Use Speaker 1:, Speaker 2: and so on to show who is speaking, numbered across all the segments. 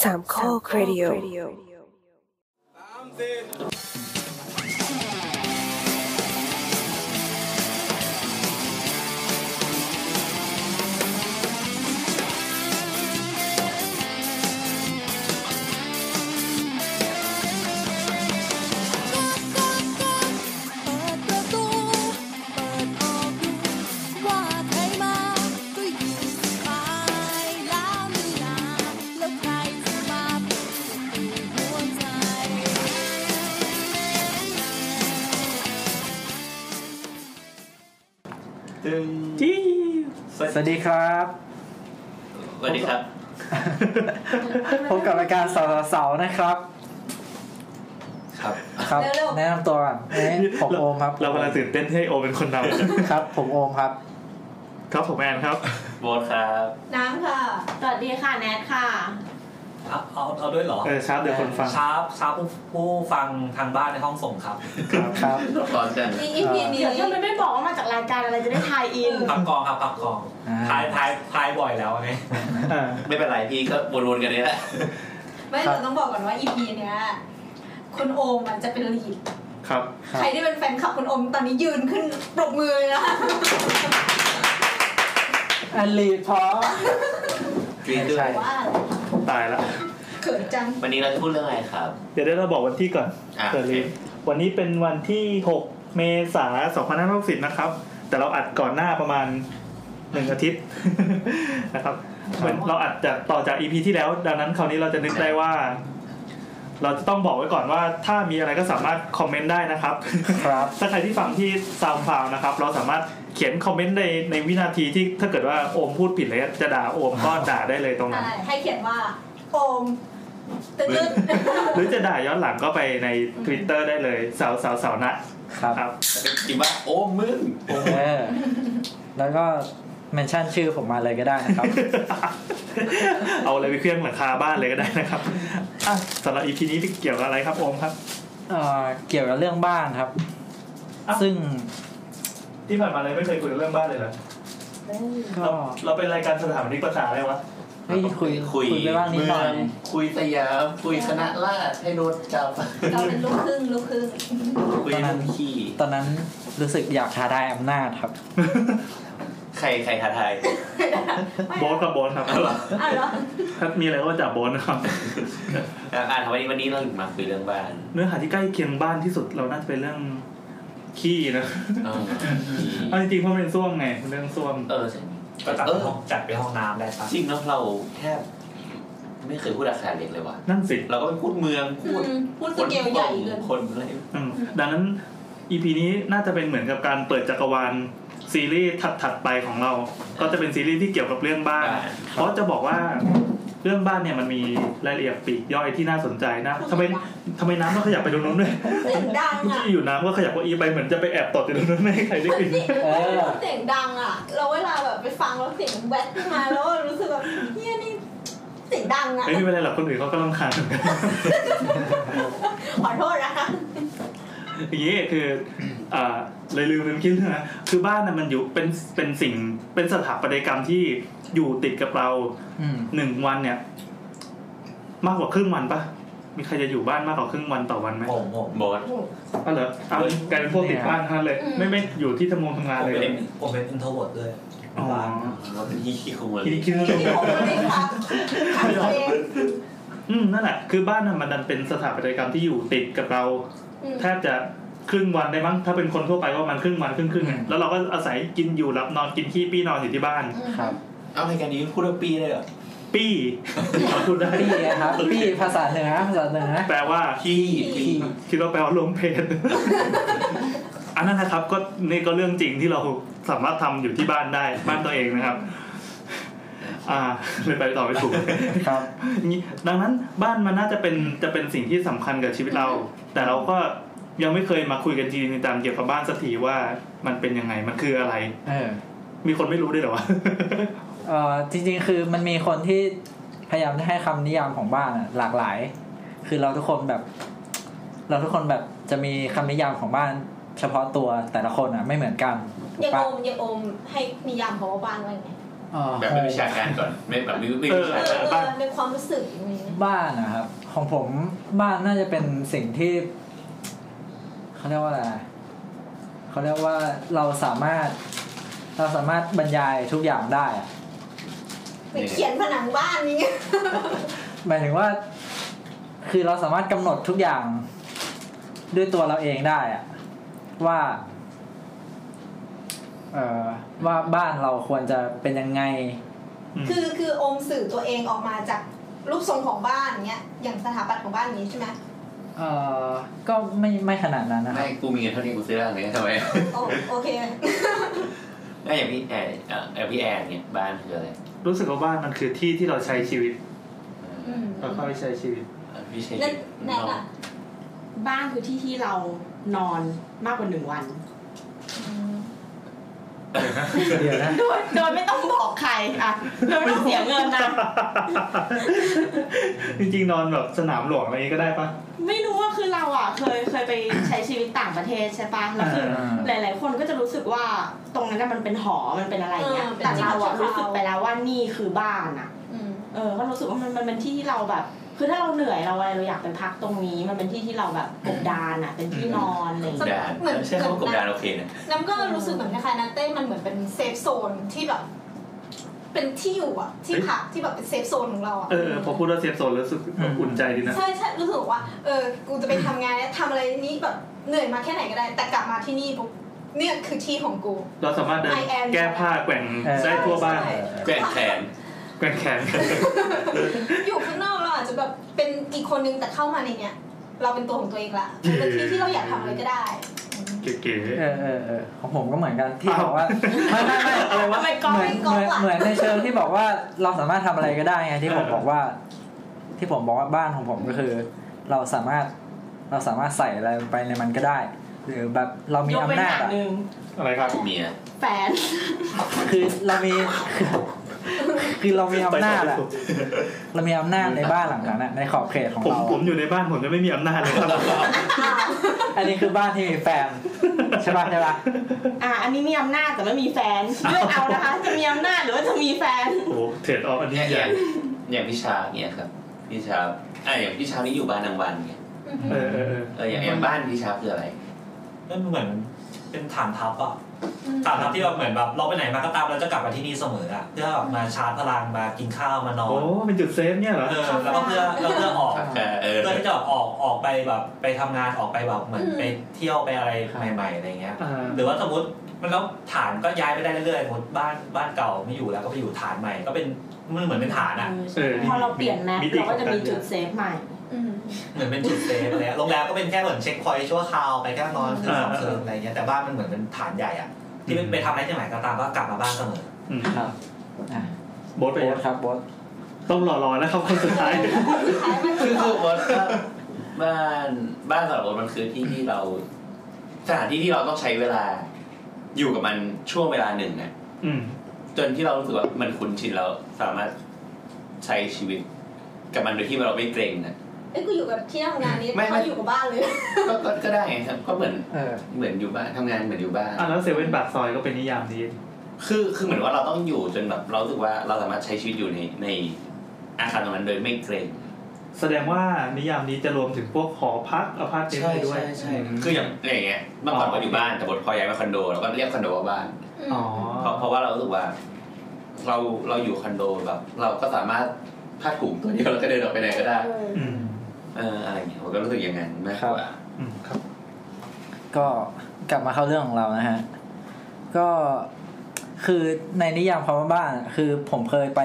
Speaker 1: สามข้อครดิโอ
Speaker 2: เปิดประตู เปิดออกดูว่าใครมา ก็อยู่สบายแล้วนี่นาแล้วใครจะมาเป็นศัตรูหัวใจ
Speaker 3: ตึง
Speaker 4: จี้
Speaker 3: ส
Speaker 4: สวัสดีครับ
Speaker 3: วัสดีครับ
Speaker 4: พบกับรายการเสาร์เสาร์นะครับ
Speaker 3: ครับ
Speaker 4: ครับ
Speaker 2: เร็วๆ
Speaker 4: แนะนำตัวก่อนเอ้ยผมโอมครับ
Speaker 5: เรากำลังตื่นเต้นให้โอเป็นคนน
Speaker 4: ครับ ผมโอมครับ
Speaker 5: ำ ครับผมแอนครับ
Speaker 3: โบสครับ
Speaker 6: น้ำค่ะ สวัสดีค่ะแนทค่ะ
Speaker 7: เอาเอาเอาด้วยเหรอ
Speaker 5: เออชาร์ปเดี๋ยวคนฟัง
Speaker 7: ครับครับผู้ผู้ฟังทางบ้านในห้องส่งครับ
Speaker 4: ครับ
Speaker 3: ตอนกัน
Speaker 2: นี่ EP นี้
Speaker 6: เดี๋ยวถ้ามันไม่บอกว่ามาจากรายการอะไรจะได้ทายอิน
Speaker 7: พักกองครับพักกอง
Speaker 4: อ่า
Speaker 7: ทายทายทายบ่อยแล้วไง
Speaker 5: อ่า
Speaker 3: ไม่เป็นไรพี่ก็วนๆกันนี่แหละ
Speaker 8: ไม่
Speaker 4: ครับ
Speaker 8: เราต้องบอกก่อนว่า EP เนี้ยคุณโอมอ่ะจะเป็นลีด
Speaker 5: ครับ
Speaker 4: ครับ
Speaker 8: ใครที่เป็นแฟนคลับคุณโอมตอนนี้ยืนขึ้นปรบมือเลยนะ
Speaker 4: อันลีดพอ
Speaker 3: กรี๊ดด้ว
Speaker 4: ใช่
Speaker 3: ย
Speaker 8: ว่า
Speaker 5: ตายละ
Speaker 8: เขินจัง
Speaker 3: วันนี้เราจะพูดเรื่องอะไรครับ
Speaker 5: เดี๋ยวเดี๋ยวเราบอกวันที่ก่อน
Speaker 3: อ่ะ
Speaker 5: เดี๋ยวรีบ
Speaker 3: โอเค
Speaker 5: วันนี้เป็นวันที่ 6 เมษายน2560นะครับ แต่เราอัดก่อนหน้าประมาณ 1 อาทิตย์ นะครับเหมือนเราอัดจากต่อจาก EP ที่แล้ว ดังนั้นคราวนี้เราจะนึกได้ว่า เราจะต้องบอกไว้ก่อนว่าถ้ามีอะไรก็สามารถคอมเมนต์ได้นะครับ
Speaker 4: ครับ
Speaker 5: ถ้าใครที่ฟังที่ซาวฟาวนะครับ เราสามารถเขียนคอมเมนต์ในในวินาทีที่ถ้าเกิดว่าโอมพูดผิดเลยจะด่าโอมก็ด่าได้เลยตรงนั้น
Speaker 8: ใช่ให้เขียนว่า โอมตึ๊ด
Speaker 5: หรือจะด่าย้อนหลังก็ไปใน Twitter ได้เลยสาวสาวสาวนะครับ ครับ
Speaker 3: คิดว่าโอ้มึง
Speaker 4: เออแล้วก็เมนชั่นชื่อผมมาเลยก็ได้ นะครับ
Speaker 5: เอาอะไรไปเครื่องหลังคาบ้านเลยก็ได้นะครับอ่ะสำหรับ EP นี้เกี่ยวกับอะไรครับโอมครับ
Speaker 4: เอ่อเกี่ยวกับเรื่องบ้านครับ
Speaker 5: อ่ะ
Speaker 4: ซึ่ง
Speaker 5: ที่ผ่านมาเลยไม่เคยคุยเรื่องบ้านเลยเหรอ
Speaker 4: ก็
Speaker 5: เราเราเป็นรายการสถาปนิกภาษาอะไรวะ
Speaker 4: ไม่คุย
Speaker 3: คุย
Speaker 4: ไปบ้างนิดหน่อย
Speaker 3: เมืงคุยสยามคุยคณะราษฎรให้โนดจับ
Speaker 8: เราเป็นลูกครึ่งลูกครึ่ง
Speaker 3: คุยเรื่องขี้
Speaker 4: ตอนนั้นรู้สึกอยากท้าทายอำนาจครับ
Speaker 3: ใครใครท้าทาย
Speaker 5: โบสกับโบสครับ
Speaker 3: เอาเหรอ
Speaker 8: อ้าวเหรอ
Speaker 5: ถ้ามีอะไรก็จับโบสนะครับ
Speaker 3: อ่ะอ่านวันนี้วันนี้เราถึงมาคุยเรื่องบ้าน
Speaker 5: เนื้อหาที่ใกล้เคียงบ้านที่สุดเราน่าจะเป็นเรื่องขี้นะ
Speaker 3: เออ
Speaker 5: เอาจริงๆเพราะมันเป็นส้วมไงเรื่องส้วม
Speaker 3: เออใช่
Speaker 7: ก็จัด
Speaker 3: เอ
Speaker 7: ไป
Speaker 3: อ
Speaker 7: ห้องจัดไปห้องน้ำได้ปะ
Speaker 3: จริงเนอะเราแทบไม่เคยพูดอาคารเล็กเลยว่ะ
Speaker 5: นั่นสิ
Speaker 3: เราก็ไปพูดเมือง
Speaker 8: อื
Speaker 3: พูด
Speaker 8: มพูดสเกลใหญ่เกิน
Speaker 3: คนอะไร
Speaker 5: อืมดังนั้น EP นี้น่าจะเป็นเหมือนกับการเปิดจักรวาลซีรีส์ถัดๆไปของเรา ก็จะเป็นซีรีส์ที่เกี่ยวกับเรื่องบ้าน เพราะจะบอกว่าเรื่องบ้านเนี่ยมันมีรายละเอียดปลีกย่อยที่น่าสนใจนะทำไมทำไมน้ำก็ขยับไปตรงนู้นด้วย
Speaker 8: เสียงดัง
Speaker 5: เมื่อ
Speaker 8: อ่ะ
Speaker 5: กี้อยู่น้ำก็ขยับเก้าอี้ไปเหมือนจะไปแอบตดอยู่ตรงนู้นไม่ให้ใครได้กลิน
Speaker 8: นี่
Speaker 4: เออ
Speaker 8: เสียงดังอ่ะ เราเวลาแบบไปฟังแล้วเสียงแวดขึ้นมาแล้วรู้สึกแบบเฮียนี่เสียงดังอ่ะ
Speaker 5: ไม่มีอะไรหรอกคนอื่นเขาก็รำคาญเหมือนกัน
Speaker 8: ขอโทษนะคะ
Speaker 5: อย่างนี้คืออ่าเลยลืมลืมคิดเรื่องนะคือบ้านน่ะมันอยู่เป็นเป็นสิ่งเป็นสถาปัตยกรรมที่อยู่ติดกับเรา
Speaker 4: อืม
Speaker 5: หนึ่งวันเนี่ย มากกว่าครึ่งวันปะมีใครจะอยู่บ้านมากกว่าครึ่งวันต่อวันไหม
Speaker 7: งงงง
Speaker 3: บอส
Speaker 5: อ๋อเหรอเอากลายเป็นพวกติดบ้านทั้งนั้นเลย
Speaker 8: อืม
Speaker 5: ไม่ไม่อยู่ที่ทำงานทำงาน
Speaker 7: ผม
Speaker 5: เลย
Speaker 7: เป็น
Speaker 5: เหรอ
Speaker 7: ผมเป็นอินโทรเวิร์ดเลย
Speaker 5: อ๋อ
Speaker 3: เราเป็นที่ขี้ขโมย
Speaker 5: คิดคิดเรื่อง
Speaker 8: ที่
Speaker 5: นี้
Speaker 8: ผมไม่ได้ครับขัดเอง
Speaker 5: อืมนั่นแหละคือบ้านน่ะมันดันเป็นสถาปัตยกรรมที่อยู่ติดกับเรา
Speaker 8: อืม
Speaker 5: แทบจะครึ่งวันได้มั้งถ้าเป็นคนทั่วไปก็มันครึ่งวันครึ่งครึ่งๆอะ
Speaker 4: อืม
Speaker 5: แล้วเราก็อาศัยกินอยู่รับนอนกินขี้ปี้นอนอยู่ที่บ้าน
Speaker 4: ครับ
Speaker 3: เอารายการนี้พูดว่าปีเลยเหรอ
Speaker 5: ปี้ พูดได้
Speaker 4: ปี้นะครับปี้ภาษาเหนือภาษาเหนือ
Speaker 5: แปลว่า
Speaker 3: พี่ปี
Speaker 4: ปี้
Speaker 5: คิดว่าแปลว่าลงเพจ อันนั้นนะครับ ก็นี่ก็เรื่องจริงที่เราสามารถทำอยู่ที่บ้านได้ บ้านตัวเองนะครับ อ่าเลยไปต่อไม่ถูก
Speaker 4: ครับ
Speaker 5: งี้ดังนั้นบ้านมันน่าจะเป็นจะเป็นสิ่งที่สำคัญกับชีวิตเรา แต่เราก็ยังไม่เคยมาคุยกันจริงๆจังๆเกี่ยวกับบ้านสักทีว่ามันเป็นยังไงมันคืออะไร
Speaker 4: เออ
Speaker 5: มีคนไม่รู้ด้วยเหรอวะ
Speaker 4: เออจริงๆ คือมันมีคนที่พยายามจะให้คำนิยามของบ้านอะหลากหลาย คือเราทุกคนแบบ เราทุกคนแบบจะมีคำนิยามของบ้าน เฉพาะตัวแต่ละคนอ่ะไม่เหมือนกันถู
Speaker 8: ยั
Speaker 4: ก
Speaker 8: ง
Speaker 4: ปะ
Speaker 8: อมยังอมให้นิยามเขาว่าบ้านว่าไง
Speaker 4: อ๋อ
Speaker 1: แบบเป็นวิชาการก่อน ไม่แบบไม่ไม่วิ
Speaker 8: เอ
Speaker 1: ชา
Speaker 8: อ
Speaker 1: กา
Speaker 8: เออ
Speaker 1: ร
Speaker 8: มันเป็นความรู้สึกอย่างนี้
Speaker 4: บ้านนะครับ ของผมบ้านน่าจะเป็นสิ่งที่เขาเรียกว่าอะไรเขาเรียกว่าเราสามารถ เราสามารถบรรยายทุกอย่างได้อะ
Speaker 8: ไปเขียนผนังบ้านนี้
Speaker 4: หมายถึงว่า คือเราสามารถกำหนดทุกอย่างด้วยตัวเราเองได้อะว่าเอ่อว่าบ้านเราควรจะเป็นยังไง
Speaker 5: อืม
Speaker 8: คือคือองค์สื่อตัวเองออกมาจากรูปทรงของบ้านเนี้ย อย่างสถาปัตย์ของบ้านนี้ใช่ไหม
Speaker 4: เอ่อก็ไม่ไม่ขนาดนั้นนะค
Speaker 1: ไม่
Speaker 4: รับ
Speaker 1: กูมีเงินเท่านี้กูซื้อได้เลยทำไม
Speaker 8: โอโอเค
Speaker 1: น่าอย่างพี่แอนเอ่อเอ่อพี่แอนเนี่ยบ้านคืออะไร
Speaker 5: รู้สึกว่าบ้านมันคือที่ที่เราใช้ชีวิต
Speaker 8: อืม
Speaker 5: เราเข้าไปใช้ชีวิต
Speaker 1: เอ่อพี่ใชัย
Speaker 8: แล้วแนนอ่ะ
Speaker 6: บ้านคือที่ที่เรานอนมากกว่าหนึ่งวัน
Speaker 8: อืม
Speaker 4: เดี๋ยวนะ
Speaker 6: โดยโดยไม่ต้องบอกใครอ่ะโดยไม่ต้องเสียเงินนะ
Speaker 5: จริงๆนอนแบบสนามหลวงอะไรอย่างงี้ก็ได้ปะ
Speaker 6: ไม่รู้ว่าคือเราอ่ะเคยเคยไปใช้ชีวิตต่างประเทศใช่ปะแล้วคือ
Speaker 4: อ่า
Speaker 6: หลาย ๆ คนก็จะรู้สึกว่าตรงนั้นนะมันเป็นหอมันเป็นอะไรเงี้ยแต่เราอ่ะรู้สึกไปแล้วว่านี่คือบ้านอ่ะ
Speaker 8: อืม
Speaker 6: เออก็รู้สึกว่ามันมันเป็นที่ที่เราแบบ คือถ้าเราเหนื่อยเราอะไรเราอยากไปพักตรงนี้ มันเป็นที่ที่เราแบบกบดานอ่ะ เป็นที่นอนอะไรอย่าง
Speaker 1: กบ
Speaker 6: เงี้ย
Speaker 1: ดานไม่ใช่คำว่ากบดานโอเคนะ
Speaker 8: น้ำก็รู้สึกเหมือนคล้ายๆนะเต้มันเหมือนเป็นเซฟโซนที่แบบ เป็นที่อยู่อะที่
Speaker 5: เฮ้ย
Speaker 8: พักที่แบบเป็นเซฟโซนของเราอะ
Speaker 5: เออพอพูดว่าเซฟโซนรู้สึกแบบอุ่นใจดีนะ
Speaker 8: ใช่ใช่รู้สึกว่า เออ กูจะไปทำงานแล้วทำอะไรนี้แบบเหนื่อยมาแค่ไหนก็ได้ แต่กลับมาที่นี่ปุ๊บเนี่ยคือที่ของกู
Speaker 5: เราสามารถเดิน
Speaker 8: I am
Speaker 5: แก้ผ้าแกว่ง
Speaker 4: เออ
Speaker 5: ได้ทั่วบ้าน
Speaker 8: ใช่
Speaker 1: แกว่งแขน
Speaker 5: แกว่งแขน
Speaker 8: อยู่ข้างนอกเราอาจจะแบบเป็นอีกคนนึงแต่เข้ามาในเนี้ยเราเป็นตัวของตัวเองละ เป็นที่ที่เราอยากทำอะไรก็ได้
Speaker 5: เก๋
Speaker 4: เออเออเออของผมก็เหมือนกันที่บอกว่า
Speaker 5: ๆ
Speaker 4: ไม่ไม่ไม่อะไรวะ
Speaker 6: ทำไมกอ
Speaker 4: เห
Speaker 6: ง
Speaker 4: มือน
Speaker 8: ไม่ก
Speaker 4: เห
Speaker 8: ล้อง
Speaker 4: มือน
Speaker 8: ว่ะ
Speaker 4: เหมือนในเชิงที่บอกว่าเราสามารถทำอะไรก็ได้ไงที่ผมบอกว่า ที่ผมบอกว่าบ้านของผมก็คือ เราสามารถเราสามารถใส่อะไรลงไปในมันก็ได้ หรือแบบเรามี
Speaker 6: ยกเป็
Speaker 4: อำ
Speaker 6: นอ
Speaker 4: นาจ
Speaker 6: ย่าง
Speaker 4: อะ
Speaker 6: หนึ่ง
Speaker 5: อะไรครับ
Speaker 1: เมีย
Speaker 6: แฟน
Speaker 4: คือเรามี คือเรามีอำนาจอะ
Speaker 5: ไปต่อ
Speaker 4: เรามีอำนาจในบ้านหลังนั้นอะในขอบเขตของ
Speaker 5: ผม
Speaker 4: เรา
Speaker 5: ผมอยู่ในบ้านผมจะไม่มีอำนาจเลยครับ
Speaker 4: อันนี้คือบ้านที่มีแฟนใช่ปะใช่ปะ
Speaker 6: อ่ะอันนี้มีอำนาจแต่ไม่มีแฟนเลือกเอานะคะ จะมีอำนาจหรือว่าจะมีแฟน
Speaker 5: โอ้โหเทรดออฟอัน
Speaker 1: อ
Speaker 5: นี้
Speaker 1: ย่างอ
Speaker 5: ใหญ่
Speaker 1: ย่างอย่างพี่ชาเนี่ยครับพี่ชาอ่ะอย่างพี่ชานี่อยู่บ้านนางวันเนี่ย
Speaker 5: เออเออเออ
Speaker 1: เอออย่างอย่างบ้านพี่ชาคืออะไร
Speaker 7: นั่นเหมือนเป็นฐานทัพอะฐานทัพที่แบบเหมือนแบบเราไปไหนมาก็ตามเราจะกลับมาที่นี่เสมออะเพื่อแบบมาชาร์จพลังมากินข้าวมานอ
Speaker 5: โอ้
Speaker 7: น
Speaker 5: เป็นจุดเซฟเนี่ยเหรอ
Speaker 7: เออแล้วก็เพื่อเราเพื่อออก
Speaker 1: เออเออ
Speaker 7: เพื่อที่จะออกออกไปแบบไปทำงานออกไปแบบเหมือนไปเที่ยวไปอะไรใหม่ ๆอะไรเงี้ย
Speaker 5: อ่า
Speaker 7: หรือว่าสมมติมันแล้วฐานก็ย้ายไปได้เรื่อยๆสมมติบ้านบ้านเก่าไม่อยู่แล้วก็ไปอยู่ฐานใหม่ ก็เป็นมันเหมือนเป็นฐานอ่ะ
Speaker 5: เออ
Speaker 6: พอเราเปลี่ยนแมป
Speaker 5: มิติ
Speaker 6: เราก็จะมี
Speaker 5: ของการ
Speaker 6: จุดเซฟใหม่
Speaker 7: เหมือนเป็นจุดเซฟอะไรเงี้ยโรงแรมก็เป็นแค่เหมือนเช็คพอยต์ชั่วคราวไปแค่นอนคืนสองคืนอะไรเงี้ยแต่บ้านมันเหมือนเป็นฐานใหญ่อ่ะที่ไปทำอะไรที่ไหนก็ตามก็กลับมาบ้านเสมอ
Speaker 5: อืม
Speaker 4: ครับอ่ะ
Speaker 5: โบทไป
Speaker 4: โบ
Speaker 5: ยั
Speaker 4: ส
Speaker 5: ง
Speaker 4: ครับโบส
Speaker 5: ต้องรอรอนะครับคน สุดท้าย
Speaker 8: สุดท้ายมัน
Speaker 1: คือ
Speaker 8: ก็
Speaker 1: คือมดว่าบ้านบ้านสำหรับมดมันคือที่ที่เรา สถานที่ที่เราต้องใช้เวลา อยู่กับมันช่วงเวลาหนึ่งอะ
Speaker 5: อืม
Speaker 1: จนที่เรารู้สึกว่ามันคุ้นชินแล้วสามารถใช้ชีวิต กับมันโดยที่เราไม่เกรงนะ
Speaker 8: เอ้ยกูอยู่กับที่ทำงานนี้
Speaker 1: ไม่ไม่
Speaker 8: เขาอยู่กับบ้านเลย
Speaker 1: ก็ก็ก็ได้ไงครับ ก็เหมือน
Speaker 4: เออ
Speaker 1: เหมือนอยู่บ้านทำงานเหมือนอยู่บ้าน
Speaker 5: อ่ะแล้วเซเว่นปากซอยก็เป็นนิยามนี้
Speaker 1: คือคือเหมือนว่าเราต้องอยู่จนแบบเรารู้สึกว่าเราสามารถใช้ชีวิตอยู่ในในอาคารตรงนั้นโดยไม่เกรง
Speaker 5: แสดงว่านิยามนี้จะรวมถึงพวกหอพักอพาร์ตเมนต์ด้วย
Speaker 1: คืออย่างอย่างเงี้ยเมื่อก่อนเราอยู่บ้านแต่บทพอย้ายมาคอนโดเราก็เรียกคอนโดว่าบ้าน
Speaker 5: อ๋อ
Speaker 1: เพราะเพราะว่าเรารู้สึกว่า เราเราอยู่คอนโดแบบ เราก็สามารถผ้าถุงตัวเดียวแล้วก็เดินออกไปไหนก็ได้
Speaker 5: อืม
Speaker 1: เอออะไรอย่างเงี้ยผมก็รู้สึกอย่างนั้นมากกว่า
Speaker 5: อืมครับ
Speaker 4: ก็กลับมาเข้าเรื่องของเรานะฮะ ก็คือในนิยามคำว่าบ้านคือผมเคยไป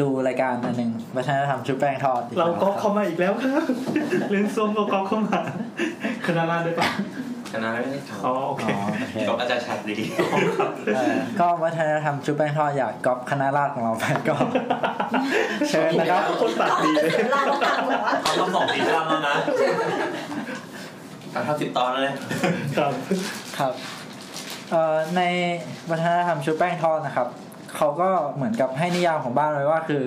Speaker 4: ดูรายการอันหนึ่งวัฒนธรรมชุบแป้งทอดอี
Speaker 5: เรา
Speaker 4: แล้ว
Speaker 5: ก็
Speaker 4: ค
Speaker 5: เข้า
Speaker 4: บ
Speaker 5: มาอีกแล้วครับ เรื่องส้มก็เข้ามา คณะราษฎรด้วยปะ
Speaker 1: คณะไม่ได้ท
Speaker 5: อ๋อโอ เค
Speaker 4: อ๋อโอเค
Speaker 1: ำกับอาจารย์ชาติดี
Speaker 4: เออก็วัฒนธรรมชุบแป้งทอดอยากก๊อปคณะราษฎรของเราไป ก็ เชิญนะครับ
Speaker 5: คนปากดีเลย
Speaker 8: ลาต่างเหรอ
Speaker 7: เขาทำสองสีดำแล้วนะ
Speaker 1: ทำทำสิบตอนแล้วนะ
Speaker 5: ครับ
Speaker 4: ครับเอ่อในวัฒนธรรมชุบแป้งทอดนะครับ เขาก็เหมือนกับให้นิยามของบ้านไว้ว่าคือ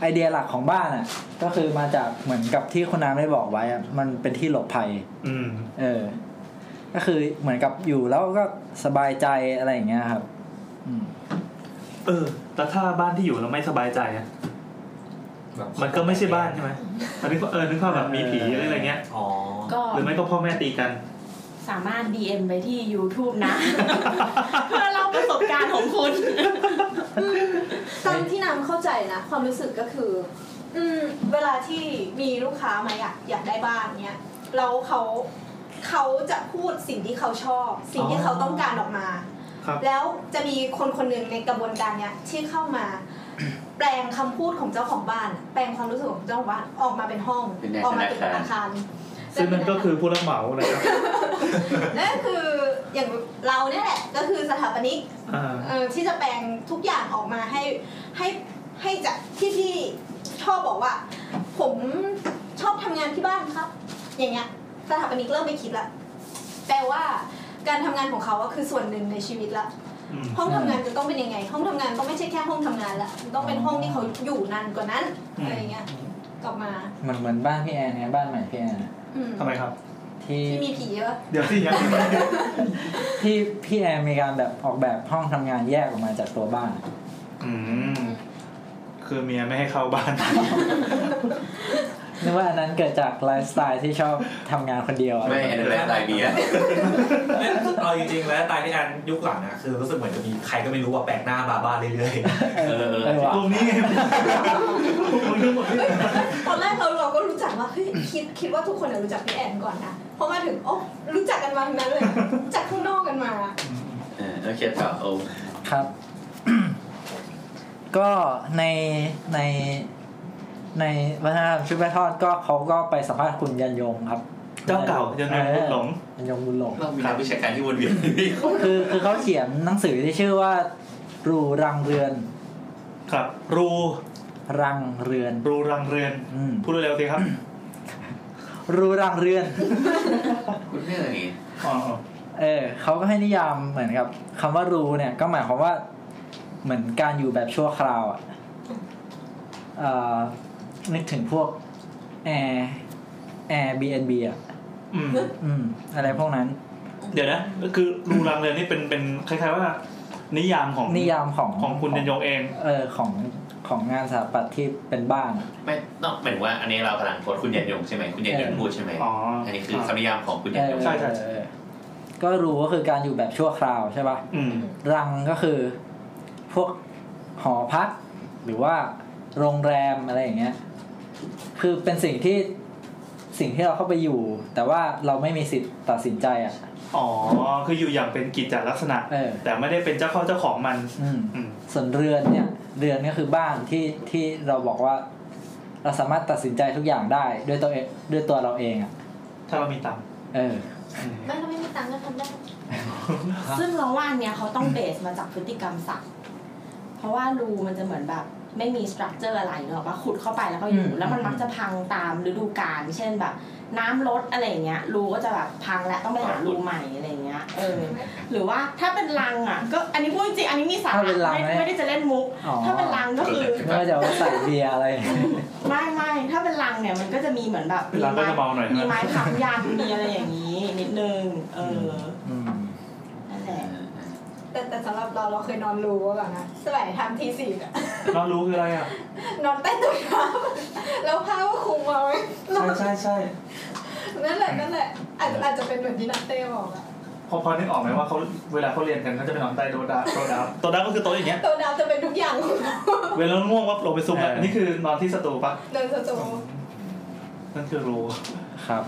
Speaker 4: ไอเดียหลักของบ้านอ่ะ ก็คือมาจากเหมือนกับที่คุณน้ำได้บอกไว้อะมันเป็นที่หลบภัย
Speaker 5: อืม
Speaker 4: เออ ก็คือเหมือนกับอยู่แล้วก็สบายใจอะไรอย่างเงี้ยครับ อืม
Speaker 5: เออแล้วถ้าบ้านที่อยู่เราไม่สบายใจอะมันก็ไม่ใช่บ้านใช่ไหมอันนี้ก็เออนึกภาพแบบมีผีหรืออะไรเงี้ย
Speaker 7: อ๋อ
Speaker 6: ก็
Speaker 5: หรือไม่ก็พ่อแม่ตีกัน
Speaker 6: สามารถ DM ไปที่ YouTube นะ เพื่อเล่าประสบการณ์ของคุณ
Speaker 8: ตามที่น้ำเข้าใจนะ ความรู้สึกก็คือ อืม เวลาที่มีลูกค้ามาอยากอยากได้บ้านเนี้ยแล้วเขาเขาจะพูดสิ่งที่เขาชอบ สิ่งที่เขาต้องการออกมา
Speaker 5: ครับ
Speaker 8: แล้วจะมีคนคนหนึ่งในกระบวนการเนี้ยที่เข้ามา แปลงคำพูดของเจ้าของบ้านอะแปลงความรู้สึกของเจ้าของบ้านออกมาเป็นห้อง
Speaker 1: เป็นแนว
Speaker 8: ออกมาเป็น
Speaker 1: ธนาคาร
Speaker 8: อาคาร
Speaker 5: ซึ่งนั่นก็คือผู้รับเหมานะครับ
Speaker 8: นั่นคืออย่างเราเนี่ยแหละก็คือสถาปนิก
Speaker 5: อ่า
Speaker 8: เอ่อที่จะแปลงทุกอย่างออกมาให้ให้ให้จากที่พี่ชอบบอกว่า ผมชอบทำงานที่บ้านครับ อย่างเงี้ยสถาปนิกเริ่มไม่คิดละแปลว่าการทำงานของเขาก็คือส่วนหนึ่งในชีวิตละ
Speaker 5: อืม
Speaker 8: ห้องทำงานจะต้องเป็นยังไง ห้องทำงานต้องไม่ใช่แค่ห้องทำงานละมันต้องเป็นห้องที่เขาอยู่นานกว่านั้นอะไรเงี้ยกลับมา
Speaker 4: เหมือนเหมือนบ้านพี่แอนไงบ้านใหม่พี่แอนอะ
Speaker 8: อืม
Speaker 5: ทำไมครับ
Speaker 4: ที่
Speaker 8: ที่มีผีเยอะ
Speaker 5: เดี๋ยวสิยังไม่ได้
Speaker 4: ที่พี่แอนมีการแบบออกแบบห้องทำงานแยกออกมาจากตัวบ้าน
Speaker 5: อืมคือเมียไม่ให้เข้าบ้าน
Speaker 4: นึกว่าอันนั้นเกิดจากไลฟ์สไตล์ที่ชอบทำงานคนเดียวอะ
Speaker 1: ไม่แอนเดอร์แลนด์ไตเบียร์
Speaker 7: เนี่ยเอาจริงๆแล้วตายที่อันยุคหลังนะคือรู้สึกเหมือนจะมีใครก็ไม่รู้ว่าแปลกหน้ามาบ้านเรื่อย
Speaker 1: เออเออ
Speaker 4: เออว่ะ
Speaker 5: ตรงนี้ ไงตรงนี้หมดเลย
Speaker 8: ตอนแรกเราเราก็รู้จักว่าเฮ้ยคิดคิดว่าทุกคนน่ะรู้จักพี่แอนก่อนนะพอมาถึงโอ้รู้จักกันมาทั้งนั้นเลยรู้จากข้างนอกกันมา
Speaker 1: เออโอเคต่อโอม
Speaker 4: ครับ ก็ในในในวัฒนธรรมชุดแม่ทอดก็เขาก็ไปสัมภาษณ์คุณยันยงครับ
Speaker 5: เจ้าเก่ายังไงบุญหลง
Speaker 4: ยันยงบุญหลง
Speaker 1: เรามีนักวิชาการที่วนเวียนอยู่นี่
Speaker 4: คือคือเขาเขียนหนังสือที่ชื่อว่า รูรังเรือน
Speaker 5: ครับ รู
Speaker 4: รังเรือน
Speaker 5: รูรังเรือน
Speaker 4: อืม
Speaker 5: พูดเร็วๆสิ ครับ
Speaker 4: รูรังเรือน
Speaker 1: คุณเรื่องอะไรนี่
Speaker 5: อ๋อ
Speaker 4: เออเขาก็ให้นิยามเหมือนกับคำว่ารูเนี่ย ก็หมายความว่าเหมือนการอยู่แบบชั่วคราวอ่ะเอ่อนึกถึงพวกแอร์แอร์บีเอ็นบีอ่ะ
Speaker 5: อืม
Speaker 4: อืม อะไรพวกนั้น
Speaker 5: เดี๋ยวนะก็คือรูรังเรือนนี่เป็นเป็นคล้ายๆว่า นิยามของ
Speaker 4: นิยามของ
Speaker 5: ของคุณยันยงเอง
Speaker 4: เออของของงานสถาปัตย์ที่เป็นบ้านอะ
Speaker 1: ไม่ต้องเป็นว่าอันนี้เรากำลังโพสคุณยันยงใช่ไหมคุณยันยงพูดใช่ไหม
Speaker 5: อ๋ออั
Speaker 1: อันนี้คือคำนิยามของคุณยันยง
Speaker 5: ใช่ใช่
Speaker 4: เออก็รูก็คือการอยู่แบบชั่วคราวใช่ป่ะ
Speaker 5: อืม
Speaker 4: รังก็คือพวกหอพัก หรือว่าโรงแรมอะไรอย่างเงี้ย คือเป็นสิ่งที่สิ่งที่เราเข้าไปอยู่ แต่ว่าเราไม่มีสิทธิ์ตัดสินใจอ่ะ
Speaker 5: อ๋อคืออยู่อย่างเป็นกิจจลักษณะ
Speaker 4: เออ
Speaker 5: แต่ไม่ได้เป็นเจ้าเข้าเจ้าของมัน
Speaker 4: อืม
Speaker 5: อืม
Speaker 4: ส่วนเรือนเนี่ย เรือนก็คือบ้านที่ที่เราบอกว่า เราสามารถตัดสินใจทุกอย่างได้ด้วยตัวเองด้วยตัวเราเองอ่ะ
Speaker 5: ถ้าเรามีตังค์
Speaker 4: เออ
Speaker 8: ไม่เราไม่มีตังค์ก็ทำได้
Speaker 6: ซึ่งเราว่าอันเนี้ยเขาต้องเบสมาจากพฤติกรรมสัตว์เพราะว่ารูมันจะเหมือนแบบไม่มีสตรัคเจอร์อะไรหรอกว่าขุดเข้าไปแล้วก็อยู่
Speaker 4: อืม
Speaker 6: แล้วมันมักจะพังตามฤดูกาลเช่นแบบ น้ำลดอะไรอย่างเงี้ยรูก็จะแบบพังและต้องไปหารูใหม่อะไรอย่างเงี้ยเออหรือว่าถ้าเป็นรังอ่ะ ก็อันนี้พูดจริงอันนี้มีสา
Speaker 4: ถ้าเป็นรัง
Speaker 6: ระไม่
Speaker 4: ไหม
Speaker 6: ไม่ได้จะเล่นมุก
Speaker 4: อ๋อ
Speaker 6: ถ้าเป็นรังก็คือ
Speaker 4: ไม่ว่าจะเอาไว้ใส่เบียร์อะไร
Speaker 6: ไม่ไม่ถ้าเป็นรังเนี่ยมันก็จะมีเหมือนแบบ
Speaker 5: เป็นร้านก็จะเบาหน่อย
Speaker 6: มี
Speaker 5: นะ
Speaker 6: ไม้ขับยันมีอะไรอย่างนี้ นิดนึงเออ
Speaker 4: อืม
Speaker 6: นั่นแห
Speaker 1: เอ
Speaker 6: ละ
Speaker 1: อ
Speaker 8: แต่แต่สำหรับเราเราเคยนอนรูว่าแบบนะสมัยทำทีสี่อะ
Speaker 5: เรารู้คืออะไรอ่ะ
Speaker 8: นอนใต้ต้นน้ำแล้วผ้าก็คลุมเอาไว้นอ
Speaker 5: ใช่
Speaker 8: น
Speaker 5: ใช่ใช่
Speaker 8: นั่นแหละนั่นแหละอาจอาจจะเป็นเหมือนที่นัตเต้บอกอะ
Speaker 5: พอพอนึกออกไหมว่าเขาเวลาเขาเรียนกันเขาจะไปนอนใต้โต๊ะดาโต๊ะดาวโต๊ะดาวก็คือโต๊ะอย่าง เงี้ย
Speaker 8: ตัวดาวจะเป็นทุกอย่างของเรา
Speaker 5: เวลาง่วงว่าลงไปซุ่มแล้ว
Speaker 4: เอออั
Speaker 5: นนี่คือนอนที่สตูปะ
Speaker 8: เดินสตู
Speaker 5: นั่นคือรู
Speaker 4: ครับ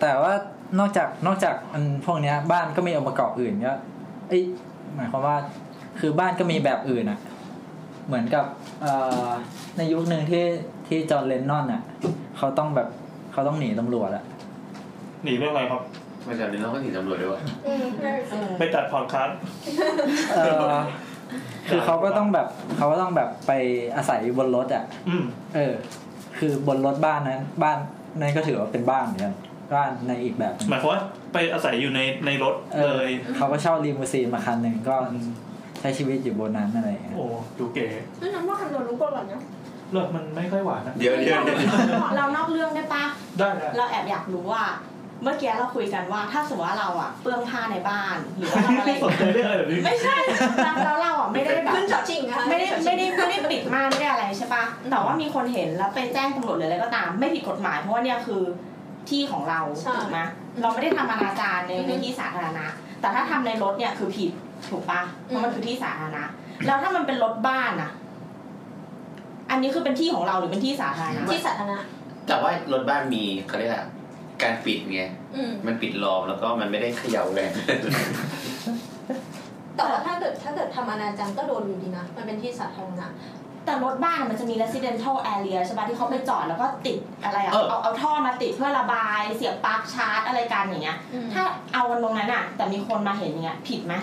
Speaker 4: แต่ว่านอกจากนอกจากอันพวกเนี้ย บ้านก็มีองค์ประกอบอื่นก็เอ้ยหมายความว่า คือบ้านก็มีแบบอื่นอะเหมือนกับเอ่อในยุคหนึ่งที่ที่จอห์นเลนนอนอะเขาต้องแบบเขาต้องหนีตำรวจอะ
Speaker 5: หนีเรื่องอะไรครับ
Speaker 1: มาจากนี้เราก็หนีตำรวจด้วยวะ
Speaker 8: อืมนั่นแหละสิ
Speaker 5: ไปตัดพอดคาสต์
Speaker 4: เออคือเขาก็ต้องแบบเขาก็ต้องแบบไปอาศัยอยู่บนรถอะ
Speaker 5: อืม
Speaker 4: เออ คือบนรถบ้านนั้น บ้านนั่นก็ถือว่าเป็นบ้านเหมือนกันบ้านในอีกแบบหนึ่ง
Speaker 5: หมายความว่าไปอาศัยอยู่ในในรถ
Speaker 4: เอ
Speaker 5: เล
Speaker 4: อยเขาก็เช่าลีมูซีนมาคันหนึ่งก็ใช้ชีวิตอยู่บนนั้นอะไรอย่างเงี้ย
Speaker 5: โอ้ดูเก๋
Speaker 8: นั่นน้ำว่าคำนวณรู้ก่อนเหรอเนาะ
Speaker 5: เลิกมันไม่ค่อยหวานนะ
Speaker 1: เดี๋ยวเดี๋ยวเดี๋ยว
Speaker 6: เรานอกเรื่องได้ปะ
Speaker 5: ได้ได้
Speaker 6: เราแอบอยากรู้ว่า เมื่อกี้เราคุยกันว่าถ้าสมมติว่าเราอะเปลื้องผ้าในบ้านหรือว่าเราอะไร
Speaker 5: สนใจเรื่องอะไรแบบนี้
Speaker 6: ไม่ใช่แล้วเราอะไม่ได้แบบ
Speaker 8: ขึ้นจอดจริงนะคะ
Speaker 6: ไม่ได้ แต่ว่ามีคนเห็นแล้วไปแจ้งตำรวจหรืออะไรก็ตาม ไม่ผิดกฎหมายเพราะว่าเนี่ยคือที่ของเรา
Speaker 8: ใช่
Speaker 6: ถูกไหมเราไม่ได้ทำอนาจารใน
Speaker 8: อือฮึ
Speaker 6: ในที่สาธารณะ แต่ถ้าทำในรถเนี่ยคือผิดถูกปะเพราะมัน
Speaker 8: อืม
Speaker 6: คือที่สาธารณะแล้วถ้ามันเป็นรถบ้านอะอันนี้คือเป็นที่ของเราหรือเป็นที่สาธารณะ
Speaker 8: ที่สาธารณะ
Speaker 1: แต่ว่ารถบ้านมีเขาเรียกอะไรการปิดไง
Speaker 8: อืม
Speaker 1: มันปิดล้อมแล้วก็มันไม่ได้เขย่าแรง
Speaker 8: แต่ว่าถ้าเกิดถ้าเกิดทำอนาจารก็โดนอยู่ดีนะ มันเป็นที่สาธารณะ
Speaker 6: แต่รถบ้านมันจะมี residential area ใช่ปะที่เขาไปจอดแล้วก็ติดอะไรอะ
Speaker 1: เออ
Speaker 6: เอาเอาท่อมาติดเพื่อระบาย เสียบปลั๊กชาร์จอะไรกันอย่างเงี้ย ถ้าเอากันตรงนั้นอะแต่มีคนมาเห็นอย่างเงี้ยผิดไหม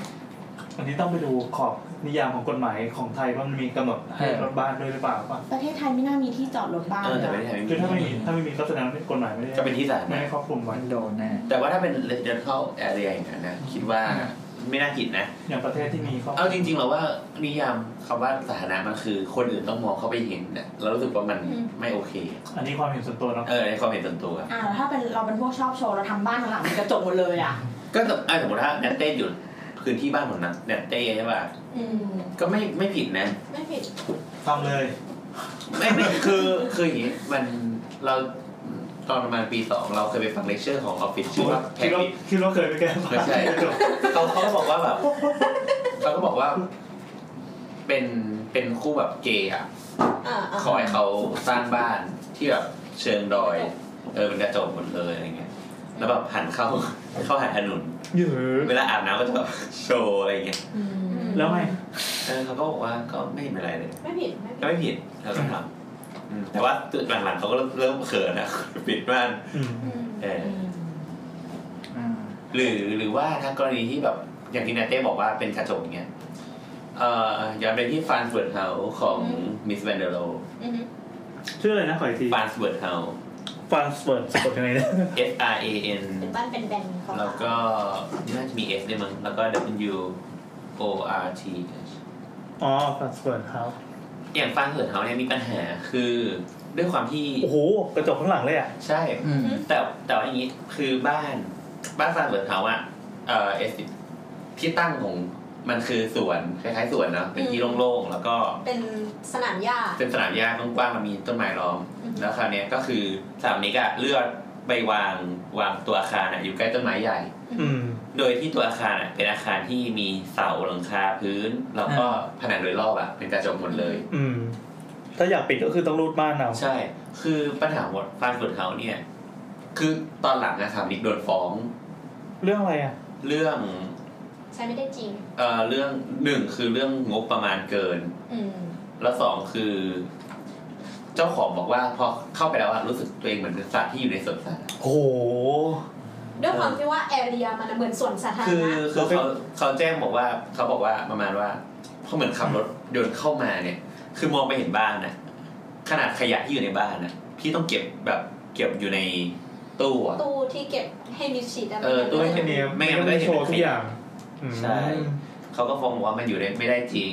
Speaker 5: อันนี้ต้องไปดูขอบนิยามของกฎหมายของไทยว่ามันมีกำหนดให้รถบ้านด้วยหรือเปล่าป่ะ
Speaker 6: ประเทศไทยไม่น่ามีที่จอดรถบ้าน
Speaker 1: เออแต่ไม่ได้ทำ
Speaker 5: คือถ้า
Speaker 1: ไม่
Speaker 5: ไม่
Speaker 1: มี
Speaker 5: มีถ้าไม่มีก็แสดงว่ากฎหมายไม่ได้
Speaker 1: ก็เป็นที่สาธาร
Speaker 5: ไม่
Speaker 1: ณะ
Speaker 5: ได้ครอบคลุมไว้
Speaker 4: มันโดนแน่
Speaker 1: แต่ว่าถ้าเป็นเดินเข้าแอเรียอย่างนั้นนะคิดว่าไม่น่าผิดนะ
Speaker 5: อย่างประเทศที่มีครอบ
Speaker 1: เอาจริงๆเราว่านิยามคำว่าสาธารณะมันคือคนอื่นต้องมองเข้าไปเห็นนะเรารู้สึกว่ามัน
Speaker 8: อืม
Speaker 1: ไม่โอเค
Speaker 5: อันนี้ความเห็นส่วนตัวเนาะ
Speaker 1: เออในความเห็นส่วนตัว
Speaker 6: อ่าถ้าเป็นเราเป็นพวกชอบโชว์ เราทำบ้านทั้งหลังเป็นกระจกหมดเลยอ่ะ
Speaker 1: ก็สมอ่ะสมมติถ้าแนตเต้อยู่พื้นที่บ้านของนัทแนตเต้ใช่ป่ะ
Speaker 8: อืม
Speaker 1: ก็ไม่ไม่ผิดนะ
Speaker 8: ไม่ผิด
Speaker 5: ฟังเลย
Speaker 1: ไม่ไม่คือคืออย่างนี้มันเราตอนประมาณปีสองเราเคยไปฟังเลคเชอร์ของออฟฟิศชื่อว่าแพ
Speaker 5: คิดว่า
Speaker 1: ทิ
Speaker 5: คิดว่าเคยไปแก้ปัญ
Speaker 1: ไม่
Speaker 5: หา
Speaker 1: ใช่ เขาเขาก็บอกว่าแบบเขาก็บอกว่า เป็นเป็นคู่แบบเกย์อ่ะ
Speaker 8: อ่าอ่า
Speaker 1: ขอให้เขาสร้างบ้านที่แบบเชิงดอย เออเป็นกระจกหมดเลยอะไรเงี้ย แล้วแบบหันเข้าเข้าหาถนน
Speaker 5: เยอ
Speaker 1: เวลาอาบน้ำก็จะแบบโชว์อะไรเงี้ย
Speaker 5: แล้วไง
Speaker 1: เออเขาก็บอกว่าก็ไม่เป็นไรเลย
Speaker 8: ไม่ผิดไม่ผิด
Speaker 1: ก็ไม่ผิดเราก็ทำอืมแต่ว่าหลังๆเขาก็เริ่มเริ่มเขินนะ ปิดบ้าน
Speaker 5: อืม
Speaker 8: อืม
Speaker 1: เออ
Speaker 4: อ่า
Speaker 1: หรือหรือว่าถ้ากรณีที่แบบอย่างที่นาเต้บอกว่าเป็นกระจกอย่างเงี้ยเอ่อย้อนไปที่ฟานสเวิร์ดเฮาของ
Speaker 8: อืม
Speaker 1: มิสแวนเดโล
Speaker 8: อืม
Speaker 5: ชื่ออะไรนะขออีกที
Speaker 1: ฟานสเวิร์ดเฮา
Speaker 5: ฟันสเปิร์ดสะกดยังไงเนี่ย
Speaker 1: S R A N
Speaker 8: เป็นบ้านเป็นแบนๆของ
Speaker 1: แล้วก็น่าจะมี S ด้วยมั้งแล้วก็ W O R T
Speaker 5: อ๋อฟันสเปิร์ดครับ
Speaker 1: อย่างฟานสเวิร์ดเฮาเนี่ยมีปัญหาคือด้วยความที่
Speaker 5: โอ้โหกระจกข้างหลังเลยอ่ะ
Speaker 1: ใช่
Speaker 4: อืม
Speaker 1: แต่แต่ว่าอย่างนี้คือบ้านบ้านฟานสเวิร์ดเฮาอะเอ่อ S ที่ตั้งของมันคือสวนคล้ายๆสวนเนาะเป็นที่โล่งๆแล้วก็
Speaker 8: เป็นสนามหญ้า
Speaker 1: เป็นสนามหญ้ากว้างๆมันมีต้นไม้ล้อม
Speaker 8: อือฮึ
Speaker 1: แล้วคราวเนี้ยก็คือสนามนี้ก็เลือกไปวางวางตัวอาคารอะอยู่ใกล้ต้นไม้ใหญ่
Speaker 5: อืม
Speaker 1: โดยที่ตัวอาคารอะเป็นอาคารที่มีเสาหลังคาพื้น แล้วก็ผนังโดยรอบอะเป็นกระจกหมดเลย
Speaker 5: อืม ถ้าอยากปิดก็คือต้องรูดม่านเอา
Speaker 1: ใช่ คือปัญหาหมดฟานฟุดเฮาเนี่ย คือตอนหลังอะสถามนิกโดนฟ้อง
Speaker 5: เรื่องอะไรอ่ะ
Speaker 1: เรื่อง
Speaker 8: ใช้ไม่ได้จริง
Speaker 1: เอ่อเรื่องหนึ่งคือเรื่องงบประมาณเกิน
Speaker 8: อืม
Speaker 1: แล้วสองคือ เจ้าของบอกว่าพอเข้าไปแล้วอะรู้สึกตัวเองเหมือนเป็นสัตว์ที่อยู่ในสวนสัตว์อะ
Speaker 5: โอ้โห
Speaker 8: ด้วยความที่ว่าแอเรียมันเหมือนสวนสาธาร
Speaker 1: คือ
Speaker 8: ณะ
Speaker 1: คือเขาเขาแจ้งบอกว่าเขาบอกว่าประมาณว่าเขาเหมือนขับรถยนต์เข้ามาเนี่ย คือมองไปเห็นบ้านนะขนาดขยะที่อยู่ในบ้านนะพี่ต้องเก็บแบบเก็บอยู่ในตู้อะ
Speaker 8: ตู้ที่เก็บให้มิดชีดอะไร
Speaker 1: เออตู้ให้มิด
Speaker 5: เนี่ย
Speaker 1: ไม่งั้นมันก็
Speaker 5: ได้
Speaker 1: จะเห็น
Speaker 5: โชว์ทุกอย่าง
Speaker 1: ใช่ เขาก็ฟ้องว่ามันอยู่ได้ไม่ได้จริง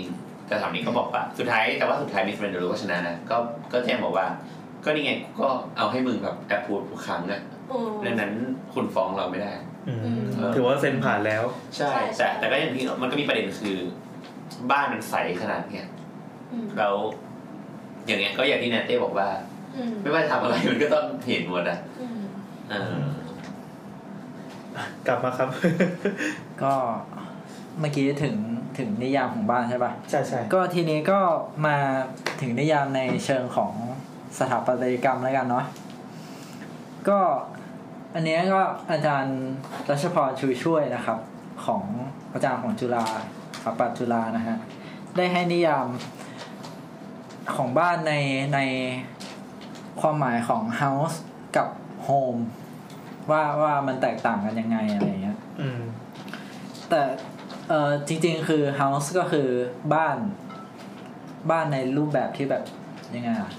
Speaker 1: แต่ถามนี้เขาบอกว่าสุดท้ายแต่ว่าสุดท้ายมิสเบนเดอร์ก็ชนะนะก็ก็แจ้งบอกว่า ก็นี่ไงก็เอาให้มึงแบบแอปพูดทุกครั้งอะ
Speaker 8: อืม
Speaker 1: ดังนั้นคุณฟ้องเราไม่ได้
Speaker 5: อืม
Speaker 8: เออ
Speaker 5: ถือว่าเซ็นผ่านแล้ว
Speaker 1: ใช่
Speaker 8: ใช่ใช่
Speaker 1: แต่แต่ก็อย่างที่มันก็มีประเด็นคือ บ้านมันใสขนาดเนี้ย
Speaker 8: อืม
Speaker 1: แล้วอย่างเงี้ยก็อย่างที่แนนเต้บอกว่า
Speaker 8: อืม
Speaker 1: ไม่ว่าทำอะไรมันก็ต้องเห็นหมดอ่ะ
Speaker 8: อืม
Speaker 1: เออ
Speaker 5: กลับมาครับ
Speaker 4: ก็เมื่อกี้ถึงถึงนิยามของบ้านใช่ปะ
Speaker 5: ใช่ใช่
Speaker 4: ก็ทีนี้ก็มาถึงนิยามในเชิงของสถาปัตยกรรมแล้วกันเนาะก็อันเนี้ยก็อาจารย์รัชพรชูช่วยนะครับ ของอาจารย์ของจุฬาสถาปัตย์จุฬานะฮะ ได้ให้นิยามของบ้านในในความหมายของ House กับ Home ว่าว่ามันแตกต่างกันยังไงอะไรอย่างเงี้ย
Speaker 5: อืม
Speaker 4: แต่เออจริงๆ คือ house ก็คือบ้านบ้านในรูปแบบที่แบบยังไงอะ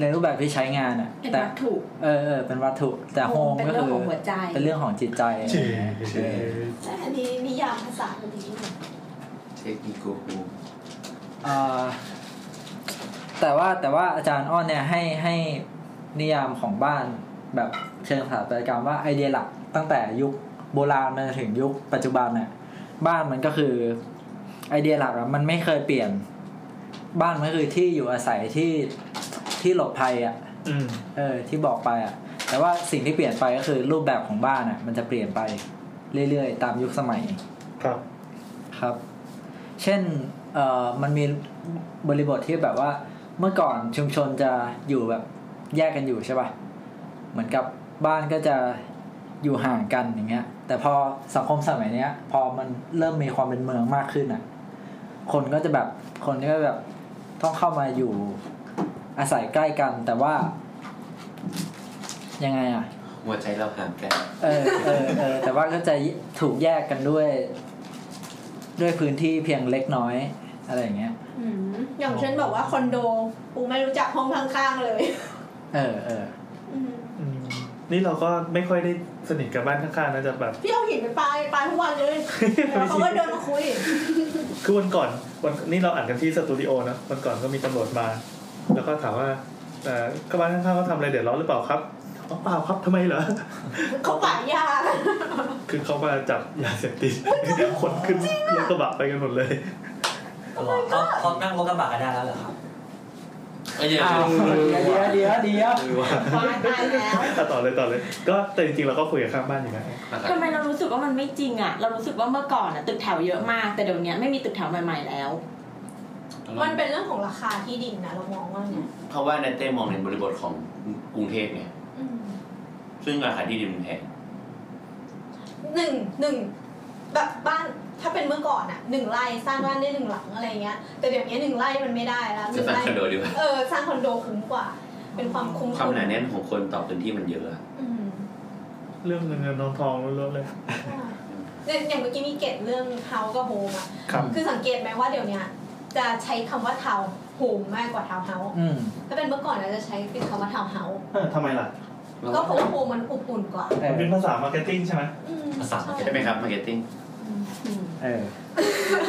Speaker 4: ในรูปแบบที่ใช้งานอะ
Speaker 6: เป็น
Speaker 4: แต่
Speaker 6: วัตถุ
Speaker 4: เออเออเป็นวัตถุแต่โฮม
Speaker 6: เป็น
Speaker 4: ก็
Speaker 6: เรื่อง
Speaker 4: คือ
Speaker 6: ของหัวใจ
Speaker 4: เป็นเรื่องของจิตใจอะไรอย่างเงี้ย
Speaker 5: เช
Speaker 4: เออ
Speaker 8: แต่อันนี้นิยามภาษาพอดี
Speaker 1: เทคนิคกู
Speaker 4: เอ่อแต่ว่าแต่ว่าอาจารย์อ้อนเนี่ยให้ให้นิยามของบ้านแบบเชิงสถาปัตยกรรมว่าไอเดียหลักตั้งแต่ยุคโบราณมาถึงยุคปัจจุบันน่ะบ้านมันก็คือไอเดียหลักอะมันไม่เคยเปลี่ยน บ้านมันก็คือที่อยู่อาศัยที่ที่หลบภัยอ่ะ
Speaker 5: อืม
Speaker 4: เออที่บอกไปอ่ะ แต่ว่าสิ่งที่เปลี่ยนไปก็คือรูปแบบของบ้านอ่ะ มันจะเปลี่ยนไปเรื่อยๆ ตามยุคสมัย
Speaker 5: ครับ
Speaker 4: ครับ เช่นเอ่อมันมีบริบทที่แบบว่า เมื่อก่อนชุมชนจะอยู่แบบแยกกันอยู่ใช่ป่ะเหมือนกับบ้านก็จะอยู่ห่างกันอย่างเงี้ย แต่พอสังคมสมัยเนี้ย พอมันเริ่มมีความเป็นเมืองมากขึ้นอ่ะ คนก็จะแบบคนก็แบบต้องเข้ามาอยู่อาศัยใกล้กันแต่ว่า ยังไงอ่ะ
Speaker 1: หัวใจเราห่างกัน
Speaker 4: เออเออเออ แต่ว่าก็จะถูกแยกกันด้วย ด้วยพื้นที่เพียงเล็กน้อย อะไรอย่างเงี้ย
Speaker 8: อืมอย่างเช่นแบบว่าคอนโดปูไม่รู้จักห้องข้างๆเลย
Speaker 4: เออเออ
Speaker 8: อืม
Speaker 5: อืม นี่เราก็ไม่ค่อยได้สนิทกับบ้านข้างๆนะจะแบบ
Speaker 8: พี่เอาหินไปปาไปปาทุกวันเลย แล้วเขาก็เดินมาคุย
Speaker 5: คือวันก่อนวันนี่เราอ่านกันที่สตูดิโอนะวันก่อนก็มีตำรวจมา แล้วก็ถามว่าเอ่อก็บ้านข้างๆเขาทำอะไรเดือดร้อนหรือเปล่าครับอ๋อเปล่าครับทำไมเหรอ
Speaker 8: เขาป่ายยา
Speaker 5: คือเขามาจับยาเสพติด คนขึ้นรถกระบะไปกันหมดเลย
Speaker 7: ตลอดเขาเขานั่งรถกระบะกันได้แล้วเหรอครับ
Speaker 1: เอ้ยอย่า
Speaker 4: อ้าว
Speaker 1: ลืม
Speaker 4: เดี๋ยวเดี๋ยวเดี๋ยว
Speaker 8: ตายแล้ว
Speaker 5: อ่ะต่อเลยต่อเลย ก็แต่จริงๆเราก็คุยกับข้างบ้านอยู่นะ
Speaker 1: นะครับ
Speaker 6: ทำไมเรารู้สึกว่ามันไม่จริงอ่ะ เรารู้สึกว่าเมื่อก่อนอ่ะตึกแถวเยอะมาก แต่เดี๋ยวเนี้ยไม่มีตึกแถวใหม่ๆแล้ว
Speaker 8: มันเป็นเรื่องของราคาที่ดินนะเรามองว่าเนี่ย
Speaker 1: เพราะว่าในเต้มองในบริบทของกรุงเทพไง
Speaker 8: อืม
Speaker 1: ซึ่งราคาที่ดินมันแพง
Speaker 8: หนึ่งหนึ่งแบบบ้านถ้าเป็นเมื่อก่อนอะหนึ่งไร่สร้างบ้านได้หนึ่งหลังอะไรเงี้ย แต่เดี๋ยวนี้หนึ่งไร่มันไม่ได้แล้วห
Speaker 1: จะ
Speaker 8: นึ่ง
Speaker 1: สร้าง
Speaker 8: ไร่
Speaker 1: คอนโดดีกว่า
Speaker 8: เออสร้างคอนโดคุ้มกว่า เป็นความคุ้ม
Speaker 1: ความหนาแน่นของคนต่อพื้นที่มันเยอะอะ
Speaker 8: อืม
Speaker 5: เรื่องเงินเงินทองทองล้วนๆเลย
Speaker 8: เนี่ยอย่างเมื่อกี้มีเกตเรื่องเฮากับโฮมอะ
Speaker 5: ครับ
Speaker 8: คือสังเกตไหมว่าเดี๋ยวเนี้ยจะใช้คำว่าเทาโฮมมากกว่าเทาเฮา
Speaker 4: อืม
Speaker 8: ถ้าเป็นเมื่อก่อนเราจะใช้เป็นคำว่าเทาเฮา
Speaker 5: เออทำไมล่ะ
Speaker 8: ก็เพราะว่าโฮมมันอบอุ่นกว่า
Speaker 4: เอ
Speaker 5: มัน
Speaker 4: อ
Speaker 5: เป็นภาษามาร์เก็ตติ้งใช่ไหม
Speaker 8: อืม
Speaker 7: ภาษา
Speaker 8: ใช่
Speaker 1: ใช่ไหมครับมาร์เก็ตติ้ง
Speaker 4: เออ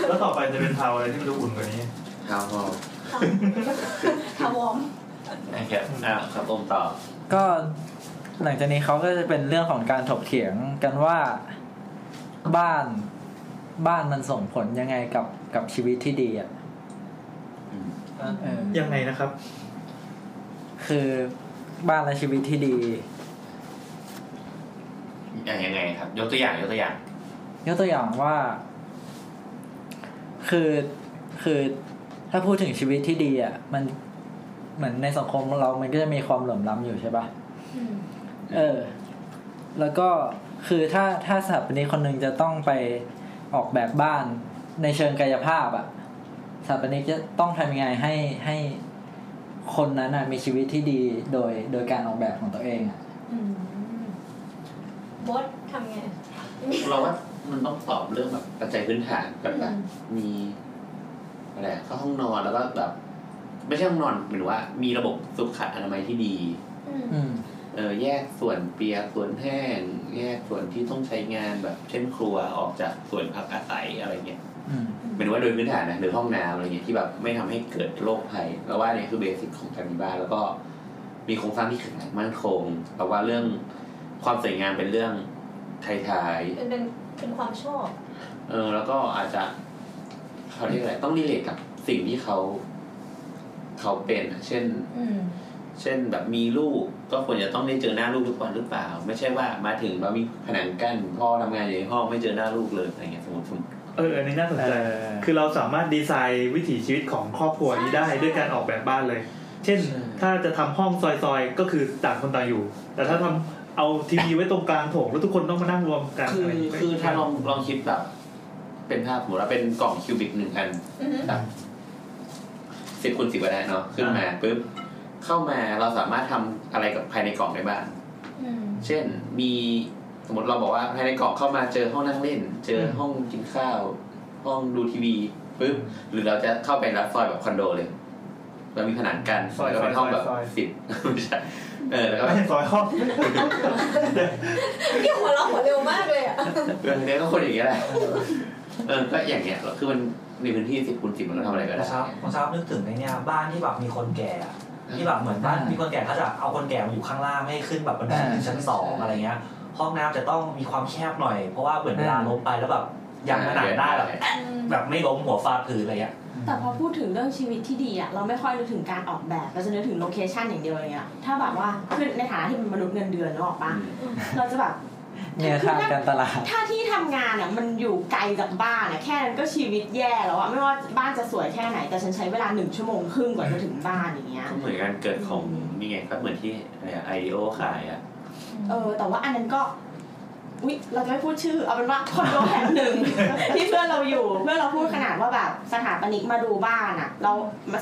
Speaker 5: แล้วต่อไปจะเป็นเทาอะไรที่มันดูอุ่นกว่านี้
Speaker 1: คาวฮอล
Speaker 8: เทาวอม
Speaker 1: นะครับอ่าครับผมต่อ
Speaker 4: ก็หลังจากนี้เขาก็จะเป็นเรื่องของการถกเถียงกันว่าบ้านบ้านมันส่งผลยังไงกับกับชีวิตที่ดีอ่ะ
Speaker 1: อืม
Speaker 4: เออ
Speaker 5: ยังไงนะครับ
Speaker 4: คือบ้านและชีวิตที่ดี
Speaker 1: อย่างยังไงครับ ยกตัวอย่างยกตัวอย่าง
Speaker 4: ยกตัวอย่างว่า คือคือถ้าพูดถึงชีวิตที่ดีอ่ะมันเหมือนในสังคมเรา มันก็จะมีความเหลื่อมล้ำอยู่ใช่ปะ่ะเออ แล้วก็คือถ้าถ้าสถาปนิกคนหนึ่งจะต้องไปออกแบบบ้านในเชิงกายภาพอ่ะสถาปนิกจะต้องทำยังไงให้ให้คนนั้นน่ะมีชีวิตที่ดีโดยโดยการออกแบบของตัวเองอ่ะ
Speaker 8: อืมบดทำไง
Speaker 1: เราว่ามันต้องตอบเรื่องแบบปัจจัยพื้นฐานแบบว่า
Speaker 8: อืม
Speaker 1: มีอะไรอะเข้าห้องนอนแล้วก็แบบ ไม่ใช่ห้องนอนหมายถึงว่า มีระบบสุขอนามัยที่ดี
Speaker 8: อืม
Speaker 4: อืม
Speaker 1: เออแยกส่วนเปียกส่วนแห้ง แยกส่วนที่ต้องใช้งานแบบเช่นครัวออกจากส่วนพักอาศัยอะไรเงี้ย
Speaker 4: อืม
Speaker 1: หมายถึงว่าโดยพื้นฐานนะหรือห้องน้ำอะไรเงี้ยที่แบบไม่ทำให้เกิดโรคภัยเราว่าเนี่ยคือเบสิกของการมีบ้านแล้วก็มีโครงสร้างที่แข็งแรงมั่นคงเราว่าเรื่องความสวยงามเป็นเรื่องท้ายๆ
Speaker 8: เป็นเป็นเป็นความชอบ
Speaker 1: เออแล้วก็อาจจะเขาเรียกอะไรต้องรีเลทกับสิ่งที่เขา เขาเป็นอะเช่น
Speaker 8: อืม
Speaker 1: เช่นแบบมีลูกก็ควรจะต้องได้เจอหน้าลูกทุกวันหรือเปล่า ไม่ใช่ว่ามาถึงเรามีผนังกั้นพ่อทำงานอยู่ในห้องไม่เจอหน้าลูกเลยอะไรเงี้ยสมมติสมมติ
Speaker 5: เอออันนี้น่าสนใจ คือเราสามารถดีไซน์วิถีชีวิตของครอบครัวนี้ได้ด้วยการออกแบบบ้านเลย เช่น ถ้าจะทำห้องซอยๆ ก็คือต่างคนต่างอยู่ แต่ถ้าทำเอาทีวีไว้ตรงกลางโถงแล้วทุกคนต้องมานั่งรวมกัน
Speaker 1: คือ
Speaker 5: อะไรย่งเงี้ย
Speaker 1: คือถ้าลองลองคิดแบบ เป็นภาพสมมติว่าเป็นกล่องคิวบิกหนึ่งอัน
Speaker 8: อืม
Speaker 1: ครับสิบคูณสิบก็ได้เนาะขึ้นมาปุ๊บเข้ามาเราสามารถทำอะไรกับภายในกล่องได้บ้าง
Speaker 8: อืม
Speaker 1: เช่นมีสมมติเราบอกว่าภายในกล่องเข้ามาเจอห้องนั่งเล่น เจอห้องกินข้าว ห้องดูทีวีปึ๊บหรือเราจะเข้าไปรัดซอยแบบคอนโดเลยเรามีผนังกันซอยก็เป็นห้องแบบสิบไม่ใช่ เออแล้วก็
Speaker 5: ไม่ใช่ซอยห้อง
Speaker 8: พี่หัวเราะหัวเร็วมากเลยอ่ะ
Speaker 1: เออเนี่ยก็คนอย่างเงี้ยแหละเออก็อย่างเงี้ยคือมันมีพื้นที่สิบคูณสิบมันก็ทำอะไรก็ได้
Speaker 7: เช้าเช้านึกถึงในเนี่ยบ้านที่แบบมีคนแก่อะที่แบบเหมือนบ้าน
Speaker 4: อ่ามี
Speaker 7: มีคนแก่เขาจะเอาคนแก่มาอยู่ข้างล่างไม่ให้ขึ้นแบบบันได
Speaker 4: อ่า
Speaker 7: ถึงชั้นสองอะไรเงี้ย ห้องน้ำจะต้องมีความแคบหน่อยเพราะว่าเหมือนเวลา
Speaker 4: อ่า
Speaker 7: ลงไปแล้วแบบยังขนาดหน้าแบบ
Speaker 8: อืม
Speaker 7: แบบไม่ล้มหัวฟาดพื้นอะไรเงี้ย
Speaker 6: แต่พอพูดถึงเรื่องชีวิตที่ดีอะเราไม่ค่อยนึกถึงการออกแบบเราจะนึกถึงโลเคชันอย่างเดียวเลยอะถ้าแบบว่าคือในฐานะที่เป็นมนุษย์เงินเดือนเนกอะปะเราจะแบบ
Speaker 4: เนี่ยทางการตลาด
Speaker 6: ถ้าที่ทำงานอ่ะมันอยู่ไกลจากบ้านอ่ะแค่นั้นก็ชีวิตแย่แล้วอ่ะไม่ว่าบ้านจะสวยแค่ไหน แต่ฉันใช้เวลาหนึ่งชั่วโมงครึ่งกว่าจะถึงบ้านอย่างเงี้ย
Speaker 1: ก็เหมือนการเกิดของนี่ไงก็เหมือนที่ไอโอขายอ่ะ
Speaker 6: เออแต่ว่าอันนั้นก็อุ๊ยเราจะไม่พูดชื่อเอาเป็นว่าคอนโดแห่ง หนึ่ง ที่เพื่อนเราอยู่ เพื่อนเราพูดขนาดว่าแบบสถาปนิกมาดูบ้านอ่ะ เรา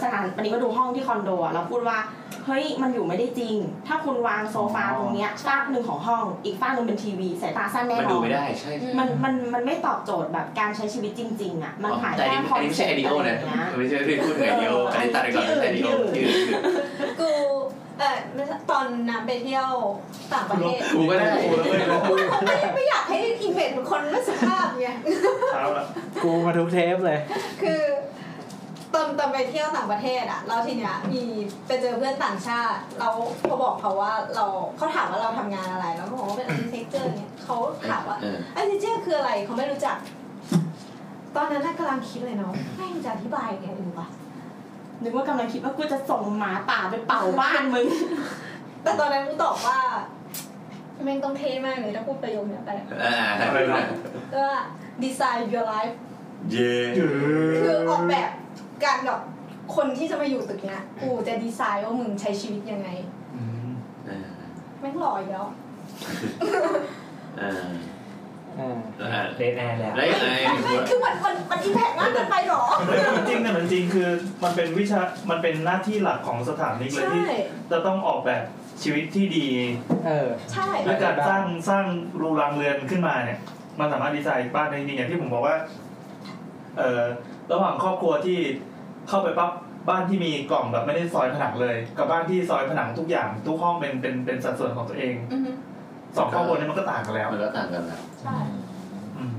Speaker 6: สถาปนิกมาดูห้องที่คอนโดอ่ะเราพูดว่าเฮ้ยมันอยู่ไม่ได้จริง ถ้าคุณวางโซฟาตรงเนี้ยฟากหนึ่งของห้อง อีกฟากหนึ่งเป็นทีวีสายตาสั้นแน่นอน
Speaker 1: มันดูไม่ได้ใช่
Speaker 6: มันมันมันไม่ตอบโจทย์แบบการใช้ชีวิตจริง ๆ อ่ะ มันขาย
Speaker 1: แต่อัน
Speaker 6: แค่
Speaker 1: นี้
Speaker 6: คอ
Speaker 1: อัน
Speaker 6: น
Speaker 1: นี้ไม่
Speaker 6: เซ็
Speaker 1: ใช่
Speaker 6: ป
Speaker 1: ไอเดียลนะไม่ใช่ที่พูดถึงไอ
Speaker 6: ต์อะไรอย่างเงี้ย
Speaker 1: เดียลอันนี้ตัดไปก่อนไม่ใช่ไอเดียลคือคือ
Speaker 8: กูเออตอนน้ำไปเที่ยวต่างประเทศ
Speaker 1: กูก็ได้
Speaker 8: ไม่ไม่อยากให้อิมเมจของคนไม่สุภาพไง
Speaker 5: เอาละ
Speaker 4: กูมาทุกเทปเลย
Speaker 8: คือตอนตอนไปเที่ยวต่างประเทศอะเราทีเนี้ยมีไปเจอเพื่อนต่างชาติเราพอบอกเขาว่าเราเขาถามว่าเราทำงานอะไรเราก็บอกว่าเป็นอาร์ติเทคเจอร์เนี่ยเขาถามว่า
Speaker 1: เออ
Speaker 8: อาร์ติเทคเจอร์คืออะไรเขาไม่รู้จัก ตอนนั้นน่ะกำลังคิดเลยเนาะแม่งจะอธิบายไงดีวะ
Speaker 6: นึกว่ากำลังคิดว่ากูจะส่งหมาป่าไปเป่าบ้านมึง
Speaker 8: แต่ตอนนั้นกูตอบว่าแม่งต้องเท่มากเลยถ้าพูดประโยคเนี้ยไป
Speaker 1: อ่าอะไรนะ
Speaker 8: ก็ว่า design your life
Speaker 1: เย่
Speaker 5: เออ
Speaker 8: คือออกแบบการแบบคนที่จะมาอยู่ตึกเนี้ยกูจะดีไซน์ว่ามึงใช้ชีวิตยังไง
Speaker 5: อืม
Speaker 8: แม่งหล่ออีกแล้ว
Speaker 1: อ่า
Speaker 4: อ่า
Speaker 1: อ่า
Speaker 7: เลดแอนแล้ว
Speaker 1: แล้วยังไง
Speaker 8: ไม่ไม่คือมันมันมันอิมแพกมากเกินไปหรอ
Speaker 5: เฮ้ยมันจริงนะมันจริงคือมันเป็นวิชา มันเป็นหน้าที่หลักของสถานีเลย
Speaker 8: ใช่
Speaker 5: ที่จะต้องออกแบบชีวิตที่ดี
Speaker 4: เออ
Speaker 8: ใช่
Speaker 5: ด้วยการสร้างสร้างรูรางเรือนขึ้นมาเนี่ย มันสามารถดีไซน์บ้านได้จริงอย่างที่ผมบอกว่าเอ่อระหว่างครอบครัวที่เข้าไปปั๊บบ้านที่มีกล่องแบบไม่ได้ซอยผนังเลย กับบ้านที่ซอยผนังทุกอย่างทุกห้องเป็นเป็นเป็นสัดส่วนของตัวเอง
Speaker 8: อือฮึ
Speaker 5: สองครอบครัวเนี้มันก็ต่างกันแล้ว
Speaker 1: มันก็ต่างกันนะ
Speaker 8: ใช่
Speaker 5: อืม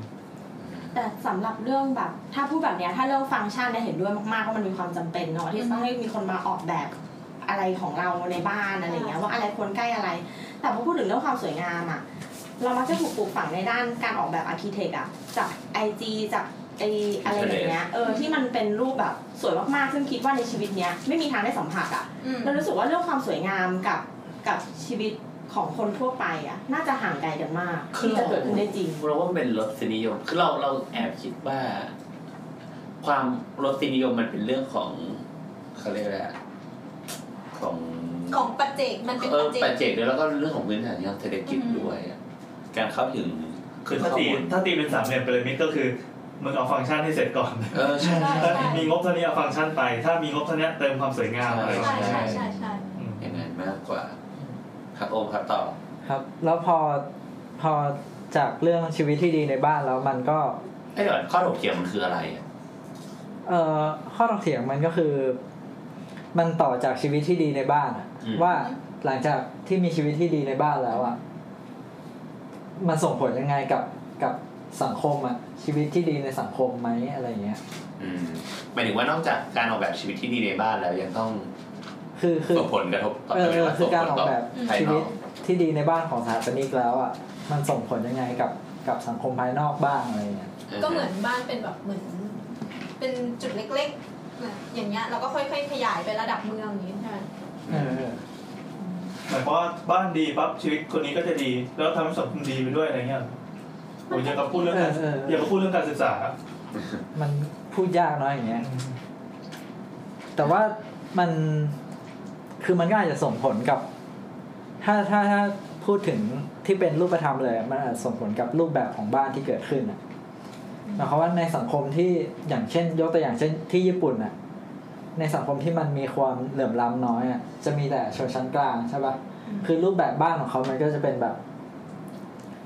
Speaker 6: แต่สำหรับเรื่องแบบ ถ้าพูดแบบเนี้ยถ้าเรื่องฟังก์ชันเนี่ยเห็นด้วยมากๆว่ามันมีความจำเป็นเนาะที่ต้องให้มีคนมาออกแบบอะไรของเราในบ้านอะไรเงี้ยว่าอะไรควรใกล้อะไร แต่พอพูดถึงเรื่องความสวยงามอะเรามักจะถูกปลูกฝังในด้านการออกแบบอาร์เคเต็กอะจากไอจีจากไออะไรอย่างเงี้ยเออที่มันเป็นรูปแบบสวยมากๆซึ่งคิดว่าในชีวิตเนี้ยไม่มีทางได้สัมผัสอะ
Speaker 8: อืม
Speaker 6: เรารู้สึกว่าเรื่องความสวยงามกับกับชีวิตของคนทั่วไปอะน่าจะห่างไกลกันมาก
Speaker 1: คือ
Speaker 6: ที่
Speaker 1: เรา
Speaker 6: จะเกิดขึ้นได้จริง
Speaker 1: เราว่ามันเป็นรสนิยม คือเราเราแอบคิดว่า ความรสนิยมมันเป็นเรื่องของเขาเรียกอะไรอะของ
Speaker 8: ของปัจเจกมันเป็น
Speaker 1: เอ
Speaker 8: ปั
Speaker 1: อ
Speaker 8: จเจ
Speaker 1: ปัจ
Speaker 8: ก
Speaker 1: เจกด้วยแล้วก็เรื่องของพื้นฐานทางเศรษฐกิจ
Speaker 8: อืม
Speaker 1: ด้วยอะการเข้าถึง
Speaker 5: คือถ้าตีถ้าตีเป็นสามเหลี่ยมพีระมิดก็คือมึงเอาฟังก์ชันให้เสร็จก่อน
Speaker 1: เออใช่
Speaker 8: ใช่
Speaker 5: ถ้า
Speaker 8: ใช่
Speaker 5: มีงบเท่านี้เอาฟังก์ชันไป ถ้ามีงบเท่านี้เติมความสวยงามอะไร
Speaker 8: ใช่ใช่ใช่ใช่
Speaker 5: อืม
Speaker 1: อย่างนั้นมากกว่า ครับโอมครับต่อ
Speaker 4: ครับ แล้วพอ พอจากเรื่องชีวิตที่ดีในบ้านแล้วมันก็
Speaker 1: ไอ้ยเดี๋ยวก่อนข้อถกเถียงมันคืออะไรอะ
Speaker 4: เอ่อ ข้อถกเถียงมันก็คือ มันต่อจากชีวิตที่ดีในบ้านอะว่าหลังจากที่มีชีวิตที่ดีในบ้านแล้วอ่ะ มันส่งผลยังไงกับ กับสังคมอ่ะ ชีวิตที่ดีในสังคมไหมอะไรเงี้ย
Speaker 1: อืมหมายถึงว่านอกจากการออกแบบชีวิตที่ดีในบ้านแล้วยังต้อง
Speaker 4: คือ คือ
Speaker 1: ส่งผลกระทบต่อ
Speaker 4: เออเออคือการออกแบบ
Speaker 1: ภาย
Speaker 4: ชี
Speaker 1: น
Speaker 4: วิ
Speaker 1: อ
Speaker 4: ต
Speaker 1: ก
Speaker 4: ที่ดีในบ้านของสถาปนิกแล้วอ่ะ มันส่งผลยังไงกับ กับสังคมภายนอกบ้างอะไรเงี้ย
Speaker 8: ก็เหมือนบ้านเป็นแบบเหมือน เป็นจุดเล็กๆนะอย่างเงี้ยเราก็ค่อยๆขยายไประดับเมืองอย่างนี้ใช่ไหม
Speaker 4: เออเออ
Speaker 5: หมายความว่าบ้านดีปั๊บชีวิตคนนี้ก็จะดี แล้วทำให้สังคมดีไปด้วยอะไรเงี้ยโอ้ยอย่ากับพูดเรื่องการ
Speaker 4: เออเออเอออ
Speaker 5: อย่ากับพูดเรื่องการศึกษา
Speaker 4: มันพูดยากเนาะอย่างเงี้ย แต่ว่ามันคือมันก็อาจจะส่งผลกับ ถ้าถ้าถ้าพูดถึงที่เป็นรูปธรรมเลย มันอาจจะส่งผลกับรูปแบบของบ้านที่เกิดขึ้นอ่ะหมายความว่าในสังคมที่อย่างเช่น ยกตัวอย่างเช่นที่ญี่ปุ่นอ่ะ ในสังคมที่มันมีความเหลื่อมล้ำน้อยอ่ะจะมีแต่ชนชั้นกลางใช่ปะ่ะคือรูปแบบบ้านของเขามันก็จะเป็นแบบ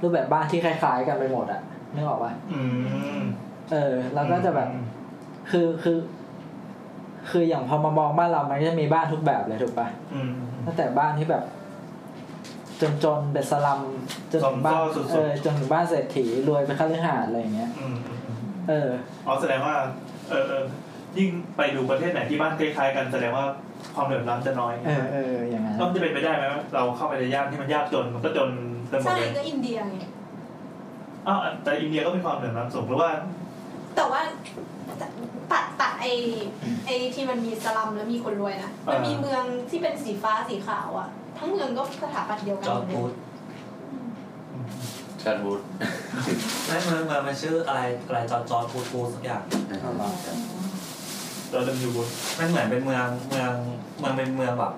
Speaker 4: รูปแบบบ้านที่คล้าย ๆ กันไปหมดอ่ะนึกออกปะ
Speaker 5: อืม
Speaker 4: เออ แล้วก็จะแบบ คือคือ คืออย่างพอมามองบ้านเรา มันก็จะมีบ้านทุกแบบเลยถูกปะ
Speaker 5: อืม
Speaker 4: ตั้งแต่บ้านที่แบบ จนจนๆเป็นสลัมจนถึงบ้าน
Speaker 5: สมซ่อสุดๆ
Speaker 4: เออจนถึงบ้านเศรษฐีรวยเป็นข้าเลือหาสน์อะไรอย่างเงี้ย
Speaker 5: อืม
Speaker 4: เออ
Speaker 5: อ๋อแสดงว่า เออเออยิ่งไปดูประเทศไหนที่บ้านคล้ายๆกันแสดงว่าความเหลื่อมล้ำจะน้อย
Speaker 4: เออเออเอออย่างนั้น
Speaker 5: แล้วมันจะเป็นไปได้ไหมว่าเราเข้าไปในย่านที่มันยากจนมันก็จนไปหมด
Speaker 8: ใช่
Speaker 5: เลย
Speaker 8: ก็อินเดียไง
Speaker 5: อ้าวแต่อินเดียก็มีความเหลื่อมล้ำสูงเพราะว่า
Speaker 8: แต่ว่าตัดตัดไอ ไอไอที่มันมีสลัมแล้วมีคนรวยนะมันมีเมืองที่เป็นสีฟ้าสีขาวอ่ะ ทั้งเมืองก็สถาปัตย์เดียวกัน
Speaker 7: จอร์
Speaker 8: หมดเล
Speaker 7: ดบู
Speaker 8: ย
Speaker 7: ธ
Speaker 1: ชาร์ดวูด
Speaker 7: ไม่เมืองเมืองมันชื่ออะไรอะไรจอร์จจอร์ดบูธบูธสักอย่าง
Speaker 5: เราเดินอยู่บน
Speaker 7: มันเหมือนเป็นเมืองเมืองเมืองเป็นเมืองแบบ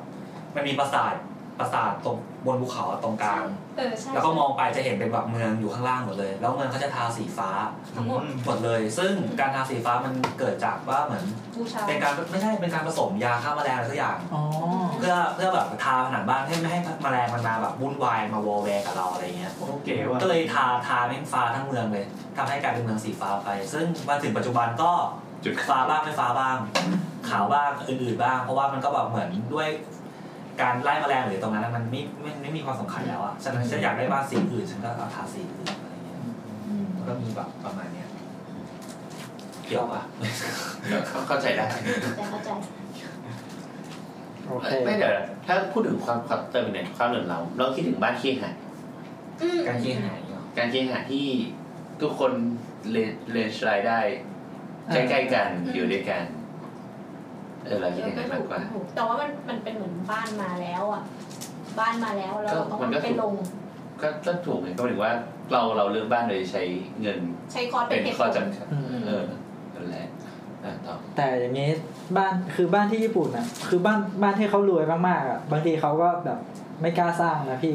Speaker 7: มันมีปราสาทปราสาทตรงบนภูเขาตรงกลาง
Speaker 8: เออใช่
Speaker 7: แล้วก็มองไปจะเห็นเป็นแบบเมืองอยู่ข้างล่างหมดเลย แล้วเมืองเขาจะทาสีฟ้า
Speaker 8: ทั้งหมด
Speaker 7: หมดเลย ซึ่งการทาสีฟ้ามันเกิดจากว่าเหมือน
Speaker 8: บูชา
Speaker 7: เป็นการไม่ใช่เป็นการผสมยาฆ่าแมลงอะไรสักอย่าง
Speaker 4: อ๋อ
Speaker 7: เพื่อเพื่อแบบทาผนังบ้านให้ไม่ให้แมลงมันมาแบบวุ่นวายมาวอลแวร์กับเราอะไรเงี้ย
Speaker 5: โอเก๋ว่ะ
Speaker 7: ก็เลยทาทาแม่งฟ้าทั้งเมืองเลยทำให้กลายเป็นเมืองสีฟ้าไป ซึ่งมาถึงปัจจุบันก็
Speaker 1: จุด
Speaker 7: ฟ้าบ้างไม่ฟ้าบ้าง ขาวบ้างอื่นๆบ้าง เพราะว่ามันก็แบบเหมือนด้วยการไล่แมลงหรือตรงนั้นนะมันไม่ไม่ไม่มีความสำคัญแล้วอะฉะนั้นฉันอยากได้บ้านสีอื่นฉันก็เอาทาสีอื่นอะไรเงี้ยมันก็มีแบบประมาณเนี้ยเกี่ยวปะ
Speaker 1: เข้าใจได้
Speaker 8: แต่เข้าใจ
Speaker 4: โอเค
Speaker 1: ไม่เดี๋ยวนะถ้าพูดถึงความความเติมเนี่ยความเหลื่อมล้ำเราคิดถึงบ้านเคหะ
Speaker 8: อืม
Speaker 7: การเคหายเนาะ
Speaker 1: การเคหะที่ทุกคนเลเลนชรายได้ ใก
Speaker 4: อ่า
Speaker 1: ล้ๆกันอยู่ด้วยกัน เออเราคิดอย่างนั้นมากกว่า
Speaker 8: ถูกแต่ว่ามันมันเป็นเหมือนบ้านมาแล้วอ่ะ บ้านมาแล้วแล้วเราต้อง
Speaker 1: ก็มันก็
Speaker 8: ไปลง
Speaker 1: ก็ก็ถูกไงก็หมายถึงว่าเราเราเลือกบ้านโดยใช้เงิน
Speaker 8: ใช้คอร์สเป็
Speaker 1: เป็น น
Speaker 8: เหตุผ
Speaker 1: ข้อ
Speaker 8: ล
Speaker 1: จำกัด
Speaker 4: อืม
Speaker 1: เออนั่นแหละอ่ะต่อ
Speaker 4: แต่อย่างนี้บ้านคือบ้านที่ญี่ปุ่นอ่ะ คือบ้านบ้านที่เขารวยมากๆอ่ะบางทีเขาก็แบบไม่กล้าสร้างนะพี่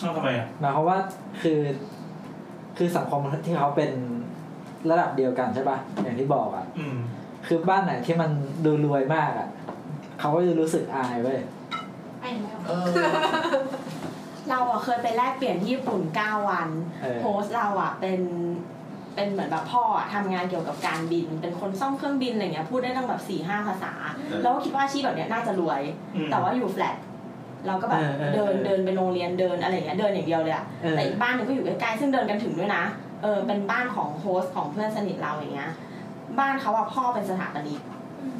Speaker 5: ชอบทำไมอ่ะ
Speaker 4: หมายความว่าคือ คือสังคมที่เขาเป็นระดับเดียวกันใช่ป่ะอย่างที่บอกอ่ะ
Speaker 5: อืม
Speaker 4: คือบ้านไหนที่มันดูรวยมากอ่ะเขาก็จะรู้สึกอายเว้ย
Speaker 8: ไอ้แล้ว
Speaker 1: เออ
Speaker 6: เราอะเคยไปแลกเปลี่ยนที่ญี่ปุ่น 9 วัน
Speaker 4: เออ
Speaker 6: โฮสต์เราอะเป็นเป็นเหมือนแบบพ่ออะทำงานเกี่ยวกับการบิน เป็นคนซ่อมเครื่องบินอะไรเงี้ยพูดได้ตั้งแบบสี่ห้าภาษา แล้วก็คิดว่าอาชีพแบบเนี้ยน่าจะรวย
Speaker 5: อืม
Speaker 6: แต่ว่าอยู่แฟลตเราก็แบบเดินเดินไปโรงเรียนเดินอะไรเงี้ยเดินอย่างเดียวเลยอะ
Speaker 4: เออ
Speaker 6: แต่อีกบ้านหนึงก็อยู่ใกล้ๆซึ่งเดินกันถึงด้วยนะ เออ เป็นบ้านของโฮสต์ของเพื่อนสนิทเราอย่างเงี้ย บ้านเขาอะพ่อเป็นสถาปนิก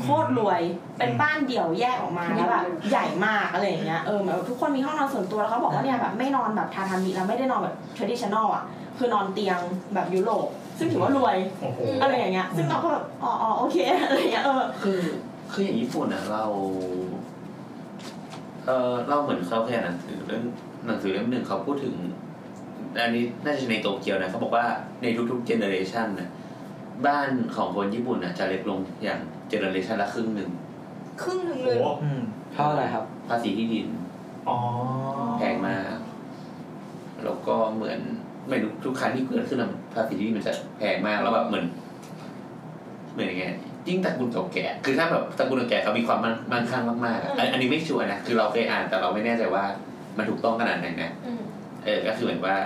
Speaker 6: โคตรรวย เป็นบ้านเดี่ยวแยกออกมาแล้วแบบใหญ่มากอะไรอย่างเงี้ย เออเหมือนแบบทุกคนมีห้องนอนส่วนตัวแล้วเขาบอกว่าเนี่ยแบบไม่นอนแบบทาทามิแล้วไม่ได้นอนแบบ traditional อ่ะ คือนอนเตียงแบบยุโรป ซึ่งถือว่ารวย
Speaker 5: โอ้โห
Speaker 6: อะไรอย่างเงี้ย ซึ่งเราก็แบบ อ๋ออ๋อโอเคอะไรอย่างเงี้ย เออ
Speaker 1: คือคืออย่างญี่ปุ่นอ่ะเรา เออเราเหมือนเขาแค่หนังสือเรื่องหนังสือเล่มหนึ่งเขาพูดถึง อันนี้น่าจะในโตเกียวนะเขาบอกว่าในทุกๆเจเนอเรชันนะบ้านของคนญี่ปุ่นอ่ะจะเล็กลงอย่างเจเนอเรชันละครึ่งหนึ่ง
Speaker 8: ครึ่งหนึ่ง
Speaker 5: โอ้
Speaker 8: เลย
Speaker 5: โห
Speaker 4: อืมเพราะอะไรครับ
Speaker 1: ภาษีที่ดิน
Speaker 5: อ๋อ
Speaker 1: แพงมาก แล้วก็เหมือนไม่รู้ทุกครั้งที่เกิดขึ้นอะภาษีที่ดินมันจะแพงมากแล้วแบบเหมือนเหมือนยังไงยิ่งตระกูลเก่าแก่ คือถ้าแบบตระกูลเก่าแก่เขามีความมั่งมั่งคั่งมากๆอะอันอันนี้ไม่ชัวร์นะคือเราเคยอ่านแต่เราไม่แน่ใจว่ามันถูกต้องขนาดไหนนะ
Speaker 8: อืม
Speaker 1: เออก็คือเหมือนว่า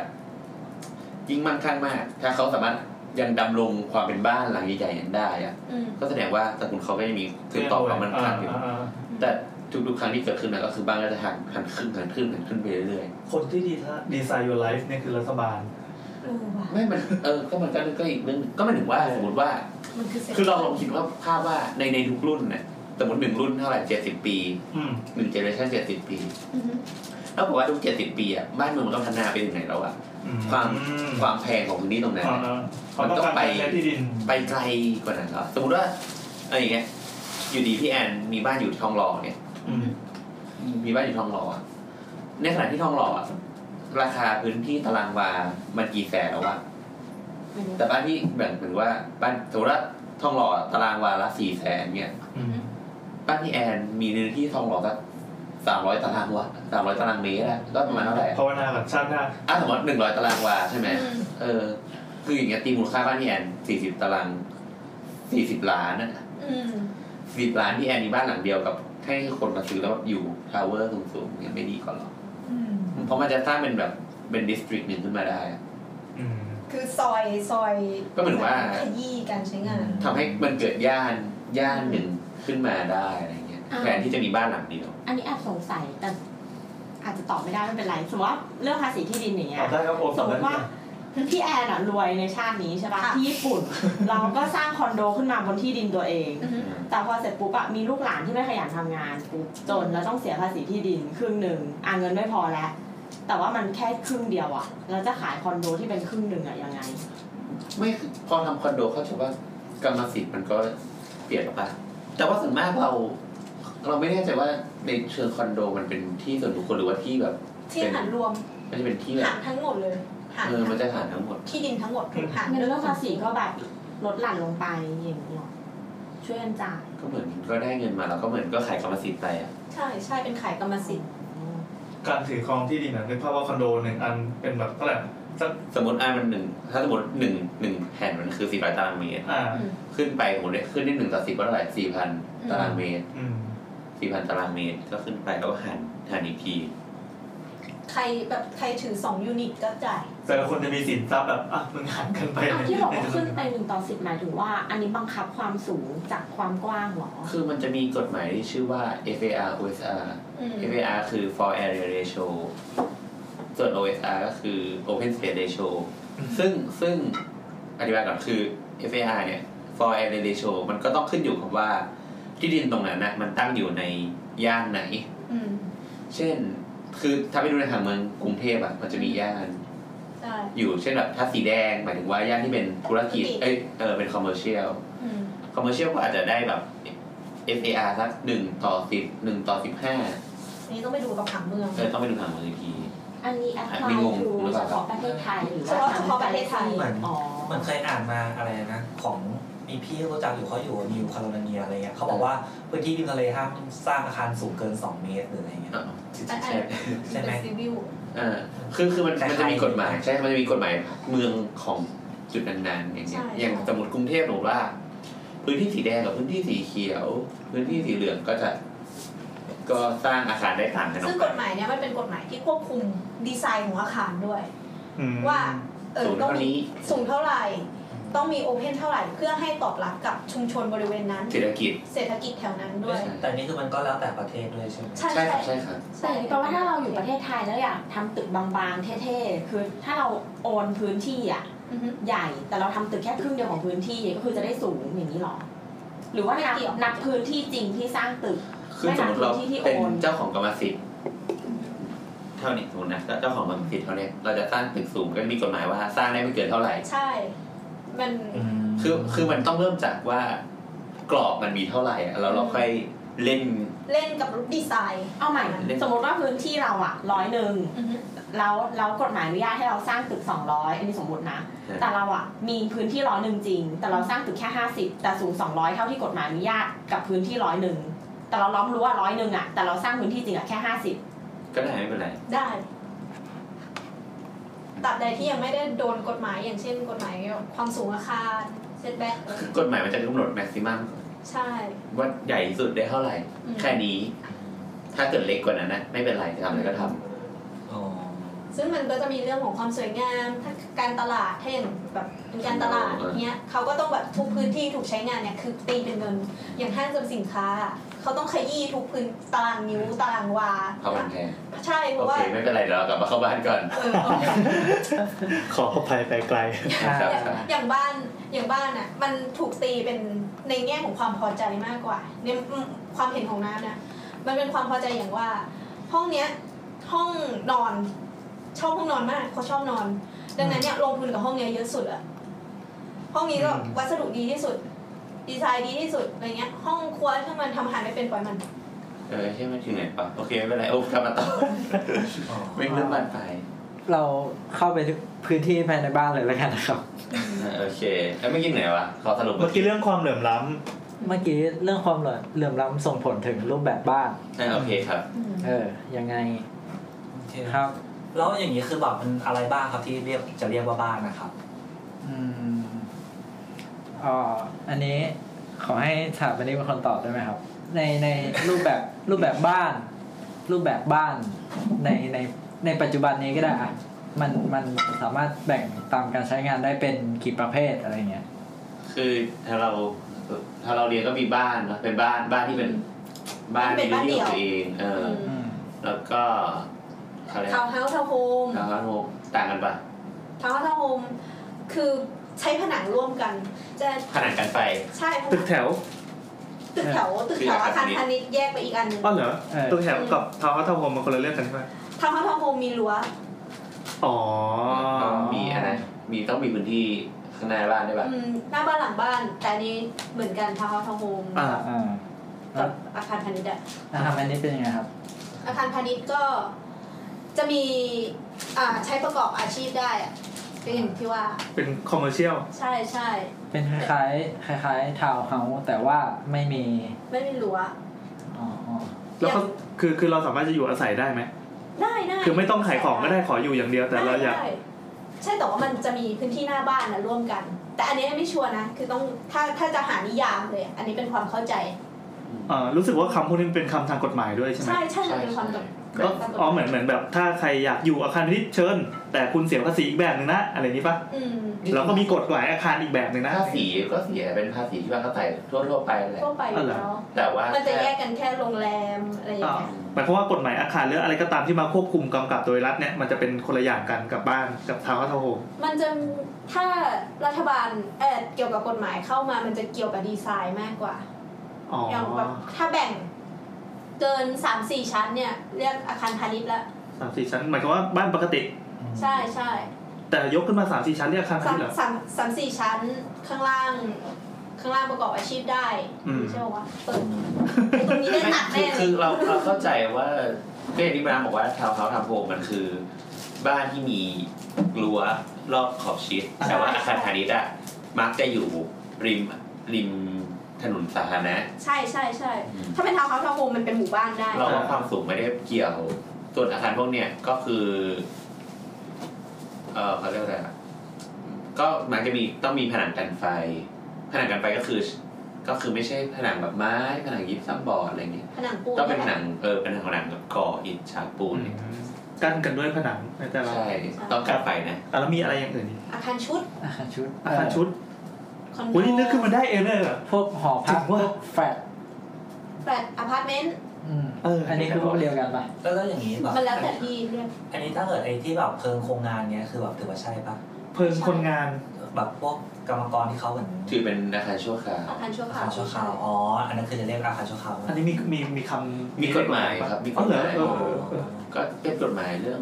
Speaker 1: ยิ่งมั่งคั่งมาก ถ้าเขาสามารถยังดำรงความเป็นบ้านหลังใหญ่ๆนั้นได้อะ
Speaker 8: อืม
Speaker 1: ก็แสดงว่าตระกูลเขาก็ยังมีสืบต่อความมั่งคั่งอยู่
Speaker 5: าา
Speaker 1: แต่ทุกๆครั้งที่เกิดขึ้นนะก็คือบ้านก็จะหันหันขึ้นหันขึ้นหันขึ้นไปเรื่อย
Speaker 5: าคนที่ดีไซน์ดีไซน์ยูไลฟ์เนี่ยคือรัฐบาล
Speaker 8: เออว่ะ
Speaker 1: ๆไม่มัน เออก็มันก็ก็อีกเรื่องหนึ่งก็หมันถึงว่าสมมติว่า
Speaker 8: มันคือเสร็จ
Speaker 1: คือเราลองคิดว่าภาพว่าในในทุกรุ่นเนี่ยสมมติหนึ่งรุ่นเท่าไหร่เจ็ดสิบปี
Speaker 5: อืม
Speaker 1: หนึ่งเจเนอเรชั่นเจ็ดสิบปี
Speaker 8: อือฮึ
Speaker 1: แล้วบอกว่าทุกเจ็ดสิบปีอ่ะบ้านเมืองมันก็พัฒนาไปถึงไหนแล้วอ่ะ
Speaker 5: อื
Speaker 1: ความ
Speaker 5: อื
Speaker 1: ความแพงของพื้นที่ตรงนั้น
Speaker 5: อ่า
Speaker 1: อะ
Speaker 5: อ่าความต้องการการใช้ที่ดิน
Speaker 1: ไปไกลกว่านั้นแล้วสมมติว่าอะไรอย่างเงี้ยอยู่ดีพี่แอนมีบ้านอยู่ทองหล่อเนี่ย
Speaker 5: อืม
Speaker 1: มีบ้านอยู่ทองหล่ออะในขณะที่ทองหล่ออะราคาพื้นที่ตารางวา มันกี่แสนแล้วอะแต่บ้านที่แบ่งเป็นว่าบ้านสมมติว่าทองหล่อตารางวาละสี่แสนเนี่ย
Speaker 5: อืม
Speaker 1: บ้านพี่แอนมีเนื้อที่ทองหล่อสักสามร้อยตารางวาสามร้อยตารางเมตรอะก็ประมาณเท่าไหร่
Speaker 5: ภาวนากับชาติหน้า
Speaker 1: อ่ะสมมติหนึ่งร้อยตารางวาใช่ไหม
Speaker 8: อืม
Speaker 1: เออ คืออย่างเงี้ยตีมูลค่าบ้านพี่แอนสี่สิบตารางสี่สิบล้านอะ
Speaker 8: อืม
Speaker 1: สิบล้านพี่แอนมีบ้านหลังเดียวกับให้คนมาซื้อแล้วอยู่ทาวเวอร์สูงๆเนี่ยไม่ดีกว่าหรอ
Speaker 8: อืม
Speaker 1: เพราะมันจะสร้างเป็นแบบเป็นดิสตริกหนึ่งขึ้นมาได้อะ
Speaker 5: อืม
Speaker 8: คือซอยซอย
Speaker 1: ก็เหมือนว่า
Speaker 8: ขยี้การใช้งาน
Speaker 1: ทำให้มันเกิดย่านย่านหนึ่งขึ้นมาได้อะไรเงี้ย
Speaker 6: อ่า
Speaker 1: แทนที่จะมีบ้านหลังเดียว
Speaker 6: อันนี้แอบสงสัยแต่อาจจะตอบไม่ได้ไม่เป็นไร สมมติว่าเรื่องภาษีที่ดินอย่างเงี้
Speaker 5: ตอย บได้ครับโอม
Speaker 6: ส
Speaker 5: ตอ
Speaker 6: ม
Speaker 5: บ
Speaker 6: ม
Speaker 5: ได้
Speaker 6: ติว่าพี่แอนอะรวยในชาตินี้ใช่ปะที่ญี่ปุ่น เราก็สร้างคอนโดขึ้นมาบนที่ดินตัวเอง
Speaker 8: อือฮึ
Speaker 6: แต่พอเสร็จปุ๊บอะมีลูกหลานที่ไม่ขยันทำงานปุ๊บจนแล้วต้องเสียภาษีที่ดินครึ่งหนึ่งอ่ะเงินไม่พอแล้ว แต่ว่ามันแค่ครึ่งเดียวอะเราจะขายคอนโดที่เป็นครึ่งหนึ่งอะยังไง
Speaker 1: ไม่พอทำคอนโดเข้าใจว่ากรรมสิทธิ์มันก็ ปลี่ยนปะแต่ว่าส่วนมากเรา เราไม่แน่ใจว่าในเชิงคอนโดมันเป็นที่ส่วนบุคคลหรือว่าที่แบบ
Speaker 8: ที่หันรวม
Speaker 1: มันจะเป็นที่แบบ
Speaker 8: หันทั้งหมดเลยหัน
Speaker 1: เออมันจะหารทั้งหมด
Speaker 8: ที่ดินทั้งหมดถูกหัน
Speaker 6: เงินเรื่องภาษีก็แบบลดหลั่นลงไปอย่างเงี้ยเนาะช่วยกันจ่าย
Speaker 1: ก็เหมือนก็ได้เงินมาแล้วก็เหมือนก็ขายกรรมสิทธิ์ไปอะ
Speaker 8: ใช่ใช่เป็นขายกรรมสิทธิ์
Speaker 5: การถือครองที่ดินนะนึกภาพว่าคอนโดหนึ่งอันเป็นแบบเท่าไหร่สัก
Speaker 1: สมมติอ่ามันหนึ่งถ้าสมมติหนึ่งหนึ่งแผ่นมันคือสี่ร้อยตารางเมตร
Speaker 5: อ่า
Speaker 1: ขึ้นไปผมเนี่ยขึ้นได้หนึ่งต่อสิบก็เท่าไหร่สี่พันตารางเมตร
Speaker 5: อืม
Speaker 1: สี่พันตารางเมตรก็ขึ้นไปแล้วก็หันหันอีกที
Speaker 8: ใครแบบใครถือสองยูนิตก็จ่าย
Speaker 5: แต่ละคนจะมีสินทรัพย์แบบอ่ะมึงหันกันไป
Speaker 6: อ่ะที่บอกว่าขึ้นไปหนึ่งต่อสิบหมายถึงว่า อันนี้บังคับความสูงจากความกว้างเหรอ
Speaker 1: คือมันจะมีกฎหมายที่ชื่อว่า FAR OSR
Speaker 8: อืม
Speaker 1: FAR คือ for area ratio ส่วน OSR ก็คือ open space ratio ซึ่งซึ่งอธิบายก่อนคือ FAR เนี่ย for area ratio มันก็ต้องขึ้นอยู่กับว่าที่ดินตรงนั้นนะมันตั้งอยู่ในย่านไหน
Speaker 8: อืม
Speaker 1: เช่น คือถ้าไปดูในทางเมืองกรุงเทพอะมันจะมีย่าน
Speaker 8: ใช่
Speaker 1: อยู่เช่นแบบถ้าสีแดงหมายถึงว่าย่านที่เป็นธุรกิจ
Speaker 8: ธุรกิจ
Speaker 1: เอ้ยเออเป็นคอมเมอร์เชียล
Speaker 8: อืม
Speaker 1: คอมเมอร์เชียลก็อาจจะได้แบบ FAR สักหนึ่งต่อสิบหนึ่งต่อสิบห้า
Speaker 8: อันนี้ต้องไปดูกับผังเมือง
Speaker 1: เออต้องไปดูทางเมืองอีกที
Speaker 6: อันนี้แอพพลา
Speaker 1: มี
Speaker 6: ย
Speaker 1: งง
Speaker 6: ทู
Speaker 1: หรือเป
Speaker 6: เฉ
Speaker 1: ล่าครับ
Speaker 6: พาะประเทศไทยหรือ
Speaker 8: เฉพาะเฉพาะประเทศไทย
Speaker 7: เหมือน
Speaker 6: อ๋อ
Speaker 7: เหมือนเคยอ่านมาอะไรนะของมีพี่รู้จักอยู่เขาอยู่นิวคาโรไลเนียอะไรเงี้ยเขาบอกว่าพื้นที่ริมทะเลห้ามสร้างอาคารสูงเกิน 2 เมตรหรืออะไรเงี้ย
Speaker 1: เออ
Speaker 8: อันอัน
Speaker 1: ใช่
Speaker 7: ใช่ไหม
Speaker 8: เป็นซีวิว
Speaker 1: เออคือคือมัน
Speaker 7: แต่
Speaker 1: มันจะมี
Speaker 7: ใคร
Speaker 1: กฎหมายใช่มันจะมีกฎหมายเมืองของจุดนั้นๆอย่างเงี้ยอย่างสมมติกรุงเทพหนูว่า พื้นที่สีแดงกับพื้นที่สีเขียว พื้นที่สีเหลืองก็จะ ก็สร้างอาคารได้ต่างกันอ
Speaker 8: ซึ่
Speaker 1: องก
Speaker 8: ก
Speaker 1: ไป
Speaker 8: ฎหมายเนี้ยมันเป็นกฎหมายที่ควบคุมดีไซน์ของอาคารด้วย
Speaker 5: อืม
Speaker 8: ว่าเออ
Speaker 1: สูง
Speaker 8: ต้อง
Speaker 1: เท่า
Speaker 8: มี
Speaker 1: นี้
Speaker 8: สูงเท่าไหร่ ต้องมีโอเพนเท่าไหร่ เพื่อให้ตอบรับกับชุมชนบริเวณนั้น
Speaker 1: เศรษฐกิจ
Speaker 8: เศรษฐกิจแถวนั้นด้วย
Speaker 7: แต่นี่คือมันก็แล้วแต่ประเทศด้วยใช่ไหม
Speaker 8: ใช่
Speaker 1: ใช่
Speaker 8: ใช่
Speaker 1: ครับใช่ครับ
Speaker 6: แต่อย่างนี้แปลว่าถ้าเราอยู่ประเทศไทยแล้วอยากทำตึกบางๆ เท่ๆ คือถ้าเราโอนพื้นที่อ่ะ
Speaker 8: อือฮึ
Speaker 6: ใหญ่แต่เราทำตึกแค่ครึ่งเดียวของพื้นที่ก็คือจะได้สูงอย่างนี้หรอ หรือว่านับ
Speaker 8: ไม่เกี่ยว
Speaker 6: นับพื้นที่จริงที่สร้างตึก
Speaker 1: คือสมมติเรา
Speaker 6: ไม่นับพื้นที่ที่โอน
Speaker 1: เป็นเจ้าของกรรมสิทธิ์เท่านี้สมมตินะเจ้าของกรรมสิทธิ์เท่านี้เราจะสร้างตึกสูงก็มีกฎหมายว่าสร้างได้ไม่เกินเท่าไหร่
Speaker 8: ใช่ มัน
Speaker 1: คือคือมันต้องเริ่มจากว่ากรอบมันมีเท่าไหร่อะแล้วเราค่อยเล่น
Speaker 8: เล่นกับรูปดีไซน์
Speaker 6: เอาใหม่
Speaker 1: เล่น
Speaker 6: สมมติว่าพื้นที่เราอ่ะร้อยหนึ่ง
Speaker 8: อือฮึ
Speaker 6: แล้วแล้วกฎหมายอนุญาตให้เราสร้างตึก 200 อันนี้สมมตินะ แต่เราอ่ะมีพื้นที่ร้อยหนึ่งจริง แต่เราสร้างตึกแค่ 50 แต่สูง 200 เท่าที่กฎหมายอนุญาตกับพื้นที่ร้อยหนึ่งแต่เราล้อมรั้วร้อยหนึ่งอ่ะแต่เราสร้างพื้นที่จริงอ่ะแค่ 50
Speaker 1: ก็ได้ไม่เป็นไร
Speaker 8: ได้ตราบใดที่ยังไม่ได้โดนกฎหมายอย่างเช่น กฎหมายเกี่ยวกับความสูงอาคารเซตแบ็ก
Speaker 1: กฎหมายมันจะกำหนดแม็กซิมัม
Speaker 8: ใช่
Speaker 1: ว่าใหญ่ที่สุดได้เท่าไหร่
Speaker 8: อืม
Speaker 1: แค่นี้ ถ้าเกิดเล็กกว่านั้นนะไม่เป็นไรจะทำอะไรก็ทำ
Speaker 7: อ๋อ
Speaker 8: ซึ่งมันก็จะมีเรื่องของความสวยงามถ้าการตลาดถ้าอย่างแบบเป็นการตลาดเนี้ยเขาก็ต้องแบบทุกพื้นที่ถูกใช้งานเนี่ยคือตีเป็นเงินอย่างห้างสรรพสินค้า เขาต้องขยี้ทุกพื้นตารางนิ้วตารางวา
Speaker 1: เพราะมันแพง
Speaker 8: ใช่เพ
Speaker 1: โอ
Speaker 8: ราะว่า
Speaker 1: เคไม่เป็นไรเดี๋ยวเรากลับมาเข้าบ้านก่อน
Speaker 8: เออเอาอย่าง
Speaker 5: ขอเข้าไปไปไกล
Speaker 1: ครับครับ
Speaker 8: อย่างบ้านอย่างบ้านอ่ะ มันถูกตีเป็นในแง่ของความพอใจมากกว่าในความเห็นของน้านะมันเป็นความพอใจอย่างว่า ห้องเนี้ย ห้องนอน ชอบห้องนอนมากเขาชอบนอน ดังนั้นเนี่ยลงทุนกับห้องเนี้ยเยอะสุดอะห้องนี้ก็
Speaker 5: อืม
Speaker 8: วัสดุดีที่สุด ดีไซน์ดีที่สุดอะไรเงี้ย ห้องครัวช่างมันทำอาหารไม่เป็นปล่อยมัน
Speaker 1: เออใช่ไหมถึงไหนปะโอเคไม่เป็นไรโอ้กลับมา ต่อ
Speaker 7: อ๋อ
Speaker 1: ไม่เรื่องบานปลาย
Speaker 4: เราเข้าไปทุกพื้นที่ภายในบ้านเลยแล้วกันนะครับ
Speaker 1: อ่าโอเค แล้วไม่กินไหนวะ ขอสรุป
Speaker 5: เมื่อกี้เรื่องความเหลื่อมล้ำ
Speaker 4: เมื่อกี้เรื่องความเหลื่อมล้ำส่งผลถึงรูปแบบบ้าน
Speaker 1: อ่าโอเคครับ
Speaker 4: เออ ยังไง
Speaker 7: โอเค
Speaker 4: ครับ
Speaker 7: แล้วอย่างนี้คือแบบมันอะไรบ้างครับที่เรียกจะเรียกว่าบ้านนะครับ
Speaker 4: อืมอ่าอันนี้ขอให้สถาปนิกเป็นคนตอบได้ไหมครับ ในในรูปแบบรูปแบบบ้าน รูปแบบบ้านในในในปัจจุบันนี้ก็ได้อะมันมันสามารถแบ่งตามการใช้งานได้เป็นกี่ประเภทอะไรเงี้ย
Speaker 1: คือถ้าเรา ถ้าเราเรียนก็มีบ้านเนอะเป็นบ้าน บ้านที่เป็น บ้าน
Speaker 8: เป็นบ้าน
Speaker 1: ที่
Speaker 8: เดี่ย
Speaker 1: ข
Speaker 8: ว
Speaker 1: องตัวเอง เออ
Speaker 4: อืม
Speaker 1: แล้วก็อะไร
Speaker 8: ทาวน์เฮาส์ทาวน์โฮม
Speaker 1: ทาวน์โฮมต่างกันปะ
Speaker 8: ทาวน์เฮาส์ทาวน์โฮมคือใช้ผนังร่วมกัน จะ
Speaker 1: ขนาดกันไป
Speaker 8: ใช่ผนัง
Speaker 5: ตึกแถว
Speaker 8: ตึกแถวตึกแถวอาคารพาณิชย์แยกไปอีกอันหนึง
Speaker 5: อ้อเหรอ ตึกแถวกับทาวน์เฮาส์ทาวน์โฮมมันคนละเรื่องกันใช่ไหม
Speaker 8: ทาวน์เฮาส์ทาวน์โฮมมีรั้ว
Speaker 5: อ๋อ
Speaker 1: มีอะไร มีต้องมีพื้นที่ ข้างหน้าบ้านได้ป่ะ
Speaker 8: อืมหน้าบ้านหลังบ้าน แต่อันนี้เหมือนกันทาวน์ทาวน์โฮม
Speaker 5: อ่า
Speaker 4: อ่า
Speaker 8: กับอาคารพาณิชย์อะ
Speaker 4: นะครับอันนี้เป็นยังไงครับ
Speaker 8: อาคารพาณิชย์ก็จะมีอ่าใช้ประกอบอาชีพได้อะก็อย่างที่ว่า
Speaker 5: เป็นคอมเมอร์เชียล
Speaker 8: ใช่ใช่
Speaker 4: เป็นคล้ายๆคล้ายๆทาวน์เฮาส์แต่ว่าไม่มี
Speaker 8: ไม่มีรั้ว
Speaker 4: อ๋ออ๋อ
Speaker 5: แล้วเขาคือคือเราสามารถจะอยู่อาศัยได้ไหม
Speaker 8: ได้ได้
Speaker 5: คือไม่ต้องขายของก็ได้ขออยู่อย่างเดียวแต่เราอยาก
Speaker 8: ได้ได้ใช่แต่ว่ามันจะมีพื้นที่หน้าบ้านนะร่วมกัน แต่อันนี้ไม่ชัวร์นะ คือต้องถ้าถ้าจะหานิยามเลยอะอันนี้เป็นความเข้าใจ
Speaker 5: เอ่อรู้สึกว่าคำพวกนี้เป็นคำทางกฎหมายด้วยใช่ไหม
Speaker 8: ใช่ใช่มันเป็นความแบบ
Speaker 5: ก็อ๋อเหมือนเหมือนแบบถ้าใครอยากอยู่อาคารพาณิชย์เชิญ แต่คุณเสียภาษีอีกแบบหนึ่งนะ อะไรนี้ปะ
Speaker 8: อืม
Speaker 5: เราก็มีกฎหมายอาคารอีกแบบหนึ่งนะ
Speaker 1: ภาษีก็เสียเป็นภาษีที่ว่าเขาใส่ทั่วๆไปแหละ
Speaker 8: ทั่วไปอยู่แล้ว
Speaker 1: แต่ว่า
Speaker 8: มันจะแย
Speaker 1: แค่
Speaker 8: กกันแค่โรงแรมอะไรอย่างเงี้ย
Speaker 5: หมายความว่ากฎหมายอาคารหรืออะไรก็ตามที่มาควบคุมกำกับโดยรัฐเนี่ยมันจะเป็นคนละอย่างกันกับบ้านกับทาวน์เฮาส์โฮม
Speaker 8: มันจะถ้ารัฐบาลเออเกี่ยวกับกฎหมายเข้ามามันจะเกี่ยวกับดีไซน์มากกว่า
Speaker 5: อ๋อ
Speaker 8: อย่างแบบถ้าแบ่งเกินสามสี่ชั้นเนี่ยเรียกอาคารพาณิชย์ละ
Speaker 5: สามสี่ชั้น หมายความว่าบ้านปกติ
Speaker 8: ใช่ใช่
Speaker 5: แต่ยกขึ้นมาสามสี่ชั้นเรียกอาคารพา
Speaker 8: สา
Speaker 5: ณิช
Speaker 8: ม
Speaker 5: ย์เหรอ
Speaker 8: สามสามสี่ชั้นข้างล่าง ข้างล่างประกอบอาชีพได้
Speaker 5: อืม
Speaker 8: ใช่ไหมวะเปิดตรงนี้ได้ตัด
Speaker 1: คื
Speaker 8: แน่
Speaker 1: อ
Speaker 8: เล
Speaker 1: คื
Speaker 8: ย
Speaker 1: อเราเราเข้าใจว่าเรื่องที่บรานบอกว่าทาวน์เฮาส์ทาวน์โฮมมันคือ บ้านที่มีรั้วรอบขอบชิดแต่ว่าอาคารพาณิชย์อะมักจะอยู่ริมริมถนนสาธารณะ
Speaker 8: ใช่ใช่ใช่ถ้าเป็นทาวน์เฮาส์ทาวน์โฮมมันเป็นหมู่บ้านได้
Speaker 1: เราว่าความสูงไม่ได้เกี่ยว ส่วนอาคารพวกเนี้ยก็คือ เออเขาเรียกว่าอะไรอะก็มันจะมีต้องมีผนังกันไฟ ผนังกันไฟก็คือ ก็คือไม่ใช่ผนังแบบไม้ ผนังยิปซัมบอร์ดอะไรเงี้ย
Speaker 8: ผนังปูน
Speaker 1: ต้องเป็นผนังเออเป็นผนังแบบก่ออิฐฉาบปูนเนี่ย
Speaker 5: กั้นกันด้วยผนังในแต่ละ
Speaker 1: ใช่ ต้องกันไฟนะ
Speaker 5: อ่ะแล้วมีอะไรอย่างอื่นอีก
Speaker 8: อาคารชุด
Speaker 4: อาคารชุด
Speaker 5: อาคารชุด
Speaker 8: คอนโด
Speaker 5: วันนี้นึกขึ้นมาได้เองเลยเหรอ
Speaker 4: พวกหอพัก
Speaker 5: ถึง
Speaker 4: พว
Speaker 5: ว่า
Speaker 4: กแฟลต
Speaker 8: แฟลตอพาร์ตเมนต์
Speaker 4: อืม
Speaker 5: เอออั
Speaker 4: อันนี้คือพวกเดียวกันปะ
Speaker 7: แล้วแล้วอย่างนี้แบบ
Speaker 8: มันแล้วแต่ที่เรียก
Speaker 7: อันนี้ถ้าเกิดไอ้ที่แบบเพิงโครงงานเนี้ยคือแบบถือว่าใช่ปะ
Speaker 5: เพิ่มคนงาน
Speaker 7: แบบพวกกรรมกรที่เขาเหมือน
Speaker 1: ถือเป็นอาคารชั่วคราว
Speaker 8: อาคารชั่วค
Speaker 7: อา
Speaker 8: รา
Speaker 7: คาว รชั่วคราวอ๋ออันนั้นคือจะเรียกอาคารชั่วคราว
Speaker 5: อันนี้มีมีมีคำ
Speaker 1: มีกฎหมายครับ มีก
Speaker 5: อ๋อ
Speaker 1: ฎ
Speaker 5: เห
Speaker 1: ห
Speaker 5: รอ
Speaker 1: มาย
Speaker 5: เออเออเออ
Speaker 1: ก็เป็นกฎหมายเรื่อง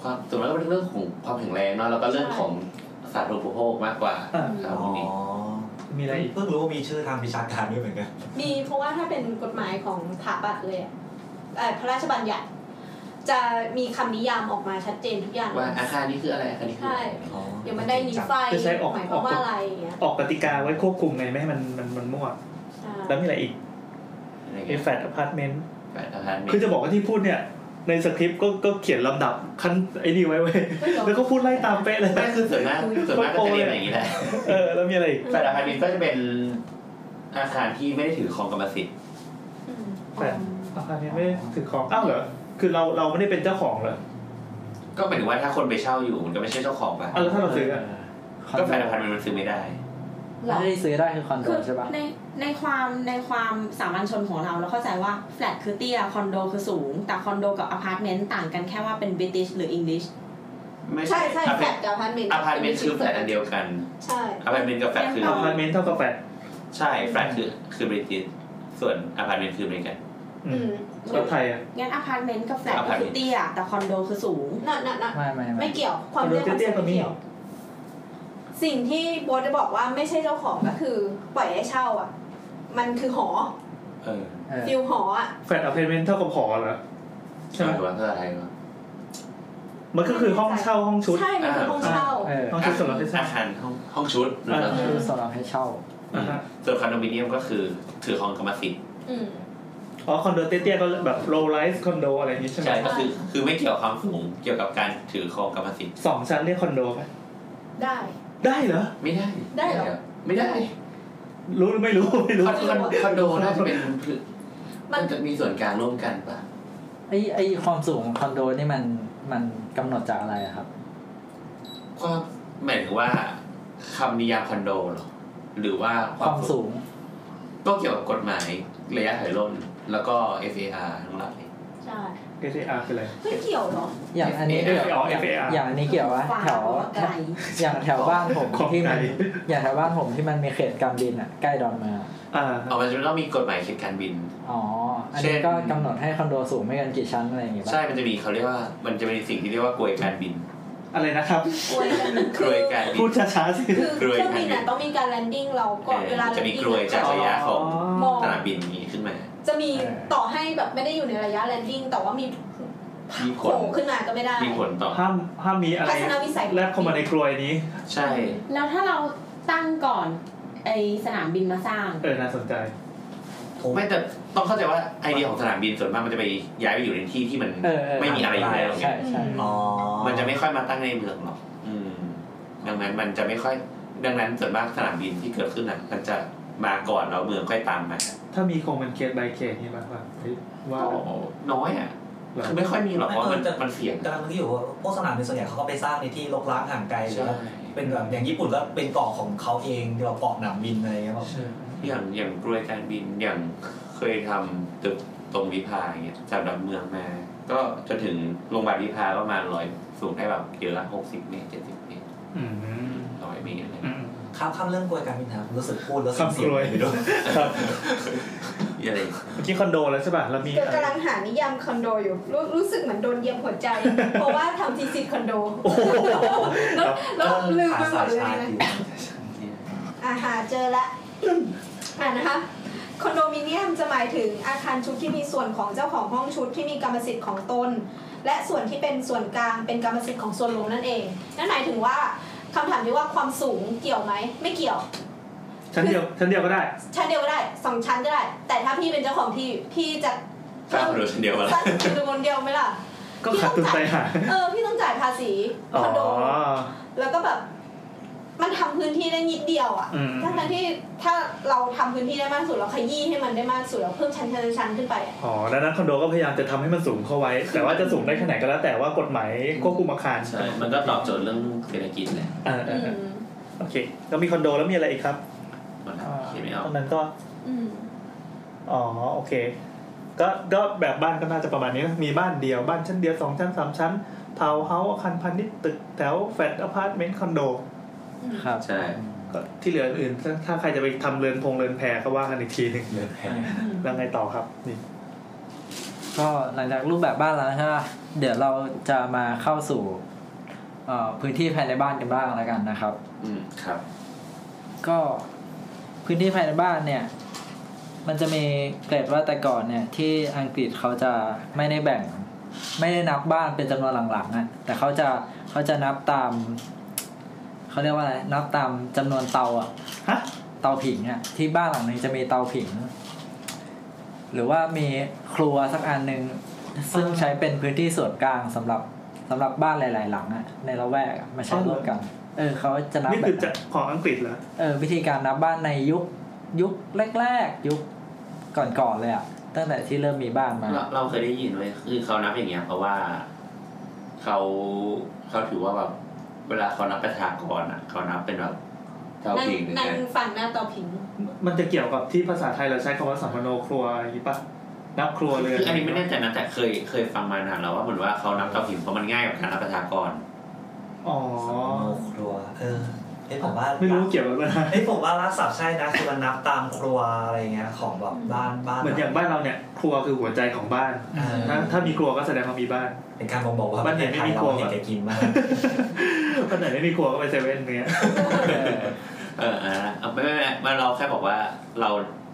Speaker 1: ความส่วนมากก็เป็นเรื่องของความแข็งแรงเนาะแล้วก็เรื่องของสาธารณูปโภคมากกว่า
Speaker 5: อ่ะ
Speaker 1: ครับ
Speaker 7: อ๋
Speaker 1: พ
Speaker 7: อ
Speaker 1: วกนี้
Speaker 5: มีอะไรอีก
Speaker 7: เพิ่งรู้ว่ามีชื่อทางวิชาการด้วยเหมือนกัน
Speaker 8: มีเพราะว่าถ้าเป็นกฎหมายของสถาปัตย์เลยอะเอ่อพระราชบัญญัติ จะมีคำนิยามออกมาชัดเจนทุกอย่าง
Speaker 1: ว่าอาคารนี้คืออะไรอาคารนี้คืออะไร
Speaker 8: ใช่เดี๋ยวมันได้หนีไฟหมายความว่าอะไรอย่างเงี้ย
Speaker 5: ออกกติกาไว้ควบคุมไงไม่ให้มันมันมันมั่ว
Speaker 8: ใช่
Speaker 5: แล้วมีอะไรอีก
Speaker 1: อะไร
Speaker 5: มี
Speaker 1: เงี้ย
Speaker 5: แฟลตอพาร์ตเมนต์
Speaker 1: แปดอาคารเมต
Speaker 5: คือ
Speaker 1: ร
Speaker 5: จะบอกว่าที่พูดเนี่ย ในสคริปต์ก็ก็เขียนลำดับขั้นไอ้นี่ไว้เว้ยแล้วก็พูดไล่ตามเป๊ะเลย
Speaker 1: ไม่คือส่วนมากส่วนมากก็จะเรียนอย่างนี้แหละ
Speaker 5: เออ แล้วมีอะไรอีก
Speaker 1: แปดอาคารเมตรก็จะเป็นอาคารที่ไม่ได้ถือครองกรรมสิทธิ์
Speaker 8: อืม
Speaker 5: แต่อาคารนี้ไม่ได้ถือของอ้าวเหรอ คือเราเราไม่ได้เป็นเจ้าของเหรอ
Speaker 1: ก็หมายถึงว่าถ้าคนไปเช่าอยู่มันก็ไม่ใช่เจ้าของป่ะ
Speaker 5: อ้าวแล้วถ้าเราซื้ออะ
Speaker 4: คอน
Speaker 1: ก็
Speaker 4: โด
Speaker 1: แปดอาคารเมตรมันซื้อไม่ได้
Speaker 6: เหรอ
Speaker 4: ที่ซื้อได้คือคอนโด
Speaker 6: คือ
Speaker 4: ใช่ปะ
Speaker 6: ในในความในความสามัญชนของเราเราเข้าใจว่าแฟลตคือเตี้ยคอนโดคือสูง แต่คอนโดกับอพาร์ตเมนต์ต่างกันแค่ว่าเป็นบริติชหรืออังกฤษ
Speaker 1: ไม่
Speaker 8: ใช่ใช่
Speaker 1: อา
Speaker 8: แฟ
Speaker 1: คา
Speaker 8: ลต
Speaker 1: ร
Speaker 8: กับอพาร์ตเมนต์
Speaker 1: อาคารเมตรคือแฟลตอันเดียวกัน
Speaker 8: ใช่
Speaker 1: อาคารเมตรกับแฟลตคือ
Speaker 5: อพาร์ตเมนต์เท่ากับแฟลต
Speaker 1: ใช่แฟลตคือคือบริติชส่วนอาคารเมตรคืออเมริกัน
Speaker 5: อื
Speaker 8: อื
Speaker 5: ม
Speaker 8: ม
Speaker 5: แล้วไทยอ่ะ
Speaker 6: งั้นอพาร์ตเมนต์กับแฟลต
Speaker 1: อ
Speaker 6: ก็
Speaker 1: พาร์ตเม
Speaker 6: คื
Speaker 1: น
Speaker 6: อ
Speaker 1: ต์
Speaker 6: เตี้ยแต่คอนโดคือสูง
Speaker 8: น่ะน่ะน่ะ
Speaker 4: ไม่ไม่ไม่
Speaker 8: ไม่เกี่ยวความ
Speaker 5: คอนโด
Speaker 8: เรื่อง
Speaker 5: เตี้ยๆก็มี
Speaker 8: ไม่เกี่ยว สิ่งที่โบทได้บอกว่าไม่ใช่เจ้าของก็คือ ปล่อยให้เช่าอ่ะ มันคือหอ
Speaker 1: เออ
Speaker 4: เออ
Speaker 8: ฟิลหออ่ะ
Speaker 5: แฟลตอพาร์ตเมนต์เท่ากับหอเหรอ ใช่ไหม
Speaker 1: ถือว่าเพื่ออะไรวะ
Speaker 5: มันก็คือห้องเช่าห้องชุด
Speaker 8: ใช่มันคือห้องเช่า
Speaker 4: เออ
Speaker 5: ห้องชุดสำหรับที่เช่า
Speaker 1: อาคารห้องห้องชุดนะครับ
Speaker 5: เออ
Speaker 4: คือสำหรับให้เช่า
Speaker 5: อ่าฮะ
Speaker 1: ส่วนคอนโดมิเนียมก็คือถือครองกรรมสิทธิ
Speaker 8: อืม
Speaker 5: อ๋อคอนโดเตี้ยๆก็แบบโลไลฟ์คอนโดอะไรอย่างงี้ใช่ไหม
Speaker 1: ใช่ก็คือคือไม่เกี่ยวกับความสูงเกี่ยวกับการถือครองกรรมสิทธิ์
Speaker 5: สองชั้นเรียกคอนโดไหม
Speaker 8: ได้
Speaker 5: ได้เหรอ
Speaker 1: ไม่ได้
Speaker 8: ได้เหรอ
Speaker 1: ไม่ได้
Speaker 5: รู้หรือไม่รู้ไม่รู้
Speaker 1: คอนโดคอนโดน่าจะเป็นพื้น
Speaker 8: มั
Speaker 1: มัน นจะมีส่วนกลางร่วมกันป่ะ
Speaker 4: ไอไอความสูงของคอนโดนี่มันมันกำหนดจากอะไรอะครับ
Speaker 1: ความหมายถึงว่าคำนิยามคอนโดเหรอหรือว่า
Speaker 4: ค
Speaker 1: คาว
Speaker 4: วาม ม
Speaker 1: สูง
Speaker 4: สูง
Speaker 1: ก็เกี่ยวกับกฎหมายระยะถอยร่นแล้วก็ FAR ทั้งหลาย
Speaker 8: ใช่
Speaker 5: SAR คืออะไร
Speaker 8: ไม่เกี่ยวเหรอ
Speaker 4: อย่างอันนี้
Speaker 1: เอ๊ะ
Speaker 4: เกี่ยว
Speaker 5: เอา
Speaker 4: อย่าง
Speaker 5: FAR
Speaker 4: อย่างอันนี้เกี่ยววะ
Speaker 6: ฟ้า
Speaker 4: แถว
Speaker 6: ว่าไกล
Speaker 4: อย่างแถวบ้านผม
Speaker 5: ของ
Speaker 4: ที่
Speaker 5: ไกล
Speaker 4: มันอย่างแถวบ้านผมที่มันมีเขตการบินอ่ะใกล้ดอนเมือง
Speaker 5: อ่า
Speaker 1: เอามันจะต้องมีกฎหมายเขตการบิน
Speaker 4: อ๋อ อัน
Speaker 1: เช่
Speaker 4: นี้
Speaker 1: น
Speaker 4: ก็กำหนดให้คอนโดสูงไม่เกินกี่ชั้นอะไรอย่างเงี้ยปะ
Speaker 1: ใช่มันจะมีเขาเรียกว่ามันจะเป็นสิ่งที่เรียกว่ากลวยการบิน
Speaker 5: อะไรนะครับ
Speaker 8: กลวยกัน
Speaker 1: กรวยกัน
Speaker 5: พูดช้าๆสิ
Speaker 8: คือ
Speaker 1: รวย
Speaker 8: เค
Speaker 1: กั
Speaker 8: รื่อน งบินอ่ะต้องมีการแลนดิ้งเราก่อนเวลา
Speaker 1: เออจะมีกรวย
Speaker 8: แลนดิ้ง
Speaker 1: จากระยะของ
Speaker 8: มอง
Speaker 1: สนามบินนี้ขึ้นมา
Speaker 8: จะมีต่อให้แบบไม่ได้อยู่ในระยะแลนดิ้งแต่ว่ามี
Speaker 1: มีผ
Speaker 8: โผล่
Speaker 1: ล
Speaker 8: ขึ้นมาก็ไม่ได้
Speaker 1: มีผลต่อ
Speaker 5: ห้ามห้ามมีอะไร
Speaker 8: ทัศนวิสัย
Speaker 5: แลบเข้ามาในกรวยนี้
Speaker 1: ใช่
Speaker 6: แล้วถ้าเราตั้งก่อนไอสนามบินมาสร้าง
Speaker 5: เออน่าสนใจ
Speaker 1: ไม่แต่ต้องเข้าใจว่าไอเดียของสนามบินส่วนมากมันจะไปย้ายไปอยู่ในที่ที่มัน
Speaker 4: เออเออ
Speaker 1: ไม่มีอะไรอยู่แล้วไง
Speaker 4: ใช่ใช่
Speaker 7: อ๋อ
Speaker 1: มันจะไม่ค่อยมาตั้งในเมืองหรอกอืมดังนั้นมันจะไม่ค่อย ดังนั้นส่วนมากสนามบินที่เกิดขึ้นน่ะมันจะมาก่อนแล้วเมืองค่อยตามมา
Speaker 5: ถ้ามีคงเป็นเคส by เคสนี่บ้างว่าเฮ้ยว่า
Speaker 1: ก็น้อยอ่ะ
Speaker 5: แบบ
Speaker 1: คือไม่ค่อยมีหรอกเพราะมันมันเสี่ยง
Speaker 7: กำลังนึกอยู่ว่าพวกสนามบินส่วนใหญ่เขาก็ไปสร้างในที่รกร้างห่างไกลหรือ
Speaker 1: ใช่
Speaker 7: ว่าเป็นแบบอย่างญี่ปุ่นก็เป็นเกาะของเขาเองแบบเกาะหนามบินอะไรอย่างเงี้ยแบบ
Speaker 1: อย่างอย่างกรวยการบินอย่างเคยทำตึกตรงวิภาอย่างเงี้ยจากดับเมืองมา ก็จนถึงโรงพยาบาลวิภาประมาณร้อยสูงได้แบบเดือนละหกสิบเมตรเจ็ดสิบเมตร
Speaker 5: อืม
Speaker 1: ร้อยเมตรอะไร
Speaker 5: อืม
Speaker 7: ข้ามข้ามเรื่องกลวยการบินนะครับรู้สึกพูดแล้วเสียง
Speaker 5: ข้ามกลวย
Speaker 7: ไปด้วย
Speaker 5: ครับ
Speaker 1: อะไร
Speaker 5: เมื่อกี้คอนโดแล้วใช่ป่ะเรามี
Speaker 8: เดี๋ยวกำลังหานิยามคอนโดอยู่รู้รู้สึกเหมือนโดนเหยียบหัวใจ เพราะว่าทำทีสิทคอนโดแล้วแล้วลืมไปหมดเลยนะ อาหาเจอละ อ่านะคะคอนโดมิเนียมจะหมายถึงอาคารชุดที่มีส่วนของเจ้าของห้องชุดที่มีกรรมสิทธิ์ของตน และส่วนที่เป็นส่วนกลางเป็นกรรมสิทธิ์ของส่วนรวมนั่นเอง นั่นหมายถึงว่าคำถามที่ว่าความสูงเกี่ยวไหมไม่เกี่ยว
Speaker 5: ชั้นเดียวชั้นเดียวก็ได้
Speaker 8: ชั้นเดียวก็ได้สองชั้นก็ได้ แต่ถ้าพี่เป็นเจ้าของที่พี่จะ
Speaker 1: สร้างคอนโดชั้นเดียวมาละ
Speaker 8: สร้างคอนโดคนเดียวไหมล่ะ
Speaker 5: ก็ขาดทุนไปหา
Speaker 8: เออพี่ต้องจ่ายภาษี
Speaker 5: อ๋
Speaker 8: ค
Speaker 5: อ
Speaker 8: อนโด แล้วก็แบบมันทำพื้นที่ได้นิดเดียวอะ
Speaker 5: อืม
Speaker 8: ่ะทั้งๆที่ถ้าเราทำพื้นที่ได้มากสุดเราขยี้ให้มันได้มากสุดเราเพิ่มชั้นชั้นชั้นขึ้นไปอะ
Speaker 5: อ๋อดังนั้นคอนโดก็พยายามจะทำให้มันสูงเข้าไว้ แต่ว่าจะสูงได้แค่ไหนก็แล้ว แต่ว่ากฎหมายควบคุมอาคาร
Speaker 1: ใช่ มันก็ตอบโจทย์เรื่องเศรษฐกิจแหละ
Speaker 5: เออเอ
Speaker 8: อื
Speaker 5: อ
Speaker 8: ม
Speaker 5: เออโอเคแล้วมีคอนโดแล้วมีอะไรอีกครับ
Speaker 1: มันคิดไม่ออก
Speaker 5: ตอนนั้นก็
Speaker 8: อืม
Speaker 5: อ๋อโอเค ก็ก็แบบบ้านก็น่าจะประมาณนี้นะมีบ้านเดียวบ้านชั้นเดียวสองชั้นสามชั้นทาวน์เฮาส์อาคารพาณิชย์ตึกแถวแฟลตอพาร์ตเมนต์คอนโด
Speaker 4: ครับ
Speaker 1: ใช่
Speaker 5: ก็ที่เหลืออื่นถ้าถ้าใครจะไปทำเรือนพงเรือนแพก็ว่ากันอีกทีหนึ่งเลยแล้วไงต่อครับนี่
Speaker 4: ก็หลังจากรูปแบบบ้านแล้วนะฮะเดี๋ยวเราจะมาเข้าสู่เอ่อพื้นที่ภายในบ้านกันบ้างแล้วกันนะครับ
Speaker 1: อืมครับ
Speaker 4: ก็พื้นที่ภายในบ้านเนี่ย มันจะมีเกรดว่าแต่ก่อนเนี่ย ที่อังกฤษเขาจะไม่ได้แบ่ง ไม่ได้นับบ้านเป็นจำนวนหลังๆนะแต่เขาจะเขาจะนับตามเขาเรียกว่าอะไรนับตามจำนวนเตาอะ
Speaker 5: ฮะ
Speaker 4: เตาผิงอะที่บ้านหลังหนึงจะมีเตาผิง หรือว่ามีครัวสักอันหนึ่งซึ่งใช้เป็นพื้นที่ส่วนกลางสำหรับสำหรับบ้านหลาย ๆ หลังอะในละแวกอะมาใช้ร่วมกัน เออเขาจะนับ
Speaker 5: นี่
Speaker 4: แบบ
Speaker 5: คือ
Speaker 4: นั้น
Speaker 5: จะของอังกฤษเหรอ
Speaker 4: เออวิธีการนับบ้านในยุคยุคแรกๆ ยุคก่อนๆเลยอะตั้งแต่ที่เริ่มมีบ้านมา
Speaker 1: เราเราเคยได้ยินไว้ยคือเขานับอย่างเงี้ย เพราะว่าเขาเขาถือว่าแบบเวลาเขานับประชากรอ่ะ เขานับเป็นแบบเท่า
Speaker 8: นั่ง
Speaker 1: ปีหนึ่ง
Speaker 8: นั่ง
Speaker 1: นะ
Speaker 8: ฝั่งหน้าต่อผิง
Speaker 5: มันจะเกี่ยวกับที่ภาษาไทยเราใช้คำว่าสัมมโนครัวอย่างนี้ปะนับครัวเรือน
Speaker 1: คืออันนี้ไม่แน่ใจนะแต่เคยเคยฟังมานานแล้วว่าเหมือนว่าเขานับเท่าผิวเพราะมันง่ายกับการนับประชากร
Speaker 5: อ๋อ
Speaker 7: ครัว เออเอ้ยผมว่า
Speaker 5: ไม่รู้เกี่ยวกับอะไร
Speaker 7: เอ้ยผมว่ารักศัพท์ใช่นะคือมันนับตามครัวอะไรเงี้ยของแบบบ้านบ้าน
Speaker 5: เหมือนอย่างบ้านเราเนี่ย ครัวคือหัวใจของบ้าน
Speaker 7: เออ
Speaker 5: ถ้าถ้ามีครัวก็แสดงว่ามีบ้าน
Speaker 7: เป็นการบ่งบอกว่า
Speaker 5: บ้านไหนไม่มีครัว
Speaker 7: เห็นแกกินมาก
Speaker 5: วันไหนไม่มีครัวก็ไปเซเว่นเนี้ย
Speaker 1: เอออ่ะเอาไม่ไม่ไม่ไม่เราแค่บอกว่าเรา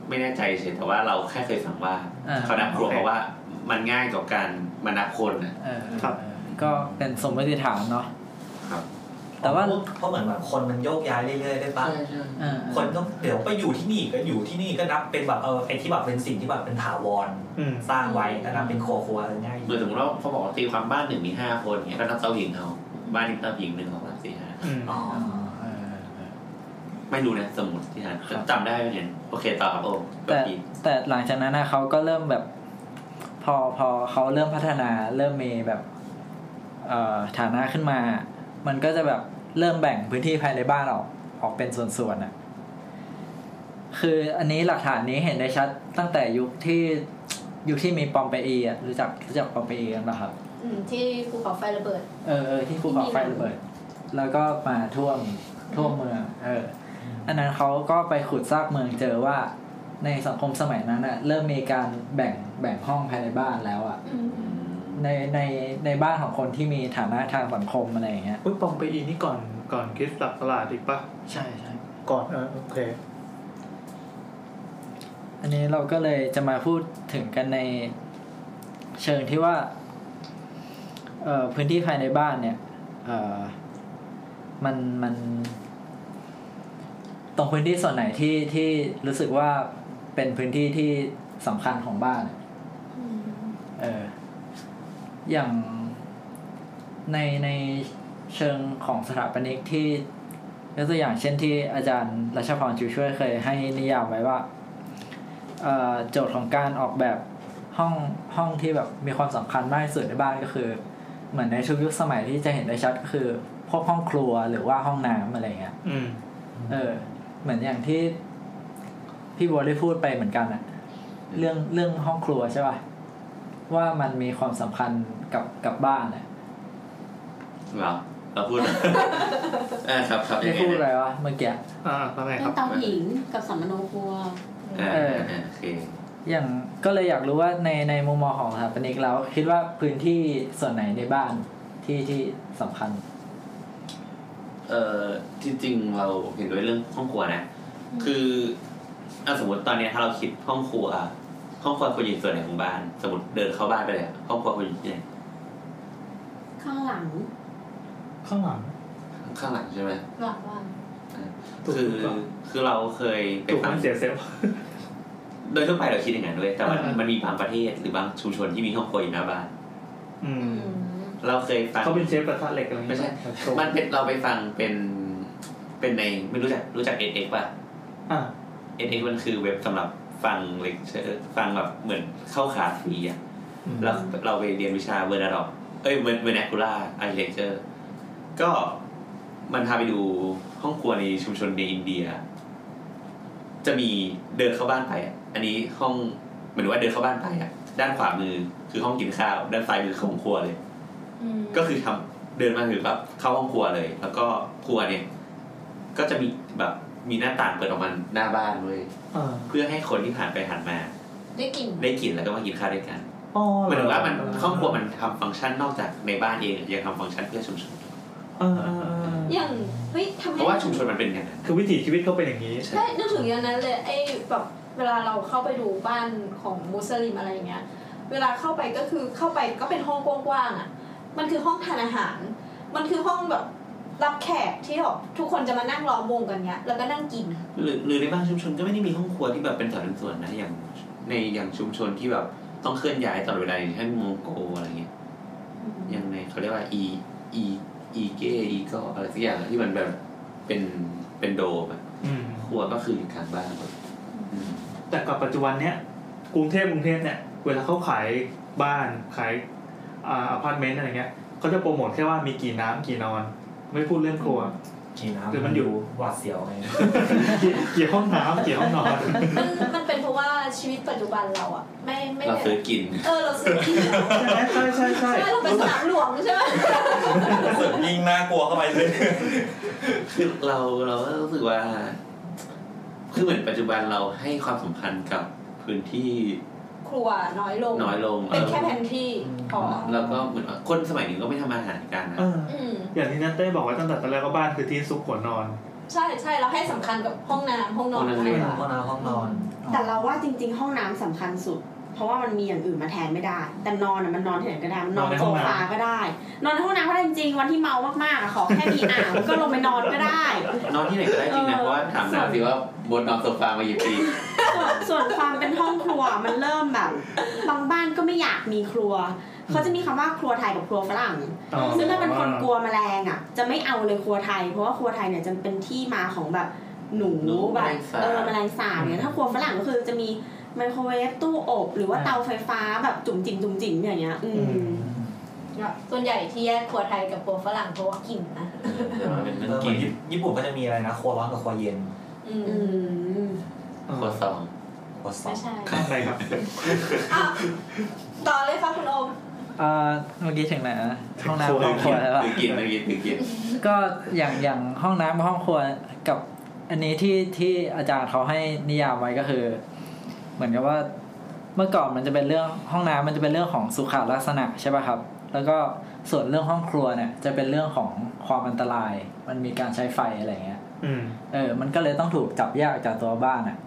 Speaker 1: ไม่แน่ใจเฉยแต่ว่าเราแค่เคยฟังว่า
Speaker 4: อ่า
Speaker 1: เขานับครัว
Speaker 5: โอเค
Speaker 1: เพราะว่ามันง่ายต่อการมานับคนนะ
Speaker 4: เออ
Speaker 5: ครับ
Speaker 4: ก็เป็นสมมติฐานเนาะ
Speaker 1: ครับ
Speaker 4: แต่ว่า
Speaker 7: เพราะเหมือนแบบคนมันโยกย้ายเรื่อยๆได้ปะ
Speaker 4: เออ
Speaker 7: คนก็เดี๋ยวไปอยู่ที่นี่ก็อยู่ที่นี่ก็นับเป็นแบบเออไอที่แบบเป็นสิ่งที่แบบเป็นถาวร
Speaker 5: อืม
Speaker 7: สร้างไว้ก็นับเป็นครัวครัวอะไรง่าย
Speaker 1: เหมือนสมมติว่าเขาบอกว่าตีความบ้านหนึ่งมีห้าคนเนี่ยก็นับเต้าหญิงเขาบ้านนี้เต้าหญิงหนึ่งสองสามสี่ห้า
Speaker 5: อืม
Speaker 7: อ๋อ
Speaker 4: เออเออ
Speaker 1: ไม่รู้นะสมมติที่หาน
Speaker 4: ครับ
Speaker 1: จำได้ไหมเนี่ยโอเคต่อครับโอ้ก็
Speaker 4: แต่
Speaker 1: ดี
Speaker 4: แต่หลังจากนั้นนะเขาก็เริ่มแบบ พอพอเขาเริ่มพัฒนาเริ่มมีแบบเอ่อฐานะขึ้นมา มันก็จะแบบเริ่มแบ่งพื้นที่ภายในบ้านออกออกเป็นส่วนๆน่ะคืออันนี้หลักฐานนี้เห็นได้ชัดตั้งแต่ยุคที่ยุคที่มีปอมเปอีอ่ะรู้จักรู้จักปอมเปอีกันปะครับ
Speaker 8: อืมที่ภูเขาไฟระเบิด
Speaker 4: เออเออที่ภูเขาไฟระเบิด แล้วก็มาท่วมท่วมเมือง เออ อันนั้นเขาก็ไปขุดซากเมืองเจอว่า ในสังคมสมัยนั้นอะเริ่มมีการแบ่งแบ่งห้องภายในบ้านแล้วอะ
Speaker 8: อืม
Speaker 1: อืม
Speaker 4: ในในในบ้านของคนที่มีฐานะทางสังคมอะไรอย่างเงี้ย
Speaker 5: อุ้ยปองไปอีนี่ก่อนก่อนคริสต์ศักราชอีกปะ
Speaker 4: ใช่ใช่
Speaker 5: ก่อนเออโอเค
Speaker 4: อันนี้เราก็เลยจะมาพูดถึงกันในเชิงที่ว่าเอ่อพื้นที่ภายในบ้านเนี่ยเอ่อมันมัน ตรงพื้นที่ส่วนไหนที่ที่รู้สึกว่าเป็นพื้นที่ที่สำคัญของบ้านอะ เอออย่างในในเชิงของสถาปนิกที่ยกตัวอย่างเช่นที่อาจารย์รัชพรชูช่วยเคยให้นิยามไว้ว่าเอ่อโจทย์ของการออกแบบห้องห้องที่แบบมีความสำคัญมากที่สุดในบ้านก็คือ เหมือนในทุกยุคสมัยที่จะเห็นได้ชัดก็คือพวกห้องครัวหรือว่าห้องน้ำอะไรเงี้ย
Speaker 5: อืม
Speaker 4: เออ เหมือนอย่างที่พี่บัวได้พูดไปเหมือนกันอะเรื่องเรื่องห้องครัวใช่ป่ะ ว่ามันมีความสำคัญกับกับบ้านอะ
Speaker 1: เราเราพูดเหรอ อ่าครับครับ
Speaker 4: ได้
Speaker 1: ยังไง
Speaker 4: พูดอะ
Speaker 1: นะ
Speaker 4: ไรวะเมื่อกี้
Speaker 5: อ่าแล้วไงครั
Speaker 6: เรื่อบ งเตาหิงกับสัมมโนครัว
Speaker 1: อ่า
Speaker 4: เออ
Speaker 1: อ่าโอเค
Speaker 4: อย่างก็เลยอยากรู้ว่าในในมุมมองของสถาปนิกแล้ว คิดว่าพื้นที่ส่วนไหนในบ้านที่ที่สำคัญ
Speaker 1: เออจริงๆเราเห็นด้วยเรื่องห้องครัวนะ คืออ่ะสมมติตอนเนี้ยถ้าเราคิดห้องครัว ห้องครัวควรอยู่ส่วนไหนของบ้าน สมมติเดินเข้าบ้านไปเลยอะห้องครัวควรอยู่ที่ไหน
Speaker 6: ข้างหลัง
Speaker 5: ข้างหลัง
Speaker 1: ข้างหลังใช่ไหม
Speaker 8: หลังว่า
Speaker 5: ถูก
Speaker 1: คือ
Speaker 5: ถูก
Speaker 1: คือเราเคยไป
Speaker 5: ถูก
Speaker 1: ฟั
Speaker 5: ไม่
Speaker 1: ง
Speaker 5: เสียเซลล์
Speaker 1: โดยทั่วไปเราคิดอย่างนั้นเลยแต่ว่า
Speaker 5: อ่ามั
Speaker 1: มันมีบางประเทศหรือบางชุมชนที่มีห้องครัวอยู่หน้าบ้าน
Speaker 5: อืม
Speaker 1: เราเคยฟัง
Speaker 5: เขาเป็นเชฟกระทะเหล็กอะไรอย่าง
Speaker 1: ไม่
Speaker 5: เงี้ย
Speaker 1: ใช่
Speaker 5: ถูก
Speaker 1: มันเป็นเราไปฟังเป็นเป็นในไม่รู้จักรู้จักเอ็เอ็กป่ะ
Speaker 5: อ่า
Speaker 1: เอ็นเอ็กมันคือเว็บสำหรับฟังเลคเชอร์ฟังแบบเหมือนเข้าคลาสฟรีอ่ะ
Speaker 5: อืม
Speaker 1: แล้วเราไปเรียนวิชาเวอร์นาดอกเอ้ยเวอร์เวอร์นาคูล่าไอเลคเชอร์ก็มันพาไปดูห้องครัวในชุมชนในอินเดีย จะมีเดินเข้าบ้านไปอะอันนี้ห้องเหมือนว่าเดินเข้าบ้านไปอ่ะ ด้านขวามือคือห้องกินข้าว ด้านซ้ายมือคือห้องครัวเลย ก็คือทำเดินมาถึงปั๊บเข้าห้องครัวเลย แล้วก็ครัวเนี่ย ก็จะมีแบบมีหน้าต่างเปิดออกมาหน้าบ้านเลย
Speaker 5: อ่า
Speaker 1: เพื่อให้คนที่ผ่านไปผ่านมา
Speaker 8: ได้กลิ่น
Speaker 1: ได้กินแล้วก็มากินข้าวด้วยกัน
Speaker 5: อ๋อ
Speaker 1: หมายถึงว่ามัน
Speaker 5: เ
Speaker 1: ครอบครัวมันทำฟังก์ชันนอกจากในบ้านเองยังทำฟังก์ชันเพื่อชุมชน
Speaker 5: เออเออเออ
Speaker 8: อย่างเฮ้ยทำ
Speaker 1: เพ
Speaker 8: ให้
Speaker 1: ราะว่าชุมชนมันเป็นอย่างนั้น
Speaker 5: คือวิถีชีวิตเขาเป็นอย่างนี้
Speaker 8: ใช่นึกถึงอย่างนั้นเลยไอ้แบบเวลาเราเข้าไปดูบ้านของมุสลิมอะไรอย่างเงี้ย เวลาเข้าไปก็คือเข้าไปก็เป็นห้องกว้างๆอ่ะ มันคือห้องทานอาหาร มันคือห้องแบบรับแขกที่แบบทุกคนจะมานั่งล้อมวงกันเนี้ย แล้วก็นั่งกิน
Speaker 1: หรือหรือในบ้านชุมชนก็ไม่ได้มีห้องครัวที่แบบเป็นสัดเป็นส่วนนะอย่างในอย่างชุมชนที่แบบต้องเคลื่อนย้ายตลอดเวลาอย่างเช่นมองโกอะไรเงี้ยยังในเขาเรียกว่าอีอีอีเกอีก็อะไรสักอย่างที่มันแบบเป็นเป็นโดมอะ
Speaker 5: อืม
Speaker 1: ครัวก็คืออยู่กลางบ้านครับอืม
Speaker 5: แต่กับปัจจุบันเนี้ยกรุงเทพกรุงเทพเนี่ย เวลาเขาขายบ้านขายอ่าอพาร์ตเมนต์อะไรเงี้ยเขาจะโปรโมทแค่ว่ามีกี่น้ำกี่นอน ไม่พูดเรื่องครัว
Speaker 7: กี่น้ำ
Speaker 5: หรือมันอยู่
Speaker 7: หวาดเสียวไง
Speaker 5: กี่กี่ห้องน้ำกี่ห้องนอน
Speaker 8: มันมันเป็นเพราะว่าชีวิตปัจจุบันเราอ่ะ ไม่ไม่
Speaker 1: เราซื้อกิน
Speaker 8: เออเราซื้อกินแล้ว
Speaker 5: ใช่ไหมใช่ใช่ใช่
Speaker 8: ใช่เราเป็นสนามหลวงใช่ไหม
Speaker 7: รู้สึกยิ่งน่ากลัวเข้าไปเลย
Speaker 1: คือเราเราก็รู้สึกว่า คือเหมือนปัจจุบันเราให้ความสำคัญกับพื้นที่
Speaker 8: ครัวน้อยลง
Speaker 1: น้อยลง
Speaker 8: เป็นแค่
Speaker 1: ออ
Speaker 8: แผนที่พอ
Speaker 1: แล้วก็เหมือนว่าคนสมัยนี้ก็ไม่ทำอาหารกันนะ
Speaker 5: เออ
Speaker 8: อืม
Speaker 5: อย่างที่นัทเต้บอกไว้ตั้งแต่ตอนแรกว่าบ้านคือที่ซุกหัวนอน
Speaker 8: ใช่ใช่เราให้สำคัญกับห้องน้ำห้องนอนมากกว่า
Speaker 7: ห้องน้ำห้องนอน
Speaker 6: แต่เราว่าจริง ๆ ห้องน้ำสำคัญสุด เพราะว่ามันมีอย่างอื่นมาแทนไม่ได้ แต่นอนอ่ะมันนอนที่ไหนก็ได้ มันนอน
Speaker 5: นอนในห้
Speaker 6: โซ
Speaker 5: องน้ำ
Speaker 6: ฟาก็ได้ นอนในห้องน้ำก็ได้จริงๆวันที่เมามากๆอะขอแค่มีอ่าง ก็ลงไปนอนก็ได้
Speaker 1: นอนที่ไหนก็ได้จริงนะ
Speaker 6: เออ
Speaker 1: เพราะว่าถามน้ำสิว่าบนนอนโซฟามากี่ปี
Speaker 6: ส่วนส่วนความเป็นห้องครัวมันเริ่มแบบบางบ้านก็ไม่อยากมีครัวเขาจะมีคำว่าครัวไทยกับครัวฝรั่ง
Speaker 5: อ๋อ
Speaker 6: ซึ่งถ้าเป็นคนกลัวแมลงอ่ะ จะไม่เอาเลยครัวไทย เพราะว่าครัวไทยเนี่ยจะเป็นที่มาของแบบหนูแบบเออแมลงสาบเนี่ยถ้าครัวฝรั่งก็คือจะมีไมโครเวฟตู้อบ หรือว่าเตาไฟฟ้าแบบจุ่มจิ๋มจุ่มจิ๋มอย่างเงี้ยอื
Speaker 5: อื
Speaker 6: ม
Speaker 5: ม
Speaker 9: ส่วนใหญ่ที่แยกครัวไทยกับครัวฝรั่งเพราะว่ากลิ่นนะ
Speaker 1: เดี๋ยวมันเป็นเรื่
Speaker 7: เอ
Speaker 1: อง
Speaker 7: อเห
Speaker 1: กิ
Speaker 7: มือน นญี่ปุ่นญี่ปุ่นก็จะมีอะไรนะครัวร้อนกับครัวเย็น
Speaker 9: อืม
Speaker 6: อืม
Speaker 5: เออ
Speaker 1: ครัวซอง
Speaker 7: ครัวซอ
Speaker 9: ไม่
Speaker 7: ส
Speaker 9: ใช่
Speaker 5: ข้างในครับ
Speaker 8: อ่ะต่อเลยค่ะคุณโอม
Speaker 4: เอ่อเมื่อกี้ถึงไหนนะห้องน้ำ
Speaker 5: ครัว
Speaker 4: ห้องครัวใช่ปะ
Speaker 1: ตื่นกินตื่นกินตื่นกิน
Speaker 4: ก็อย่างอย่างห้องน้ำกับห้องครัวกับอันนี้ที่ที่อาจารย์เขาให้นิยามไว้ก็คือ เหมือนกับว่า เมื่อก่อนมันจะเป็นเรื่องห้องน้ำมันจะเป็นเรื่องของสุขลักษณะใช่ป่ะครับ แล้วก็ส่วนเรื่องห้องครัวเนี่ยจะเป็นเรื่องของความอันตราย มันมีการใช้ไฟอะไรเงี้ย
Speaker 5: อืม
Speaker 4: เออ มันก็เลยต้องถูกจับแยกออกจากตัวบ้านอ่ะ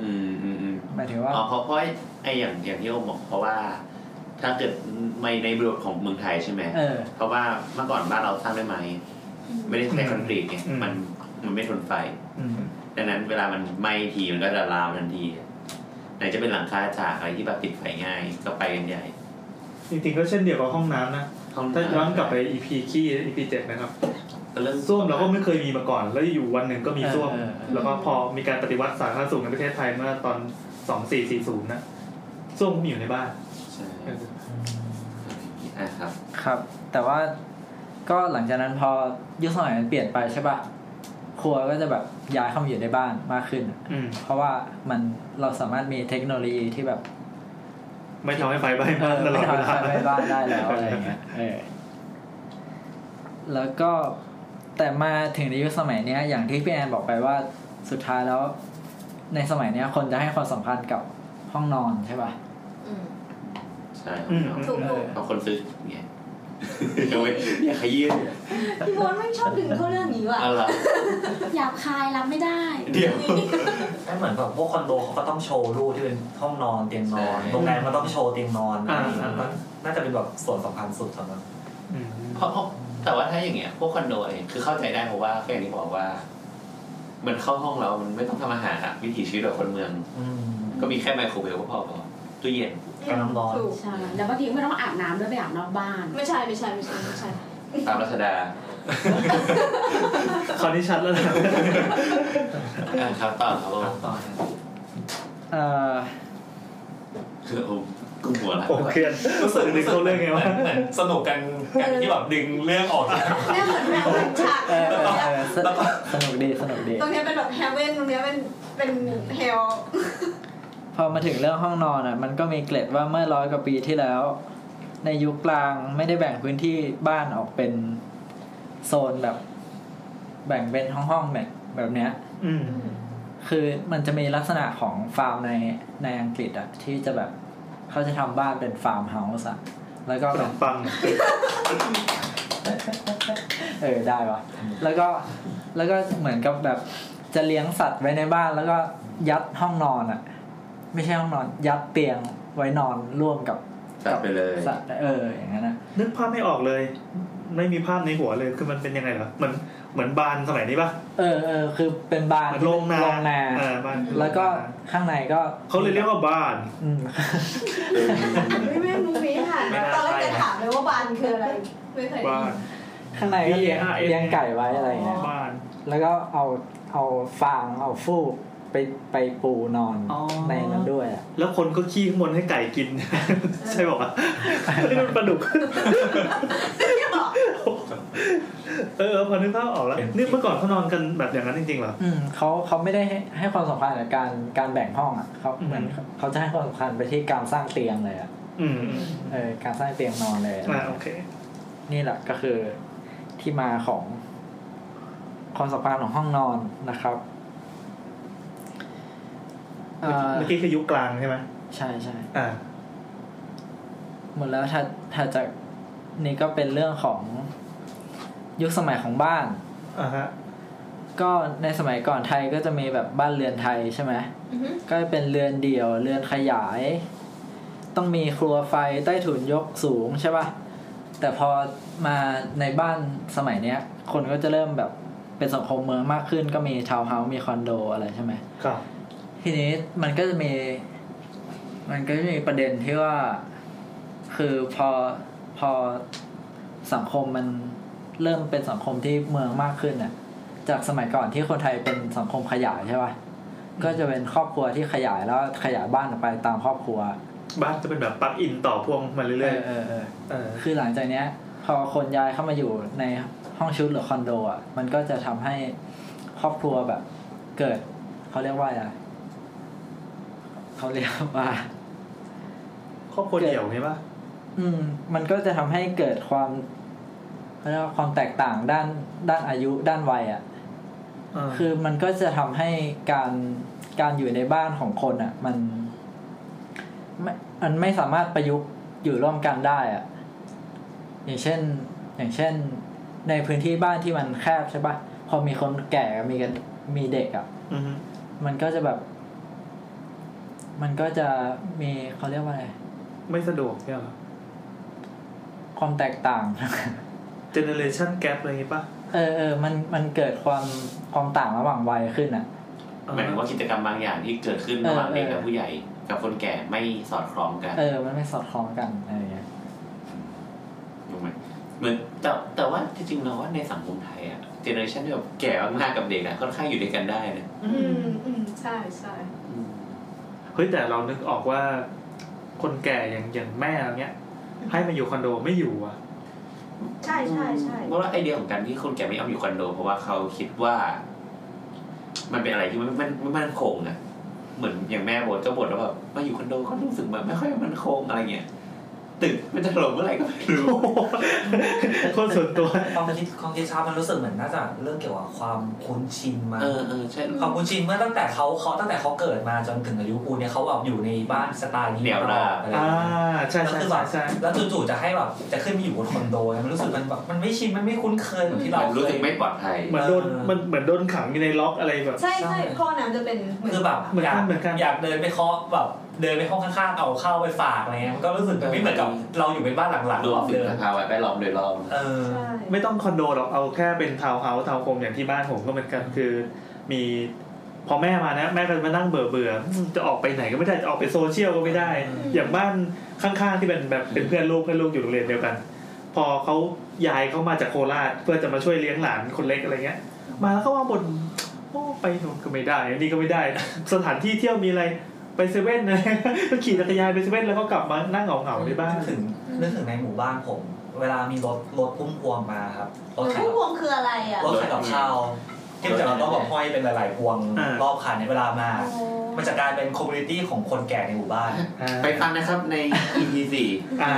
Speaker 1: อืมอืมอืม
Speaker 4: หมายถึงว่า
Speaker 1: อ๋อเพราะเพราะไออย่างอย่างที่ผมบอกเพราะว่า ถ้าเกิดในในบริบทของเมืองไทยใช่ไหม
Speaker 4: เออ
Speaker 1: เพราะว่าเมื่อก่อนบ้านเราสร้างด้วยไม้ไม่ได้ใช้คอนกรีตไง
Speaker 5: อืม
Speaker 1: มันมันไม่ทนไฟ
Speaker 5: อืม
Speaker 1: ดังนั้นเวลามันไหม้ทีมันก็จะลามทันทีไหนจะเป็นหลังคาจากอะไรที่แบบติดไฟง่ายก็ไปกันใหญ่
Speaker 5: จริงๆก็เช่นเดียวกับห้องน้ำนะ
Speaker 1: ห้อง
Speaker 5: ถ้าย้อนกลับไป EP ขี้ EP เจ็ดนะครับ
Speaker 1: ก็เรื่อง
Speaker 5: ส้วมเราก็ไม่เคยมีมาก่อน แล้วอยู่วันหนึ่งก็มีส้วม
Speaker 4: เออเออ
Speaker 5: แล้วก็พอมีการปฏิวัติสาธารณสุขในประเทศไทยเมื่อตอน 2440 นะส้วมก็มีอยู่ในบ้าน
Speaker 1: ใช่อ่ะครับ
Speaker 4: ครับ แต่ว่าก็หลังจากนั้นพอยุคสมัยมันเปลี่ยนไปใช่ป่ะ ครัวก็จะแบบย้ายเข้ามาอยู่ในบ้านมากขึ้นอะ
Speaker 5: อืม
Speaker 4: เพราะว่ามันเราสามารถมีเทคโนโลยีที่แบบ
Speaker 5: ไม่ทำให้ไฟไหม้
Speaker 4: เอ
Speaker 5: บ้าน
Speaker 4: อ
Speaker 5: ตลอ
Speaker 4: ไม่
Speaker 5: ด
Speaker 4: ทำ
Speaker 5: เวลา
Speaker 4: ไฟไหม้บ้านได้แล้วอะไรอย่างเงี้ยเออแล้วก็แต่มาถึงในยุคสมัยเนี้ย อย่างที่พี่แอนบอกไปว่าสุดท้ายแล้วในสมัยเนี้ย คนจะให้ความสำคัญกับห้องนอนใช่ป่ะ
Speaker 9: อืม
Speaker 1: ใช่
Speaker 5: อืม
Speaker 9: ถูกถูก
Speaker 1: เพราะคนซื้อไงเดี๋ยวไว้อย่าขยี้เลย
Speaker 8: พี่โบอลไม่ชอบดึงเข้าเรื่องนี้ ว่ะ
Speaker 1: เอาล่ะ
Speaker 6: หยาบคายรับไม่ได้
Speaker 1: เดี๋ยว
Speaker 7: ก็เหมือนแบบพวกคอนโดเขาก็ต้องโชว์รูปที่เป็นห้องนอนเตียงนอน
Speaker 1: ใช่
Speaker 7: โรงแรมก็ต้องโชว์เตียงนอนอะไรอย่างเงี้ย
Speaker 5: อ่าอ่า
Speaker 7: น่าจะเป็นแบบส่วนสำคัญสุดสำหรับ
Speaker 5: อืม
Speaker 1: เพราะเพราะแต่ว่าถ้าอย่างเงี้ยพวกคอนโดอะไรเองคือเข้าใจได้เพราะว่าก็อย่างที่บอกว่า มันเข้าห้องเรา มันไม่ต้องทำอาหารอะวิถีชีวิตแบบคนเมือง
Speaker 7: อืม
Speaker 1: ก็มีแค่ไมโครเวฟก็พอพอตู้เย็น
Speaker 7: กำลังร้อน
Speaker 9: ถูก
Speaker 6: ใช่ แล้วบางทีไม่ต้องอาบน้ำด้วยไปอาบนอกบ้าน
Speaker 9: ไม่ใช่ไม่ใช่ไม่ใช่ไม่ใช่
Speaker 1: ตามรัชดา
Speaker 5: คราวนี้ชัดแล้วนะ
Speaker 1: อ่ะครับต่อครับผม
Speaker 4: เอ่อ
Speaker 1: คือผมกุ้งหัวละ
Speaker 5: ผมเครียดรู้สึกดึงเข้าเรื่องไงวะ
Speaker 7: เหมือนสนุกกันกันที่แบบดึงเรื่องออกจาก
Speaker 8: แม่เหมือนแบบเป็นฉาก
Speaker 4: เออเออเออสสนุกดีสนุกดี
Speaker 8: ตรงเนี้ยเป็นแบบเฮเว่นตรงเนี้ยเป็นเป็นเฮล
Speaker 4: พอมาถึงเรื่องห้องนอนอ่ะ มันก็มีเกร็ดว่าเมื่อร้อยกว่าปีที่แล้ว ในยุคกลางไม่ได้แบ่งพื้นที่บ้านออกเป็นโซนแบบ แบ่งเป็นห้องๆแบบแบบเนี้ย
Speaker 5: อืม
Speaker 4: คือมันจะมีลักษณะของฟาร์มในในอังกฤษอะที่จะแบบเขาจะทำบ้านเป็นฟาร์มเฮาส์อะแล้วก็
Speaker 5: ข
Speaker 4: แบบ
Speaker 5: นมปัง
Speaker 4: เออได้วะแล้วก็แล้วก็เหมือนกับแบบจะเลี้ยงสัตว์ไว้ในบ้าน แล้วก็ยัดห้องนอนอะไม่ใช่ห้องนอน ยัดเตียงไว้นอนร่วมกับ
Speaker 1: ตัดไปเลย
Speaker 4: สัตว์เอออย่างนั้นอะ
Speaker 5: นึกภาพไม่ออกเลย ไม่มีภาพในหัวเลย คือมันเป็นยังไงเหรอ เหมือนเหมือนบานสมัยนี้ปะ
Speaker 4: เออเออคือเป็นบ้าน
Speaker 5: เหมือนโรงนา
Speaker 4: โรงนา
Speaker 5: เออบาน
Speaker 4: แล้วก็ข้างในก็
Speaker 5: เขาเลยเรียกว่าบ้าน
Speaker 4: อืม
Speaker 8: ไม่แม่รู้ไม่ทัน
Speaker 7: ไม่
Speaker 8: นะ
Speaker 7: น่า
Speaker 8: ตอนแรก
Speaker 7: ใช่
Speaker 8: จะ
Speaker 7: นะ
Speaker 8: ถามเลยว่าบานคืออะไร ไม่เคยได้
Speaker 5: บ้า
Speaker 8: ยิน
Speaker 5: น
Speaker 4: ข้างในก็เลี้ยง
Speaker 5: B A R N
Speaker 4: เลี้ยงไก่ไว้อะไรอย่างเงี้ย
Speaker 5: บ้าน
Speaker 4: แล้วก็เอาเอาฟางเอาฟูกไปไปปูนอน
Speaker 5: อ๋อ
Speaker 4: ในนั้นด้วยอะ
Speaker 5: แล้วคนก็ขี้ข้างบนให้ไก่กิน ใช่ บอกว่าไม่มันปลาดุก เออพอนึกภาพออกแล้ว นี่เมื่อก่อนเขานอนกันแบบอย่างนั้นจริงๆเหรอ
Speaker 4: อืมเขาเขาไม่ได้ให้ให้ความสำคัญกับการการแบ่งห้องอ่ะเขา
Speaker 5: อืม
Speaker 4: เหมือนเขาจะให้ความสำคัญไปที่การสร้างเตียงเลยอ่ะ
Speaker 5: อืม
Speaker 4: เออการสร้างเตียงนอนเลยอะ
Speaker 5: อ่าโอเค
Speaker 4: นี่แหละก็คือที่มาของความสำคัญของห้องนอนนะครับเอ่อ
Speaker 5: เมื่อกี้คือยุคกลางใช่ไหม
Speaker 4: ใช่ใช่
Speaker 5: อ่า
Speaker 4: หมดแล้วถัดถัดจากนี่ก็เป็นเรื่องของยุคสมัยของบ้าน
Speaker 5: อ่าฮะ
Speaker 4: ก็ในสมัยก่อนไทยก็จะมีแบบบ้านเรือนไทยใช่ไหม
Speaker 8: อือฮึ
Speaker 4: ก็จะเป็นเรือนเดี่ยว เรือนขยาย ต้องมีครัวไฟใต้ถุนยกสูงใช่ปะ่ะ แต่พอมาในบ้านสมัยเนี้ย คนก็จะเริ่มแบบเป็นสังคมเมืองมากขึ้น ก็มีทาวน์เฮาส์มีคอนโดอะไรใช่ไหม
Speaker 5: ครับ
Speaker 4: ทีนี้มันก็จะมี มันก็จะมีประเด็นที่ว่า คือพอพอสังคมมันเริ่มเป็นสังคมที่เมืองมากขึ้นน่ะ จากสมัยก่อนที่คนไทยเป็นสังคมขยายใช่ป่ะก็จะเป็นครอบครัวที่ขยายแล้วขยายบ้านออกไปตามครอบครัว
Speaker 5: บ้านจะเป็นแบบปลั๊กอินต่อพ่วงมา
Speaker 4: เอ
Speaker 5: เรื่อย
Speaker 4: อเออเออ
Speaker 5: ๆเออ
Speaker 4: คือหลังจากเนี้ย พอคนย้ายเข้ามาอยู่ในห้องชุดหรือคอนโดอ่ะมันก็จะทำให้ครอบครัวแบบ เกิดเขาเรียกว่าอะไรเขา เรียกว่า
Speaker 5: ครอบครัวเดี่ยวไงปะ
Speaker 4: อืมมันก็จะทำให้เกิดความเขาเรียกว่าความแตกต่างด้านด้านอายุด้านวัยอะ่ะ
Speaker 5: อ่า
Speaker 4: คือมันก็จะทำให้การการอยู่ในบ้านของคนอะ่ะ มัน ไม่มันไม่สามารถประยุกต์อยู่ร่วมกันได้อะอย่างเช่น อย่างเช่น ในพื้นที่บ้านที่มันแคบใช่ปะพอมีคนแก่กับมีกันมีเด็กอะ
Speaker 5: อือฮึ
Speaker 4: มันก็จะแบบ มันก็จะมีเขาเรียกว่าอะไร
Speaker 5: ไม่สะดวกเนี่ยเหรอ
Speaker 4: ความแตกต่าง
Speaker 5: เจเนเรชันแกปอะไรอย่างงี้ป่ะ
Speaker 4: เออเออมันมันเกิดความความต่างระหว่างวัยขึ้นอะ
Speaker 1: หมายถึงว่ากิจกรรมบางอย่างที่เกิดขึ้นระหว่างเด็กกับผู้ใหญ่ กับคนแก่ไม่สอดคล้องกัน
Speaker 4: เออ มันไม่สอดคล้องกันอะไรเงี้ย
Speaker 1: ถูกไหมเหมือนแต่แต่ว่าที่จริงเราว่าในสังคมไทยอะเจเนอเรชันที่แบบแก่มากๆกับเด็กอะค่อนข้างอยู่ด้วยกันได้นะ
Speaker 10: อืมอืมใช่ใช่
Speaker 5: เฮ้ยแต่เรานึกออกว่า คนแก่อย่างอย่างแม่อะไรเงี้ย ให้มาอยู่คอนโดไม่อยู่อ่ะ
Speaker 8: ใช่ใช่ใช่
Speaker 1: เพราะว่าไอเดียของการที่คนแก่ไม่เอาอยู่คอนโด เพราะว่าเขาคิดว่า มันเป็นอะไรที่มันมันมันมั่นคงอะเหมือนอย่างแม่บ่นก็บ่นว่าแบบมาอยู่คอนโดก็รู้สึกแบบไม่ค่อยมั่นคงอะไรเงี้ยตึกมันจะถล่มเมื่อไหร่ก็ไม่รู้
Speaker 5: คนส่วนตัว
Speaker 7: ความคิดความคิดชามันรู้สึกเหมือนน่าจะเรื่องเกี่ยวกับความคุ้นชินมา
Speaker 1: เออเออใช่
Speaker 7: ความคุ้นชินเมื่อตั้งแต่เขาเขาตั้งแต่เขาเกิดมาจนถึงอายุปูนเนี่ยเขาแบบอยู่ในบ้านสไตล์นี้มาตลอดอะไรอ
Speaker 5: อ่า
Speaker 7: ย่าง
Speaker 5: ใช่
Speaker 7: เงี้ยแล้ว
Speaker 5: ใช่
Speaker 7: คือแบ
Speaker 5: ใช่
Speaker 7: บ
Speaker 5: ใช่
Speaker 7: แล้วจู่ๆจะให้แบบจะขึ้นไปอยู่บนคอนโดเนี่ยมันรู้สึกมันแบบมันไม่ชินมันไม่คุ้นเคยเหมือนที่เรา
Speaker 1: มัน
Speaker 7: เค
Speaker 1: รู้
Speaker 7: ย
Speaker 1: สึกไม่ปลอดภัย
Speaker 5: เหมือนโดน
Speaker 7: เออ
Speaker 5: มันเหมือนโดนขังอยู่ในล็อกอะไรแบบ
Speaker 8: ใช่ใช่พ่อน้ำจะเป็นเหมือน
Speaker 7: คือแบบ
Speaker 5: เหมือน
Speaker 7: อ
Speaker 5: กั
Speaker 7: ยานก
Speaker 5: เหมือนกัน
Speaker 7: อยากเดินไปเคาะแบบเดินไปห้องข้างๆเอาข้าวไปฝากอะไรเงี้ยมันก็รู้สึกแบบไม่เหมือนกับเราอยู่เป็นบ้านหลังๆ
Speaker 1: รวม
Speaker 7: เรา
Speaker 1: ถึง
Speaker 7: เดิน
Speaker 1: สภาวะแวดล้อมโดยรอบ
Speaker 7: เออ
Speaker 8: ใช่
Speaker 5: ไม่ต้องคอนโดหรอกเอาแค่เป็นทาวน์เฮาส์ทาวน์โฮมอย่างที่บ้านผมก็เหมือนกันคือ มีพอแม่มานะแม่ก็มานั่งเบื่อเบื่อๆอืมจะออกไปไหนก็ไม่ได้จะออกไปโซเชียลก็ไม่ได้ อย่างบ้านข้างๆที่เป็นแบบเป็นเพื่อนลูกเพื่อนลูกอยู่โรงเรียนเดียวกัน พอเขาย้ายเขามาจากโคราชเพื่อจะมาช่วยเลี้ยงหลานคนเล็กอะไรเงี้ย มาแล้วเขาว่าบนโอ้ไปโน่นก็ไม่ได้อันนี่ก็ไม่ได้ สถานที่เที่ยวมีอะไรไปเซเว่นนะ ก็ขี่จักรยานไปเซเว่นแล้วก็กลับมานั่งเหงาๆในบ้าน
Speaker 7: นึกถึงนึกถึงในหมู่บ้านผม เวลามีรถรถพุ่มพวงมาครับรถ
Speaker 8: มัน
Speaker 7: แข่ง
Speaker 8: พุ่มพวงคืออะไรอ่ะ
Speaker 7: รถแข่งกับข้าวที่มันจะต้องแบบห้อยเป็นหลายๆพวง
Speaker 5: อ่าร ร
Speaker 7: อบคันในเวลามา มันจะกลายเป็นคอมมูนิตี้ของคนแก่ในหมู่บ้าน
Speaker 5: อ่า
Speaker 1: ไปฟังนะครับใน EP สี่
Speaker 5: อ่า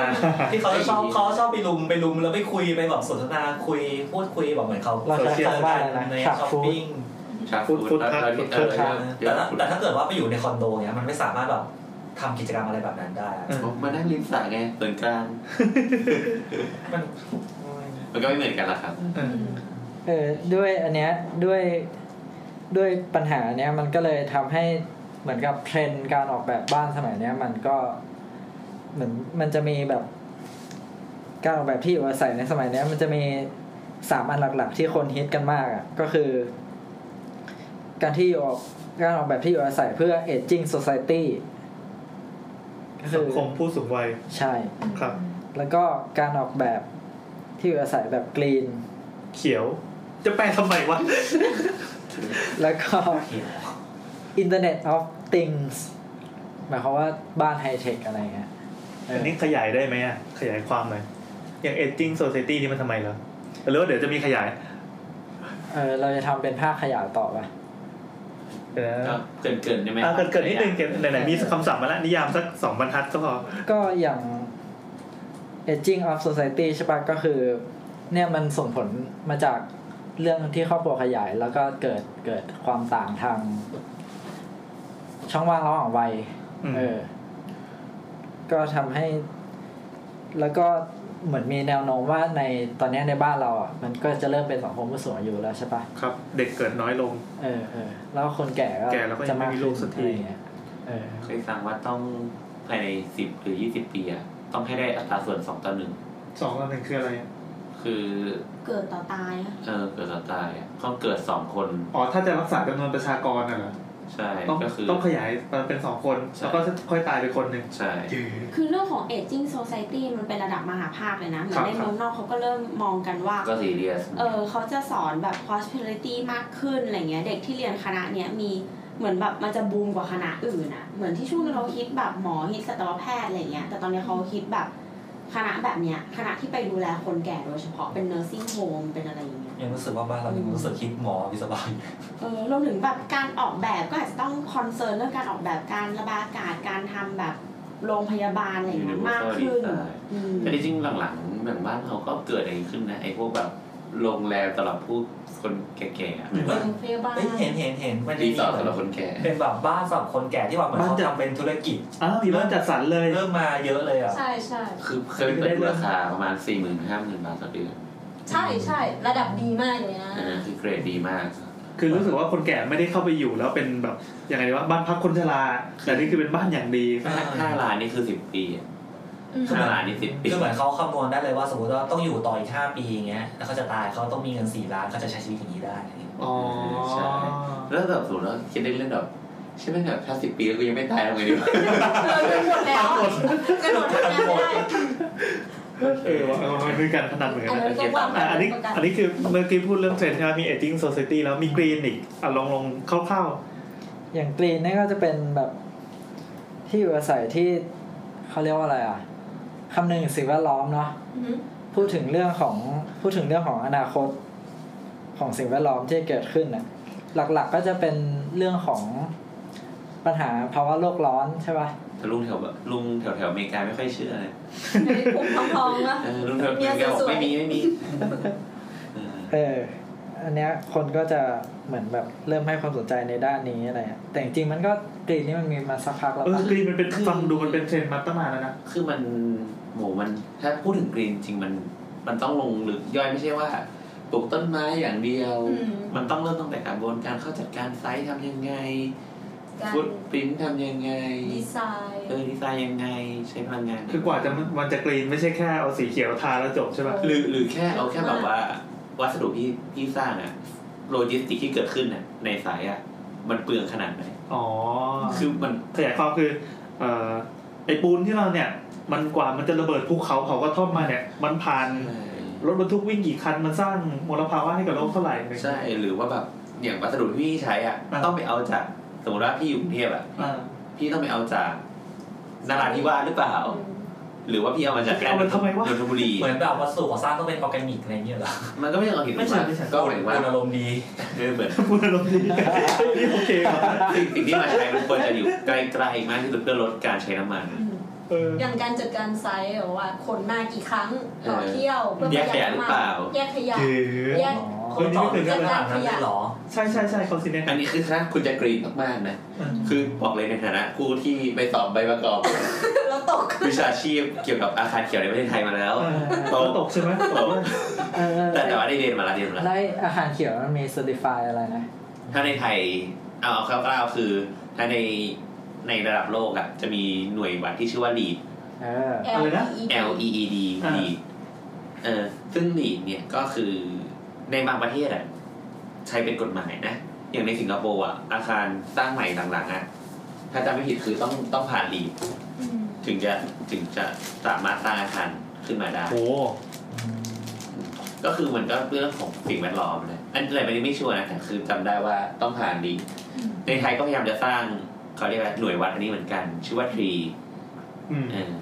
Speaker 7: ที่เขาชอบเขาชอบไปลุมไปลุมแล้วไปคุยไปแบบสนทนาคุยพูดคุยแบบเหมือนเขา
Speaker 4: เราจะ
Speaker 7: เจอ
Speaker 4: ว่า
Speaker 7: กั
Speaker 4: อะไรนะ
Speaker 7: ใน
Speaker 4: ขับ
Speaker 7: ช้อป
Speaker 4: ฟู้ด
Speaker 7: ปิ้ง
Speaker 1: ชาฟูด
Speaker 5: Food Food
Speaker 1: แล้ว
Speaker 5: ครับ
Speaker 1: เออเดี๋ย
Speaker 7: แต่
Speaker 1: ว
Speaker 7: ถ้า
Speaker 1: คุณ
Speaker 7: แต่ถ้าเกิดว่าไปอยู่ในคอนโดเนี้ยมันไม่สามารถแบบทำกิจกรรมอะไรแบบนั้นได้อะ
Speaker 1: มานั่งริมสระไงส่วนกลาง
Speaker 7: มัน
Speaker 1: มันก็ไม่เหมือนกันละครับ
Speaker 5: เออ
Speaker 4: เออ ด้วยอันเนี้ย ด้วยด้วยปัญหาเนี้ยมันก็เลยทำให้เหมือนกับเทรนด์การออกแบบบ้านสมัยเนี้ย มันก็เหมือนมันจะมีแบบ การออกแบบที่อยู่อาศัยในสมัยเนี้ย มันจะมีสามอันหลัก ๆ ที่คนฮิตกันมากอ่ะก็คือ การที่อยู่ออกการออกแบบที่อยู่อาศัยเพื่อ aging society ก็คื
Speaker 5: สั
Speaker 4: อ
Speaker 5: งคมผู้สูงวัย
Speaker 4: ใช่
Speaker 5: ครับ
Speaker 4: แล้วก็การออกแบบที่อยู่อาศัยแบบกรีน
Speaker 5: เขียว จะแปลทำไมวะ
Speaker 4: แล้วก็
Speaker 7: เห็น
Speaker 4: Internet of Things หมายความว่าบ้านไฮเทคอะไรเงี้ยเออ
Speaker 5: อั
Speaker 4: น
Speaker 5: นี้ขยายได้ไหมอ่ะ ขยายความหน่อยอย่าง aging society นี่มันทำไมเหรอหรือว่าเดี๋ยวจะมีขยาย
Speaker 4: เออเราจะทำเป็นภาคขยายต่อไปะ
Speaker 5: เดี๋ยว
Speaker 1: ก็
Speaker 5: นะ
Speaker 1: เกินเกินๆใช่ไหม
Speaker 5: อ่ะเกิดเกิดนิดนึงเกิดไหนๆมีคำศัพท์มาแล้วนิยามสักสองบรรทัดก็พอ
Speaker 4: ก็อย่าง Aging of Society ใช่ปะก็คือ เนี่ยมันส่งผลมาจากเรื่องที่ครอบครัวขยาย แล้วก็เกิดเกิดความต่างทาง ช่องว่างระหว่างวัย
Speaker 5: อืม
Speaker 4: เออ ก็ทำให้ แล้วก็เหมือนมีแนวโน้มว่าในตอนเนี้ยในบ้านเราอ่ะ มันก็จะเริ่มเป็นสังคมผู้สูงอายุแล้วใช่ปะ
Speaker 5: ครับ เด็กเกิดน้อยลง
Speaker 4: เออเออแล้วคนแก่ก็
Speaker 5: แก่แล้วก็ยังไม่มีลูกสัก
Speaker 4: จะ
Speaker 5: ที
Speaker 4: มาขึ้นอะไรเงี้ยเออ
Speaker 1: เคยฟังว่าต้องภายในสิบหรือยี่สิบปีอะต้องให้ได้อัตราส่วนสองต่อหนึ่ง
Speaker 5: สองต่อหนึ่งคืออะไร
Speaker 1: คือ
Speaker 6: เกิดต่อตาย
Speaker 1: เออเกิดต่อตายอะต้องเกิดสองคน
Speaker 5: อ๋อ ถ้าจะรักษาจำนวนประชากรน่ะเหรอ
Speaker 1: ใช่
Speaker 5: ต้อง
Speaker 1: ก็คือ
Speaker 5: ต้องขยายมันเป็นสองคน
Speaker 1: ใช่
Speaker 5: แล้วก็ค่อยตายไปคนหนึ่ง
Speaker 1: ใช่
Speaker 6: คือเรื่องของ aging society มันเป็นระดับมหาภาคเลยนะเหมือนใน
Speaker 5: ครับ
Speaker 6: เมืองนอกเขาก็เริ่มมองกันว่า
Speaker 1: ก็ซีเรียส
Speaker 6: เออเขาจะสอนแบบ prosperity มากขึ้นอะไรเงี้ย เด็กที่เรียนคณะเนี้ยมีเหมือนแบบมันจะบูมกว่าคณะอื่นอะเหมือนที่ช่วงเราฮิตแบบหมอฮิตสัตวแพทย์อะไรเงี้ยแต่ตอนนี้เขาฮิตแบบคณะแบบเนี้ยคณะที่ไปดูแลคนแก่โดยเฉพาะเป็น nursing home เป็นอะไรอย่างเงี้ย
Speaker 7: ยังรู้สึกว่าบ้านเรายังรู้สึกคิดหมอวิศวะอยู่
Speaker 6: เออรวมถึงแบบการออกแบบก็อาจจะต้อง concern เรื่องการออกแบบการระบายอากาศการทำแบบโรงพยาบาลอะไรเงี้ยมากขึ้นอืม
Speaker 1: แต่ที่จริงหลังๆหลังบ้านเขาก็เกิดอะไรขึ้นนะไอ้พวกแบบโรงแรมสำหรับผู้ คนแก่ๆอะ
Speaker 9: เหมือนโรงพยาบาล
Speaker 7: เฮ้ยเห็นเห็นเห็นมันจะ
Speaker 1: รี
Speaker 7: มี
Speaker 1: สอร์ทสำหรับคนแก่
Speaker 7: เป็นแบบบ้านสำหรับคนแก่ที่แบบเหมือน
Speaker 5: บ้าน
Speaker 7: เขา
Speaker 5: จัด
Speaker 7: ทำเป็นธุรกิจ
Speaker 5: อ้าวมีบ้านจัดสรรเลย
Speaker 7: เริ่มมาเยอะเลยอ่ะ
Speaker 9: ใช่ใช่
Speaker 1: คือเคยเปิดดูราคาประมาณสี่หมื่นห้าหมื่นบาทต่อเดือน
Speaker 9: ใช่ใช่ระดับดีมากเลยนะ
Speaker 1: อันนั้นคือเกรดดีมาก
Speaker 5: คือรู้สึกว่าคนแก่ไม่ได้เข้าไปอยู่แล้วเป็นแบบยังไงดีว่าบ้านพักคนชราแต่นี่คือเป็นบ้านอย่างดี
Speaker 7: เออ
Speaker 1: ห้าล้านนี่คือสิบปีอะ
Speaker 9: อืม
Speaker 1: ห้าล้านนี่สิบปี
Speaker 7: คือเหมือนเขาคำนวณได้เลยว่าสมมติว่าต้องอยู่ต่ออีกห้าปีอย่างเงี้ยแล้วเขาจะตายเขาต้องมีเงินสี่ล้านเขาจะใช้ชีวิตอย่างนี้ได้
Speaker 5: อ๋อใช่
Speaker 1: แล้วแบบสมมติว่าคิดได้เรื่องแบบใช่ไหมแบบถ้าสิบปีแล้วกูยังไม่ตายทำไงดีวะ
Speaker 8: เงินหมดแล้วเงินหมดทำงานไม่ได้
Speaker 5: เออว่าเออมันคือการพนันเหมือนกั
Speaker 9: อัน
Speaker 5: น
Speaker 9: นั้นก็วาง
Speaker 5: อ่ะอันนี้
Speaker 9: ประกัน
Speaker 5: อันนี้คือเมื่อกี้พูดเรื่องเทรนด์ใช่ไหมมี aging society แล้วมี green อีกอ่ะลองลองคร่าว
Speaker 4: อย่างกรีนนี่ก็จะเป็นแบบที่อยู่อาศัยที่เขาเรียกว่าอะไรอ่ะคำนึงถึงสิ่งแวดล้อมเนาะพูดถึงเรื่องของพูดถึงเรื่องของอนาคตของสิ่งแวดล้อมที่เกิดขึ้นน่ะหลักๆก็จะเป็นเรื่องของปัญหาภาวะโลกร้อนใช่ปะ่ะ
Speaker 1: แต่ลุงแถวแบบลุงแถวแถวอเมริกาไม่ค่อยเชื่อเลย
Speaker 9: ผมทองๆนะ
Speaker 1: เออลุงแถวอเมริกาบอกไม่มีไม่มีเออ
Speaker 4: เอออันเนี้ยคนก็จะเหมือนแบบเริ่มให้ความสนใจในด้านนี้อะไรอะแต่จริงๆมันก็กรีนนี่มันมีมาสักพัก
Speaker 5: ๆ
Speaker 4: แล้ว
Speaker 5: เออ
Speaker 4: ปะ
Speaker 5: green มันเป็นฟังดูมันเป็นเทรนด์มาตั้งนานแล้วนะ
Speaker 1: คือมันโหมันถ้าพูดถึงกรีนจริงมันมันต้องลงลึกย่อยไม่ใช่ว่าปลูกต้นไม้อย่างเดียว
Speaker 8: อืม
Speaker 1: มันต้องเริ่มตั้งแต่กระบวนการเข้าจัดการไซต์ทำยังไง
Speaker 9: การ
Speaker 1: ฟุตปริ้นทำยังไง
Speaker 9: ดีไซน์
Speaker 1: เออดีไซน์ยังไงใช้พลังงาน
Speaker 5: คือกว่าจะมันมันจะ green ไม่ใช่แค่เอาสีเขียวทาแล้วจบใช่ป่ะ
Speaker 1: หรือหรือแค่เอาแค่แบบว่า วัสดุที่ที่สร้างอะโลจิสติกที่เกิดขึ้นอะในสายอะมันเปลืองขนาดไหน
Speaker 5: อ๋อ
Speaker 1: คือมัน
Speaker 5: ขยายความคือเอ่อไอปูนที่เราเนี่ย มันกว่ามันจะระเบิดภูเขาเขาก็ท่อมมาเนี่ย มันผ่านรถบรรทุกวิ่งกี่คัน มันสร้างมลภาวะให้กับโลกเท่าไหร่อะไรอย่างเงี้ย
Speaker 1: ใช่หรือว่าแบบอย่างวัสดุที่พี่ใช้อ่ะ
Speaker 5: อ่า
Speaker 1: ต้องไปเอาจากสมมติว่าพี่อยู่กรุงเทพอ่ะ
Speaker 5: อ่า
Speaker 1: พี่ต้องไปเอาจากนราธิวาสหรือเปล่า
Speaker 9: อืม
Speaker 1: หรือว่าพี่เอามาจาก
Speaker 5: เอาไปทำไมวะ
Speaker 1: นนทบุรี
Speaker 7: เหมือนแบบวัสดุก่อสร้างต้องเป็นออร์แกนิกอะไรอย่างเงี้ยเหรอ
Speaker 1: มันก็ไม่ใช่ความผิด
Speaker 5: ไม่ใช่ไม่ใช่
Speaker 1: ก็หมายถึงว่า
Speaker 7: อารมณ์ดี
Speaker 1: เออเหมือน
Speaker 5: พูดอารมณ์ดีนี่โอเคครับ
Speaker 1: สิ่งสิ่งที่มาใช้มันควรจะอยู่ไกลๆมากที่สุดเพื่อลดการใช้น้ำมัน
Speaker 5: เออ
Speaker 9: อย่างการจัดการไซส์แบบว่าขนมากี่ครั้งต่อ
Speaker 1: เออ
Speaker 9: เที่ยวเพื่อประห
Speaker 1: แยกขยะ
Speaker 9: ยัด
Speaker 1: หรือ
Speaker 9: มา
Speaker 1: เปล่า
Speaker 9: แยกขยะ
Speaker 5: เก๋
Speaker 9: แยกข
Speaker 7: คน
Speaker 9: น
Speaker 7: ต่
Speaker 9: ต่
Speaker 7: อ
Speaker 9: อ
Speaker 7: เป็น
Speaker 9: จั
Speaker 7: เรื่
Speaker 9: ด
Speaker 7: องข
Speaker 9: การ
Speaker 7: นาดนั้นเลย
Speaker 9: ขะ
Speaker 7: ยเหรอ
Speaker 5: ใช่ใช่ใช่เขาซีเนีย
Speaker 1: อันนี้คือถ้าคุณจะกรีนมากๆนะคือบอกเลยในฐานะผู้ที่ไปสอบใบประกอบ
Speaker 9: แล้วตก
Speaker 1: วิชาชีพเกี่ยวกับอาคารเขียวในประเทศไทยมาแล้ว
Speaker 5: ตกตกใช่ไหมตกด้วย
Speaker 4: เออเออ
Speaker 1: แต่แต่ว่าได้เรียนมาแล้วเรียนมาแล้ว
Speaker 4: แล้วไอ้อาหารเขียวมันมีเซอร์ติฟายอะไรนะ
Speaker 1: ถ้าในไทยเอาเอาคร่าวๆคือ ถ้าในในระดับโลกอะจะมีหน่วยวัดที่ชื่อว่า LEED
Speaker 4: เออ
Speaker 5: ะไรนะ
Speaker 1: L E E D
Speaker 5: อ่า
Speaker 1: LEED เออซึ่ง LEED เนี่ยก็คือในบางประเทศอะใช้เป็นกฎหมายนะ อย่างในสิงคโปร์อะอาคารสร้างใหม่ต่างๆอะถ้าจำไม่ผิดคือต้องต้องผ่าน LEED ถึงจะถึงจะสามารถสร้างอาคารขึ้นมาได้
Speaker 5: โอ้
Speaker 1: ก็คือมันก็เรื่องของสิ่งแวดล้อมนะอันอะไรไม่ไม่ชัวร์นะแต่คือจำได้ว่าต้องผ่านดี ในไทยก็พยายามจะสร้างเขาเรียกว่าหน่วยวัดอันนี้เหมือนกัน ชื่อว่าทรี
Speaker 5: อืม
Speaker 1: เออ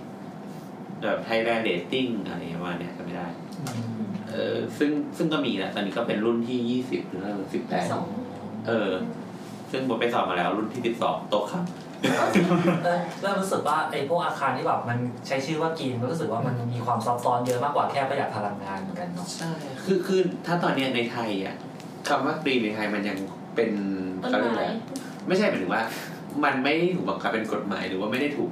Speaker 1: แบบไทยแลนด์เดตติ้งอะไรประมาณเนี้ยจำไม่ได้ เออซึ่งซึ่งก็มีนะตอนนี้ก็เป็นรุ่นที่ยี่สิบหรือสิบแปด
Speaker 9: สอง
Speaker 1: เออ ซึ่งผมไปสอบมาแล้วรุ่นที่สิบสองตกครับ
Speaker 7: เออเริ่มรู้สึกว่าไอ้พวกอาคารที่แบบมันใช้ชื่อว่ากินก็รู้สึกว่ามันมีความซับซ้อนเยอะมากกว่าแค่ประหยัดพลังงานเหมือนกันเนาะ
Speaker 1: ใช่ คือคือถ้าตอนเนี้ยในไทยอ่ะคำว่ากรีนในไทยมันยังเป็น
Speaker 9: ต้น
Speaker 1: เขาเรียกอะ
Speaker 9: ไม้
Speaker 1: ไรไม่ใช่หมายถึงว่า มันไม่ได้ถูกบังคับเป็นกฎหมายหรือว่าไม่ได้ถูก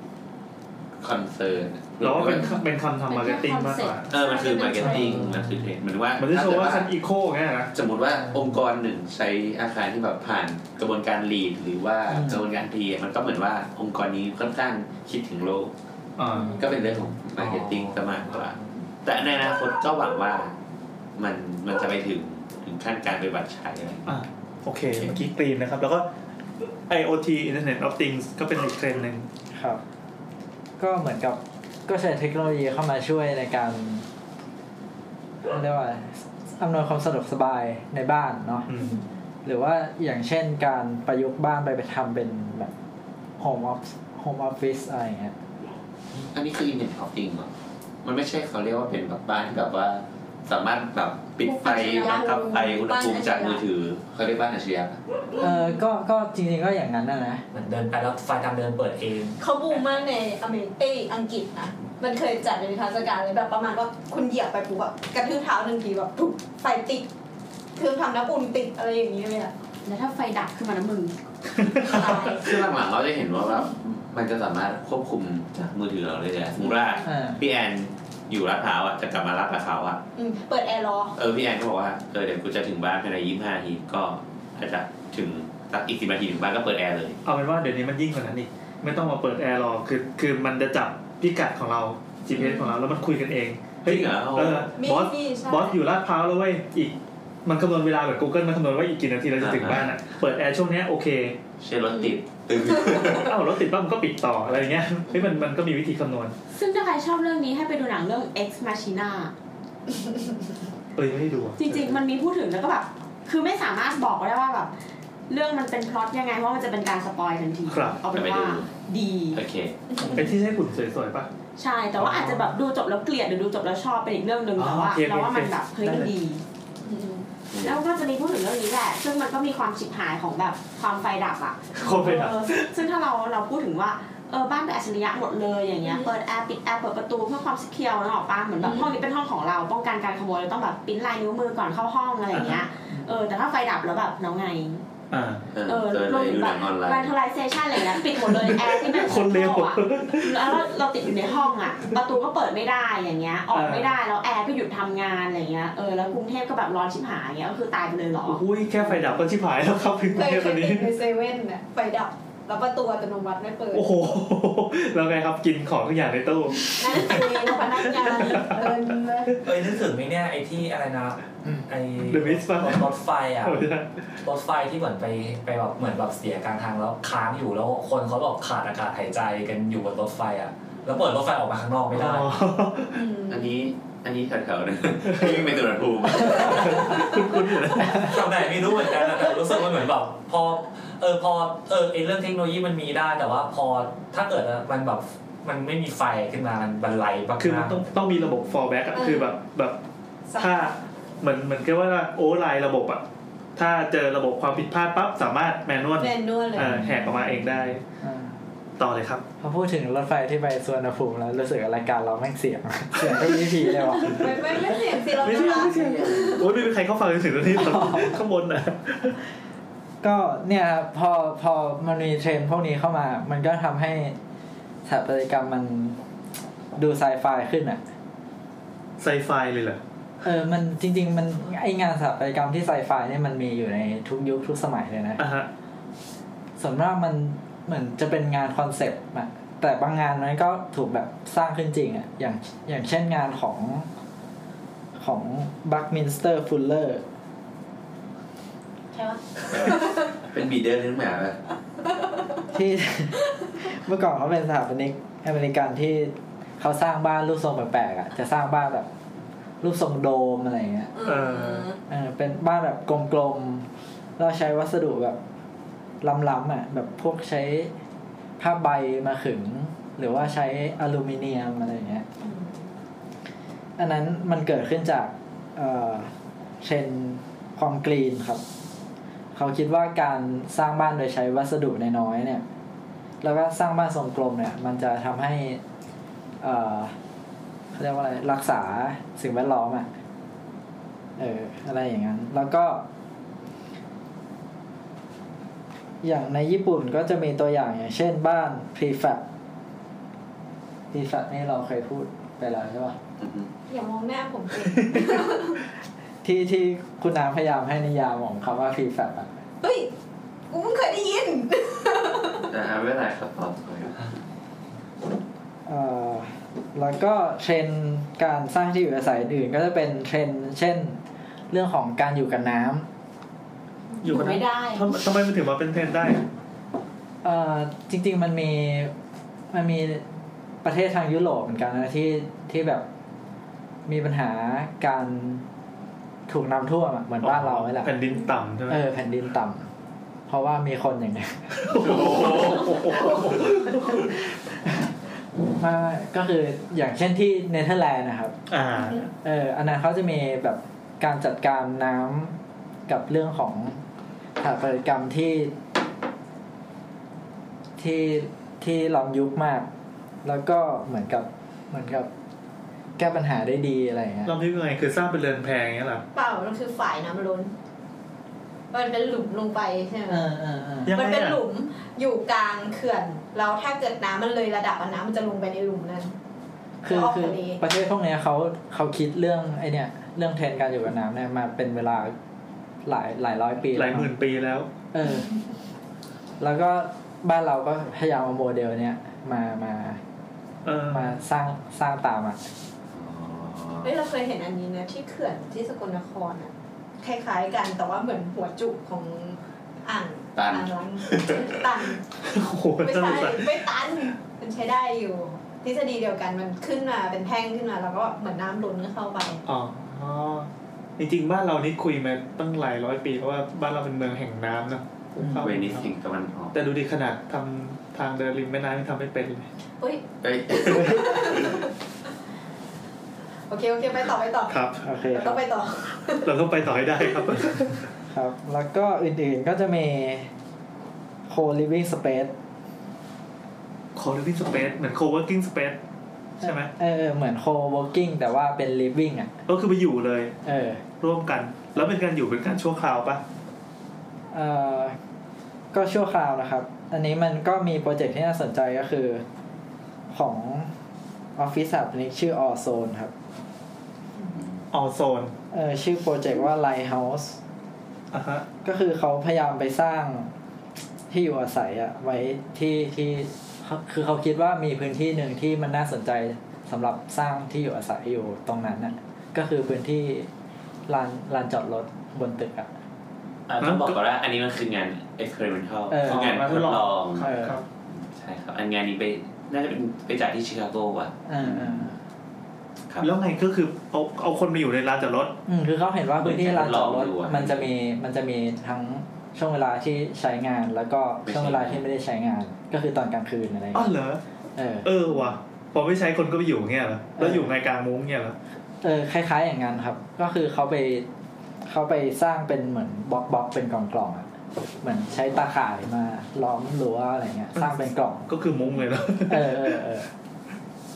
Speaker 1: คอนเซิร์น
Speaker 5: เราว่าเป็นเป็นคำทำมาร์เก็ตติ้งมากกว่า
Speaker 1: เออมันคือมาร์เก็ตติ้งมันคือเทรนด์เหมือนว่า
Speaker 5: มันจะโชว์ว่า
Speaker 1: ถ้เกิด
Speaker 5: ฉันอีโคไงยนะ
Speaker 1: สมมติว่าองค์กรหนึ่งใช้อาคารที่แบบผ่านกระบวนการลีดหรือว่า
Speaker 4: อืม
Speaker 1: กระบวนการทีมันก็เหมือนว่าองค์กรนี้ค่อนข้างคิดถึงโลก
Speaker 5: อ่า
Speaker 1: ก็เป็นเรื่องของมาร์เก็ตติ้งซะมากกว่า แต่ในอนาคตก็หวังว่ามันมันจะไปถึงถึงขั้นการปฏิบัติใช้อะไรอย่างเงี้ย
Speaker 5: อ่าโอเคเมื่อกี้กรีนนะครับ แล้วก็ IoT Internet of Things ก็เป็นอีกเทรนด์หนึ่ง
Speaker 4: ครับ ก็เหมือนกับก็ใช้เทคโนโลยีเข้ามาช่วยในการเรียกว่าอะไรอำนวยความสะดวกสบายในบ้านเนาะ
Speaker 5: อืม
Speaker 4: หรือว่าอย่างเช่นการประยุกต์บ้านไปไปทำเป็นแบบโฮมออฟโฮมออฟฟิศอะไรอย่างเงี้ย
Speaker 1: อันนี้คืออินเทอร์เน็ตของจริงเหรอมันไม่ใช่เขาเรียกว่าเป็นแบบบ้านที่แบบว่า สามารถแบบปิดไฟบังคับไฟอุณหภูมิจากมือถือเขาเรียกบ้านอาชีพ
Speaker 4: เออก็ก็จริงๆก็อย่างนั้นนะนะ
Speaker 7: เหมือนเดินไปแล้วไฟทางเดินเปิดเอง
Speaker 9: เขาบูมมากในอเมริกเอ้ยอังกฤษนะ
Speaker 8: มันเคยจัดในนิทรรศการเลยแบบประมาณว่าคุณเหยียบไปปุ๊บแบบกระทืบเท้าหนึ่งทีแบบทุบไฟติด คือทำน้ำอุ่นติดอะไรอย่างนี้เลยอะ
Speaker 6: แล้วถ้าไฟดับขึ้นมานะมึง
Speaker 8: ตาย
Speaker 1: คือหลังๆเราจะเห็นว่าแบบมันจะสามารถควบคุมจากมือถือเราได้เลยสมมติว่า
Speaker 4: เออ
Speaker 1: พี่แอนอยู่รัดพร้าวอ่ะจะกลับมารัดพร้าวอ่ะ
Speaker 8: อืมเปิดแอร์รอ
Speaker 1: เออพี่แอนก็บอกว่าเออเดี๋ยวกูจะถึงบ้านภายในยี่สิบห้านาทีก็อาจจะถึงสักอีกสิบนาทีถึงบ้านก็เปิดแอร์เลย
Speaker 5: เอาเป็นว่าเดี๋ยวนี้มันยิ่งกว่านั้นอีกไม่ต้องมาเปิดแอร์รอคือคือมันจะจับพิกัดของเรา GPS ของเราแล้วมันคุยกันเองเฮ้ย
Speaker 1: จริงเหรอ
Speaker 5: เออ
Speaker 8: มี
Speaker 5: บอส
Speaker 8: มีใช่
Speaker 5: บอสอยู่ลาดพร้าวแล้วเว้ยอีก มันคำนวณเวลาแบบ Google มันคำนวณว่าอีกกี่นาทีเราจะถึงบ้านอ่ะเปิดแอร์ช่วงเนี้ยโอเค
Speaker 1: เช่นรถติดตึง
Speaker 5: เอ้ารถติดปั๊บมันก็ปิดต่ออะไรอย่างเงี้ย เฮ้ยมันมันก็มีวิธีคำนวณ
Speaker 6: ซึ่งถ้าใครชอบเรื่องนี้ให้ไปดูหนังเรื่อง Ex Machina
Speaker 5: เอ้ยไม่ได้ดูอะ
Speaker 6: จริงๆ มันมีพูดถึงแล้วก็แบบ คือไม่สามารถบอกได้ว่าแบบ เรื่องมันเป็นพล็อตยังไง เพราะมันจะเป็นการสปอยทันที
Speaker 5: ครับ
Speaker 6: เอาเป็นว่า
Speaker 1: ไปดู
Speaker 6: ดี
Speaker 1: โอเค
Speaker 5: ไอ้ที่ใช่หุ่นสวยๆป่ะ
Speaker 6: ใช่ แต่ว่าอาจจะแบบดูจบแล้วเกลียดหรือดูจบแล้วชอบเป็นอีกเรื่องหนึ่ง
Speaker 5: อ๋อ
Speaker 6: แต่ว่า
Speaker 5: โอเค
Speaker 6: เราว่ามันแบบ
Speaker 5: โอเค
Speaker 6: เฮ้ยมันดี แล้วก็จะมีพูดถึงเรื่องนี้แหละ ซึ่งมันก็มีความฉิบหายของแบบความไฟดับอ่ะ
Speaker 5: โคตรไปดับ
Speaker 6: เออซึ่งซึ่งถ้าเราเราพูดถึงว่าเออบ้านเป็นอัจฉริยะหมดเลยอย่างเงี้ยเปิดแอร์ปิดแอร์เปิดประตูเพื่อความสิเคียวนะหรอกป้าเหมือนแบบห้องนี้เป็นห้องของเราป้องกันการขโมยเราต้องแบบปริ้นลายนิ้วมือก่อนเข้าห้องอะไรอย่างเงี้ยเออแต่ถ้าไฟดับแล้วแบบน้องไง
Speaker 5: อ่า
Speaker 1: เออ
Speaker 6: เออ
Speaker 1: เจอ
Speaker 6: ร
Speaker 1: เล
Speaker 6: วม
Speaker 1: ย
Speaker 6: ถึ
Speaker 1: ดูห
Speaker 6: งแบ
Speaker 1: นั
Speaker 6: บ
Speaker 1: งออนไล
Speaker 6: การ
Speaker 1: น์
Speaker 6: ทลายเซชันอะไรเงี้ยปิดหมดเลยแอร์ที่เป็น
Speaker 5: คนเลว
Speaker 6: อ่ะแล้วเราเราติดอยู่ในห้องอ่ะประตูก็เปิดไม่ได้อย่างเงี้ยออกไม่ได้แล้วแอร์ก็หยุดทำงานอะไรเงี้ยเออแล้วกรุงเทพก็แบบร้อนชิบหายเงี้ยก็คือตายไปเลยเหรอ
Speaker 5: อุ้ยแค่ไฟดับก็ชิบหายแล้วครับ พี่
Speaker 8: เคย
Speaker 5: เทพ
Speaker 8: เค
Speaker 5: ตอย น นี้
Speaker 8: เห็นในเซเว่นน่ะไฟดับ แล้วประตูอัตโนมัติไม่เปิด
Speaker 5: โอ้โห แล้วไงครับกินของทุกอย่างในตู้
Speaker 8: นั่นคือพนักงานเดินเลย
Speaker 7: เอ้ยนึกถึงไหมเนี่ยไอ้ที่อะไรนะไอ้
Speaker 5: The Mist ป่ะ
Speaker 7: รถไฟอ่ะ รถไฟที่เหมือนไปไปแบบเหมือนแบบเสียกลางทางแล้วค้างอยู่แล้วคนเขาแบบขาดอากาศหายใจกันอยู่บนรถไฟอ่ะ แล้วเปิดรถไฟออกมาข้างนอกไม่ได้
Speaker 5: อ๋อ
Speaker 1: อันนี้อันนี้แถวๆนะวิ่ง ไปสุวรรณภูมิ
Speaker 7: ทำไหนไม่รู้เหมือนกันนะแต่รู้สึกมันเหมือนแบบพอเออพอเออไอเรื่องเทคโนโลยีมันมีได้ แต่ว่าพอถ้าเกิดมันแบบมันไม่มีไฟขึ้นมามันบันไลบ้าง
Speaker 5: คือมันต้องต้องมีระบบ fallback อะ
Speaker 8: เออ
Speaker 5: คือแบบแบบถ้าเหมือนเหมือนกับว่าโอไลน์ระบบอ่ะ ถ้าเจอระบบความผิดพลาดปั๊บสามารถแมนนวล
Speaker 8: แมนนวลเลย
Speaker 5: เอ่อแหกออกมาเองได้
Speaker 4: อ่า
Speaker 5: ต่อเลยครับ
Speaker 4: พอพูดถึงรถไฟที่ไปสวนภูมิแล้วรู้สึกรายการเราแม่งเสียง เสียงก็ยี่ผีเลยว่ะ
Speaker 8: ไม่ไม่ไม่เสียงสิเรา
Speaker 5: ไม่
Speaker 8: จะ
Speaker 5: ใช่
Speaker 8: รัก
Speaker 5: ไม่ใช่โอ้ยไม่มีใครเข้าฟังจนถึงตอนนี้หรอกข้างบนอ่ะ
Speaker 4: ก็เนี่ยครับพอพอมันมีเทรนด์พวกนี้เข้ามา มันก็ทำให้สถาปัตยกรรมมันดูไซไฟขึ้นอ่ะ
Speaker 5: ไซไฟเลยเหรอ
Speaker 4: เออ มันจริง ๆ มันไองานสถาปัตยกรรมที่ไซไฟเนี่ยมันมีอยู่ในทุกยุคทุกสมัยเลยนะ
Speaker 5: อ่ะฮะ
Speaker 4: ส่วนมากมันเหมือนจะเป็นงานคอนเซปต์อะแต่บางงานมันก็ถูกแบบสร้างขึ้นจริงอะอย่างอย่างเช่นงานของของบัคมินสเตอร์ฟุลเลอร์
Speaker 8: ใช่ปะ
Speaker 1: เป็นบีเดอร์เลี้ยงหมาป่ะ
Speaker 4: ที่ เมื่อก่อนเขาเป็นสถาปนิกอเมริกันที่เขาสร้างบ้านรูปทรงแปลกๆอะจะสร้างบ้านแบบรูปทรงโดมอะไรอย่างเงี้ย
Speaker 5: เออ
Speaker 4: เออเป็นบ้านแบบกลมๆเราใช้วัสดุแบบล้ำๆอ่ะ แบบพวกใช้ผ้าใบมาขึง หรือว่าใช้อลูมิเนียมอะไรอย่างเงี้ย อันนั้นมันเกิดขึ้นจากเอ่อเทรนด์ความกรีนครับ เขาคิดว่าการสร้างบ้านโดยใช้วัสดุน้อยๆเนี่ย แล้วก็สร้างบ้านทรงกลมเนี่ย มันจะทำให้เอ่อเขาเรียกว่าอะไร รักษาสิ่งแวดล้อมอ่ะ เอออะไรอย่างนั้น แล้วก็ อย่างในญี่ปุ่นก็จะมีตัวอย่างอย่างเช่นบ้าน prefab prefab นี่เราเคยพูดไปแล้วใช่ปะ
Speaker 1: อือฮึ
Speaker 8: อย่ามองหน้าผมสิ
Speaker 4: ที่ที่คุณน้ำพยายามให้นิยามของคำว่า prefab อะ
Speaker 8: เฮ้ยกูเพิ่งเคยได้ยิน
Speaker 1: แต่เอาไม่เป็นไรครับต่อไปครับ
Speaker 4: เอ่อแล้วก็เทรนด์การสร้างที่อยู่อาศัยอื่นก็จะเป็นเทรนด์เช่น เรื่องของการอยู่กับน้ำ
Speaker 5: อยู่คนนั้
Speaker 6: ไม่
Speaker 5: น
Speaker 6: ได้
Speaker 5: ทำทำไมมันถึงมาเป็นเทรนด์ได้
Speaker 4: เอ่อจริง ๆ มันมีมันมีประเทศทางยุโรปเหมือนกันนะที่ที่แบบมีปัญหาการถูกน้ำท่วมอะเหมือนบ้านเราไหมล่ะ
Speaker 5: แผ่นดินต่ำใช่ไหม
Speaker 4: เออแผ่นดินต่ำเพราะว่ามีคนอย่างเงี้ย ไม่ไม่ก็คืออย่างเช่นที่เนเธอร์แลนด์นะครับ
Speaker 5: อ่า
Speaker 4: เอออันนั้นเขาจะมีแบบการจัดการน้ำกับเรื่องของสถาปัตยกรรมที่ ที่ที่ล้ำยุคมาก แล้วก็เหมือนกับเหมือนกับ แก้ปัญหาได้ดีอะไรอย่างเงี้ย
Speaker 5: เราพิมพ์ยังไงคือสร้างเป็นเรือนแพงอย่างเงี้ยเหรอ
Speaker 8: เปล่ามันคือฝ่ายน้ำล้น
Speaker 9: มันเป็นหลุมลงไปใช่ไหม
Speaker 4: เออเออเออ
Speaker 5: ยัง
Speaker 9: มั
Speaker 5: ไง
Speaker 9: นเป็น
Speaker 5: อ่ะ
Speaker 9: หลุม
Speaker 8: อยู่กลางเขื่อนแล้วถ้าเกิดน้ำมันเลยระดับอะน้ำมันจะลงไปในหลุมนั้น
Speaker 4: คือ
Speaker 8: แล้วออก
Speaker 4: คือ
Speaker 8: ทะเล
Speaker 4: ประเทศพวกเนี้ยเขาเขาคิดเรื่องไอเนี่ยเรื่องเทรนด์การอยู่กับน้ำเนี่ยมาเป็นเวลาหลายหลายร้อยปี
Speaker 5: หลาย
Speaker 4: แว
Speaker 5: หมื่นปีแล้ว
Speaker 4: เออ แล้วก็บ้านเราก็พยายามเอาโมเดลเนี้ยมามา
Speaker 5: เออ
Speaker 4: มาสร้างสร้างตามอ่ะ
Speaker 8: เฮ้ยเราเคยเห็นอันนี้นะที่เขื่อนที่สกลนครอ่ะคล้ายๆกันแต่ว่าเหมือนหัวจุกของอ่าง
Speaker 3: ตัน
Speaker 8: อ่างล้างตัน
Speaker 5: โอ้โห
Speaker 8: ไม่
Speaker 5: น่าส
Speaker 8: ใช่
Speaker 5: งสาร
Speaker 8: ไม่ตัน มันใช้ได้อยู่ ทฤษฎีเดียวกันมันขึ้นมาเป็นแท่งขึ้นมาแล้วก็เหมือนน้ำล้นเข้าไป
Speaker 5: อ๋ออ๋อจริงๆบ้านเรานี่คุยมาตั้งหลายร้อยปีเพราะว่าบ้านเราเป็นเมืองแห่งน้ำนะเข้า
Speaker 1: เวนิสสิ่งตะวันออก
Speaker 5: แต่ดูดิขนาดทำทางเดินริมแม่น้ำยังทำไม่เป็นเลย
Speaker 9: เฮ้ย
Speaker 1: เอ้ย
Speaker 8: โอเคโอเคไปต่อไปต่อ
Speaker 5: ครับ
Speaker 4: โอเคค
Speaker 8: ต้อ
Speaker 4: รั
Speaker 8: บ งไปต่อ
Speaker 5: เราต้องไปต่อให้ได้ครับ
Speaker 4: ครับ แล้วก็อื่นๆก็จะมี co-living space
Speaker 5: co-living space เหมือน co-working space ใช่ไหม
Speaker 4: เออเออเหมือน co-working แต่ว่าเป็น living อ่ะ
Speaker 5: ก็คือไปอยู่เลย
Speaker 4: เออ
Speaker 5: ร่วมกัน แล้วเป็นการอยู่เป็นการชั่วคราวปะ
Speaker 4: เอ่อก็ชั่วคราวนะครับ อันนี้มันก็มีโปรเจกต์ที่น่าสนใจก็คือ ของออฟฟิศแบบนี้ชื่อ All Zone ครับ
Speaker 5: ออโซน
Speaker 4: เออชื่อโปรเจกต์ว่า Lighthouse
Speaker 5: อ่ะฮะ
Speaker 4: ก็คือเขาพยายามไปสร้างที่อยู่อาศัยอะไว้ที่ที่เขาคือเขาคิดว่ามีพื้นที่หนึ่งที่มันน่าสนใจสำหรับสร้างที่อยู่อาศัยอยู่ตรงนั้นน่ะก็คือพื้นที่ลานลานจอดรถบนตึกอะ
Speaker 1: อ่ะต้องบอกก่อนว่าอันนี้มันคืองาน experimental
Speaker 4: เออ
Speaker 1: คืองานทดลอง
Speaker 5: ครับครับ
Speaker 1: ใช่ครับ อันงานนี้ไปน่าจะเป็นไปจากที่ชิคาโกว่ะ
Speaker 4: อ่าอ่า
Speaker 1: ครับ
Speaker 5: แล้วไงก็คือเอาเอาคนมาอยู่ในลานจอดรถ
Speaker 4: อืมคือเขาเห็นว่าพื้นที่ลานจอดรถ
Speaker 1: ลองดูอะ
Speaker 4: มันจะมีมันจะมีทั้งช่วงเวลาที่ใช้งานแล้วก็ช่วงเวลาที่ไม่ได้ใช้งาน ก็คือตอนกลางคืนอะไรอย่าง
Speaker 5: อ๋อ
Speaker 4: เงี้ย
Speaker 5: เหรอ
Speaker 4: เออ
Speaker 5: เออว่ะ พอไม่ใช้คนก็ไปอยู่เงี้ยเหรอ แล้
Speaker 4: เออ
Speaker 5: วอ
Speaker 4: อ
Speaker 5: ยู่ในกลางมุ้งเงี้ยเหรอ
Speaker 4: เออคล้าย ๆอย่างนั้นครับ ก็คือเขาไปเขาไปสร้างเป็นเหมือนบล็อกบล็อกเป็นกล่องกล่องๆอะเหมือนใช้ตาข่ายมาล้อมรั้วอะไรเงี้ยสร้างเป็นกล่อง
Speaker 5: ก็คือมุ้งเลยเนาะ
Speaker 4: เออเออเออ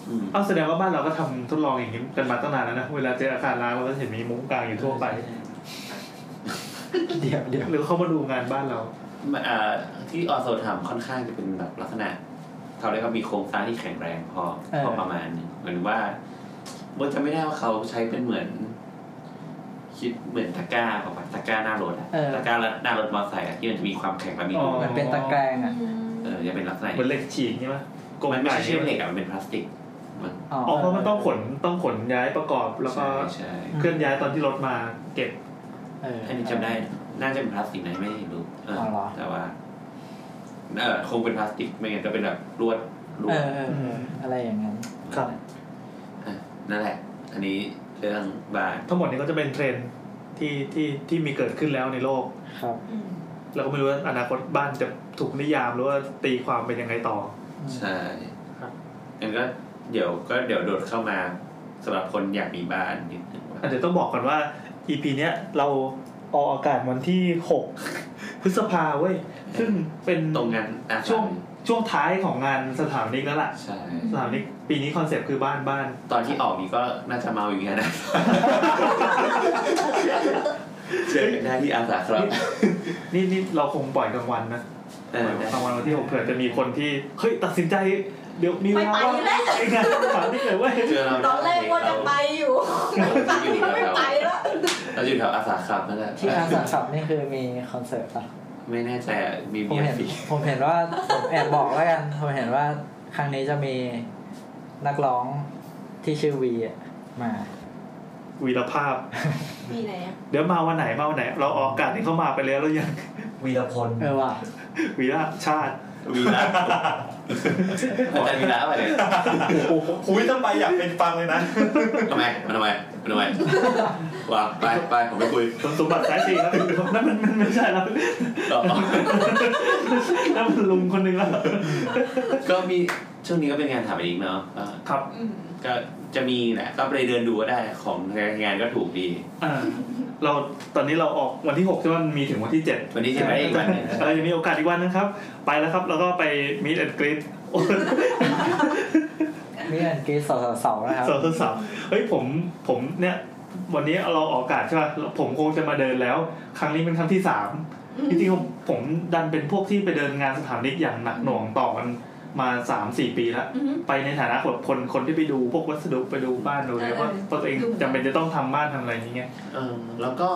Speaker 1: อืม
Speaker 5: เอาแสดงว่าบ้านเราก็ทำทดลองอย่างนี้กันมาตั้งนานแล้วนะ เวลาเจออาคารร้างเราก็เห็นมีมุ้งกลางอยู่ทั่วไป
Speaker 4: เดี๋ยวเดี๋ยว
Speaker 5: หรือเขามาดูงานบ้านเรา
Speaker 1: มันอ่าที่ออโซทำค่อนข้างจะเป็นแบบลักษณะเขาเรียกว่ามีโครงสร้างที่แข็งแรงพอพอประมาณหนึงเหมือนว่าเบิร์ตจะไม่ได้ว่าเขาใช้เป็นเหมือน คิดเหมือนตะกร้าของมันตะกร้าหน้ารถอะตะกร้าหน้ารถมอเตอร์ไซค์อะที่มันจะมีความแข็งและมีรู
Speaker 5: อ๋อ
Speaker 4: มันเป็นตะแกรงอ่ะ
Speaker 1: เออจะเป็นลักษณะ
Speaker 5: เหมือนเหล็กฉีกใช่ไหมกล
Speaker 1: มันไม่ใช่
Speaker 5: ๆ
Speaker 1: เชื่อมเหล็กอะมันเป็นพลาสติกมัน
Speaker 4: อ๋อ
Speaker 5: อ๋อเพราะมันต้องขนต้องขนย้ายประกอบแล้วก็
Speaker 1: ใช่ใช่
Speaker 5: เคลื่อนย้ายตอนที่รถมาเก็บ
Speaker 4: เออ
Speaker 1: อันนี้จำได้น่าจะเป็นพลาสติกนะไม่เห็นรู้เออ
Speaker 4: อเหรอ
Speaker 1: แต่ว่าเออคงเป็นพลาสติกไม่งั้นก็เป็นแบบลวดลว
Speaker 4: เอ
Speaker 1: ด
Speaker 4: อเออเอออะไรอย่างนั้น
Speaker 5: ครับ
Speaker 1: อ่ะนั่นแหละ อันนี้เรื่องบาร์
Speaker 5: ทั้งหมดนี้ก็จะเป็นเทรนด์ที่ที่ที่มีเกิดขึ้นแล้วในโลก
Speaker 4: ครับ
Speaker 5: เราก็ไม่รู้ว่าอนาคตบ้านจะถูกนิยามหรือว่าตีความเป็นยังไงต่อ
Speaker 4: อืม
Speaker 1: ใช่
Speaker 5: ครับ
Speaker 1: งั้นก็เดี๋ยวก็เดี๋ยวโดดเข้ามาสำหรับคนอยากมีบ้านนิดนึงว่า
Speaker 5: อ่ะเดี๋ยวต้องบอกก่อนว่า EP เนี้ยเราออกอากาศ วันที่ 6 พฤษภาเว้ย ซึ่งเป็น
Speaker 1: ตรงงานอาสา
Speaker 5: ช่วงช่วงท้ายของงานสถาปนิกแล้วล่ะ
Speaker 1: ใช่
Speaker 5: สถาปนิกปีนี้คอนเซปต์คือบ้านบ้าน
Speaker 1: ตอนที่ออกนี้ก็น่าจะเมาอยู่แค่นะเจอกันได้ที่อาสาครับ
Speaker 5: นี่นี่เราคงปล่อยกลางวันนะ
Speaker 1: เออได้
Speaker 5: กลางวันวันที่6เผื่อจะมีคนที่ เฮ้ย ตัดสินใจ เดี๋ยวมีเวลา
Speaker 8: ไม่ไปแล้ว
Speaker 5: ไปงานสถาปนิกเลยเว้ย
Speaker 1: เจอเรา
Speaker 8: ต
Speaker 1: ได้
Speaker 8: อนแรกว่าจะไปอยู่ไปไม่ไปแล้ว
Speaker 1: เราอยู่แถวอาสาครับนั่นแหละ
Speaker 4: ที่อาสาขับนี่คือมีคอนเสิร์ตปะ
Speaker 1: ไม่แน่ใจอะมี
Speaker 4: ผม
Speaker 1: เบียร์
Speaker 4: เห็น
Speaker 1: ฟรี
Speaker 4: ผมเห็นว่าผมแอบบอกแล้วกันผมเห็นว่าครั้งนี้จะมีนักร้องที่ชื่อวีอะมา
Speaker 5: วีรภาพ
Speaker 8: มีไหนอะ
Speaker 5: เดี๋ยวมาวันไหนมาวันไหน เราออกอากาศให้เข้ามาไปแล้วแล้วยัง
Speaker 7: วีรพล
Speaker 4: เออว่ะ
Speaker 5: วีรชาติ
Speaker 1: วีระอาจารย์วีระอะไรเนี่ย
Speaker 11: คุยทำไมอยากเป็นฟังเลยนะ
Speaker 1: ทำไมมันทำไมมันทำ ไมวางไปไปผมไม่คุย
Speaker 5: สมสมบัติสายสี่ครับนั่นมันมันไม่ใช่แล้ว
Speaker 1: ต่ อ
Speaker 5: นั่นมันลุงคนหนึงแล้ว
Speaker 1: ก็มีช่วงนี้ก็เป็นงานถามอีกเนาะก็
Speaker 5: ครับ
Speaker 8: อืม
Speaker 1: ก็จะมีแหละก็ไปเดินดูก็ได้ของงานก็ถูกดี
Speaker 5: อ่า เราตอนนี้เราออกวันที่6ใช่ไหมมันมีถึงวันที่7
Speaker 1: วันที่จะไปอีกวันหนึง
Speaker 5: เรายังมีโอกาสอีกวันนะครับ ไปแล้วครับ แล้วก็ไปมีแอนกรีด
Speaker 4: นี่อันกรีซสาวๆนะครับ
Speaker 5: สาวสาวๆเฮ้ยผมผมเนี่ย วันนี้เราออกอากาศใช่ป่ะผมคงจะมาเดินแล้ว ครั้งนี้เป็นครั้งที่สามจริงๆผมผมดันเป็นพวกที่ไปเดินงานสถาปนิกอย่างหนักหน่วงต่อกันมาสามสี่ปีแล้ว
Speaker 10: อือฮึ
Speaker 5: ไปในฐานะคนคนคนที่ไปดูพวกวัสดุไปดูบ้านดูเลยว่าว่าตัวเองจำเป็นจะต้องทำบ้านทำอะไรอย่างเงี้ย
Speaker 1: เออแล้วก็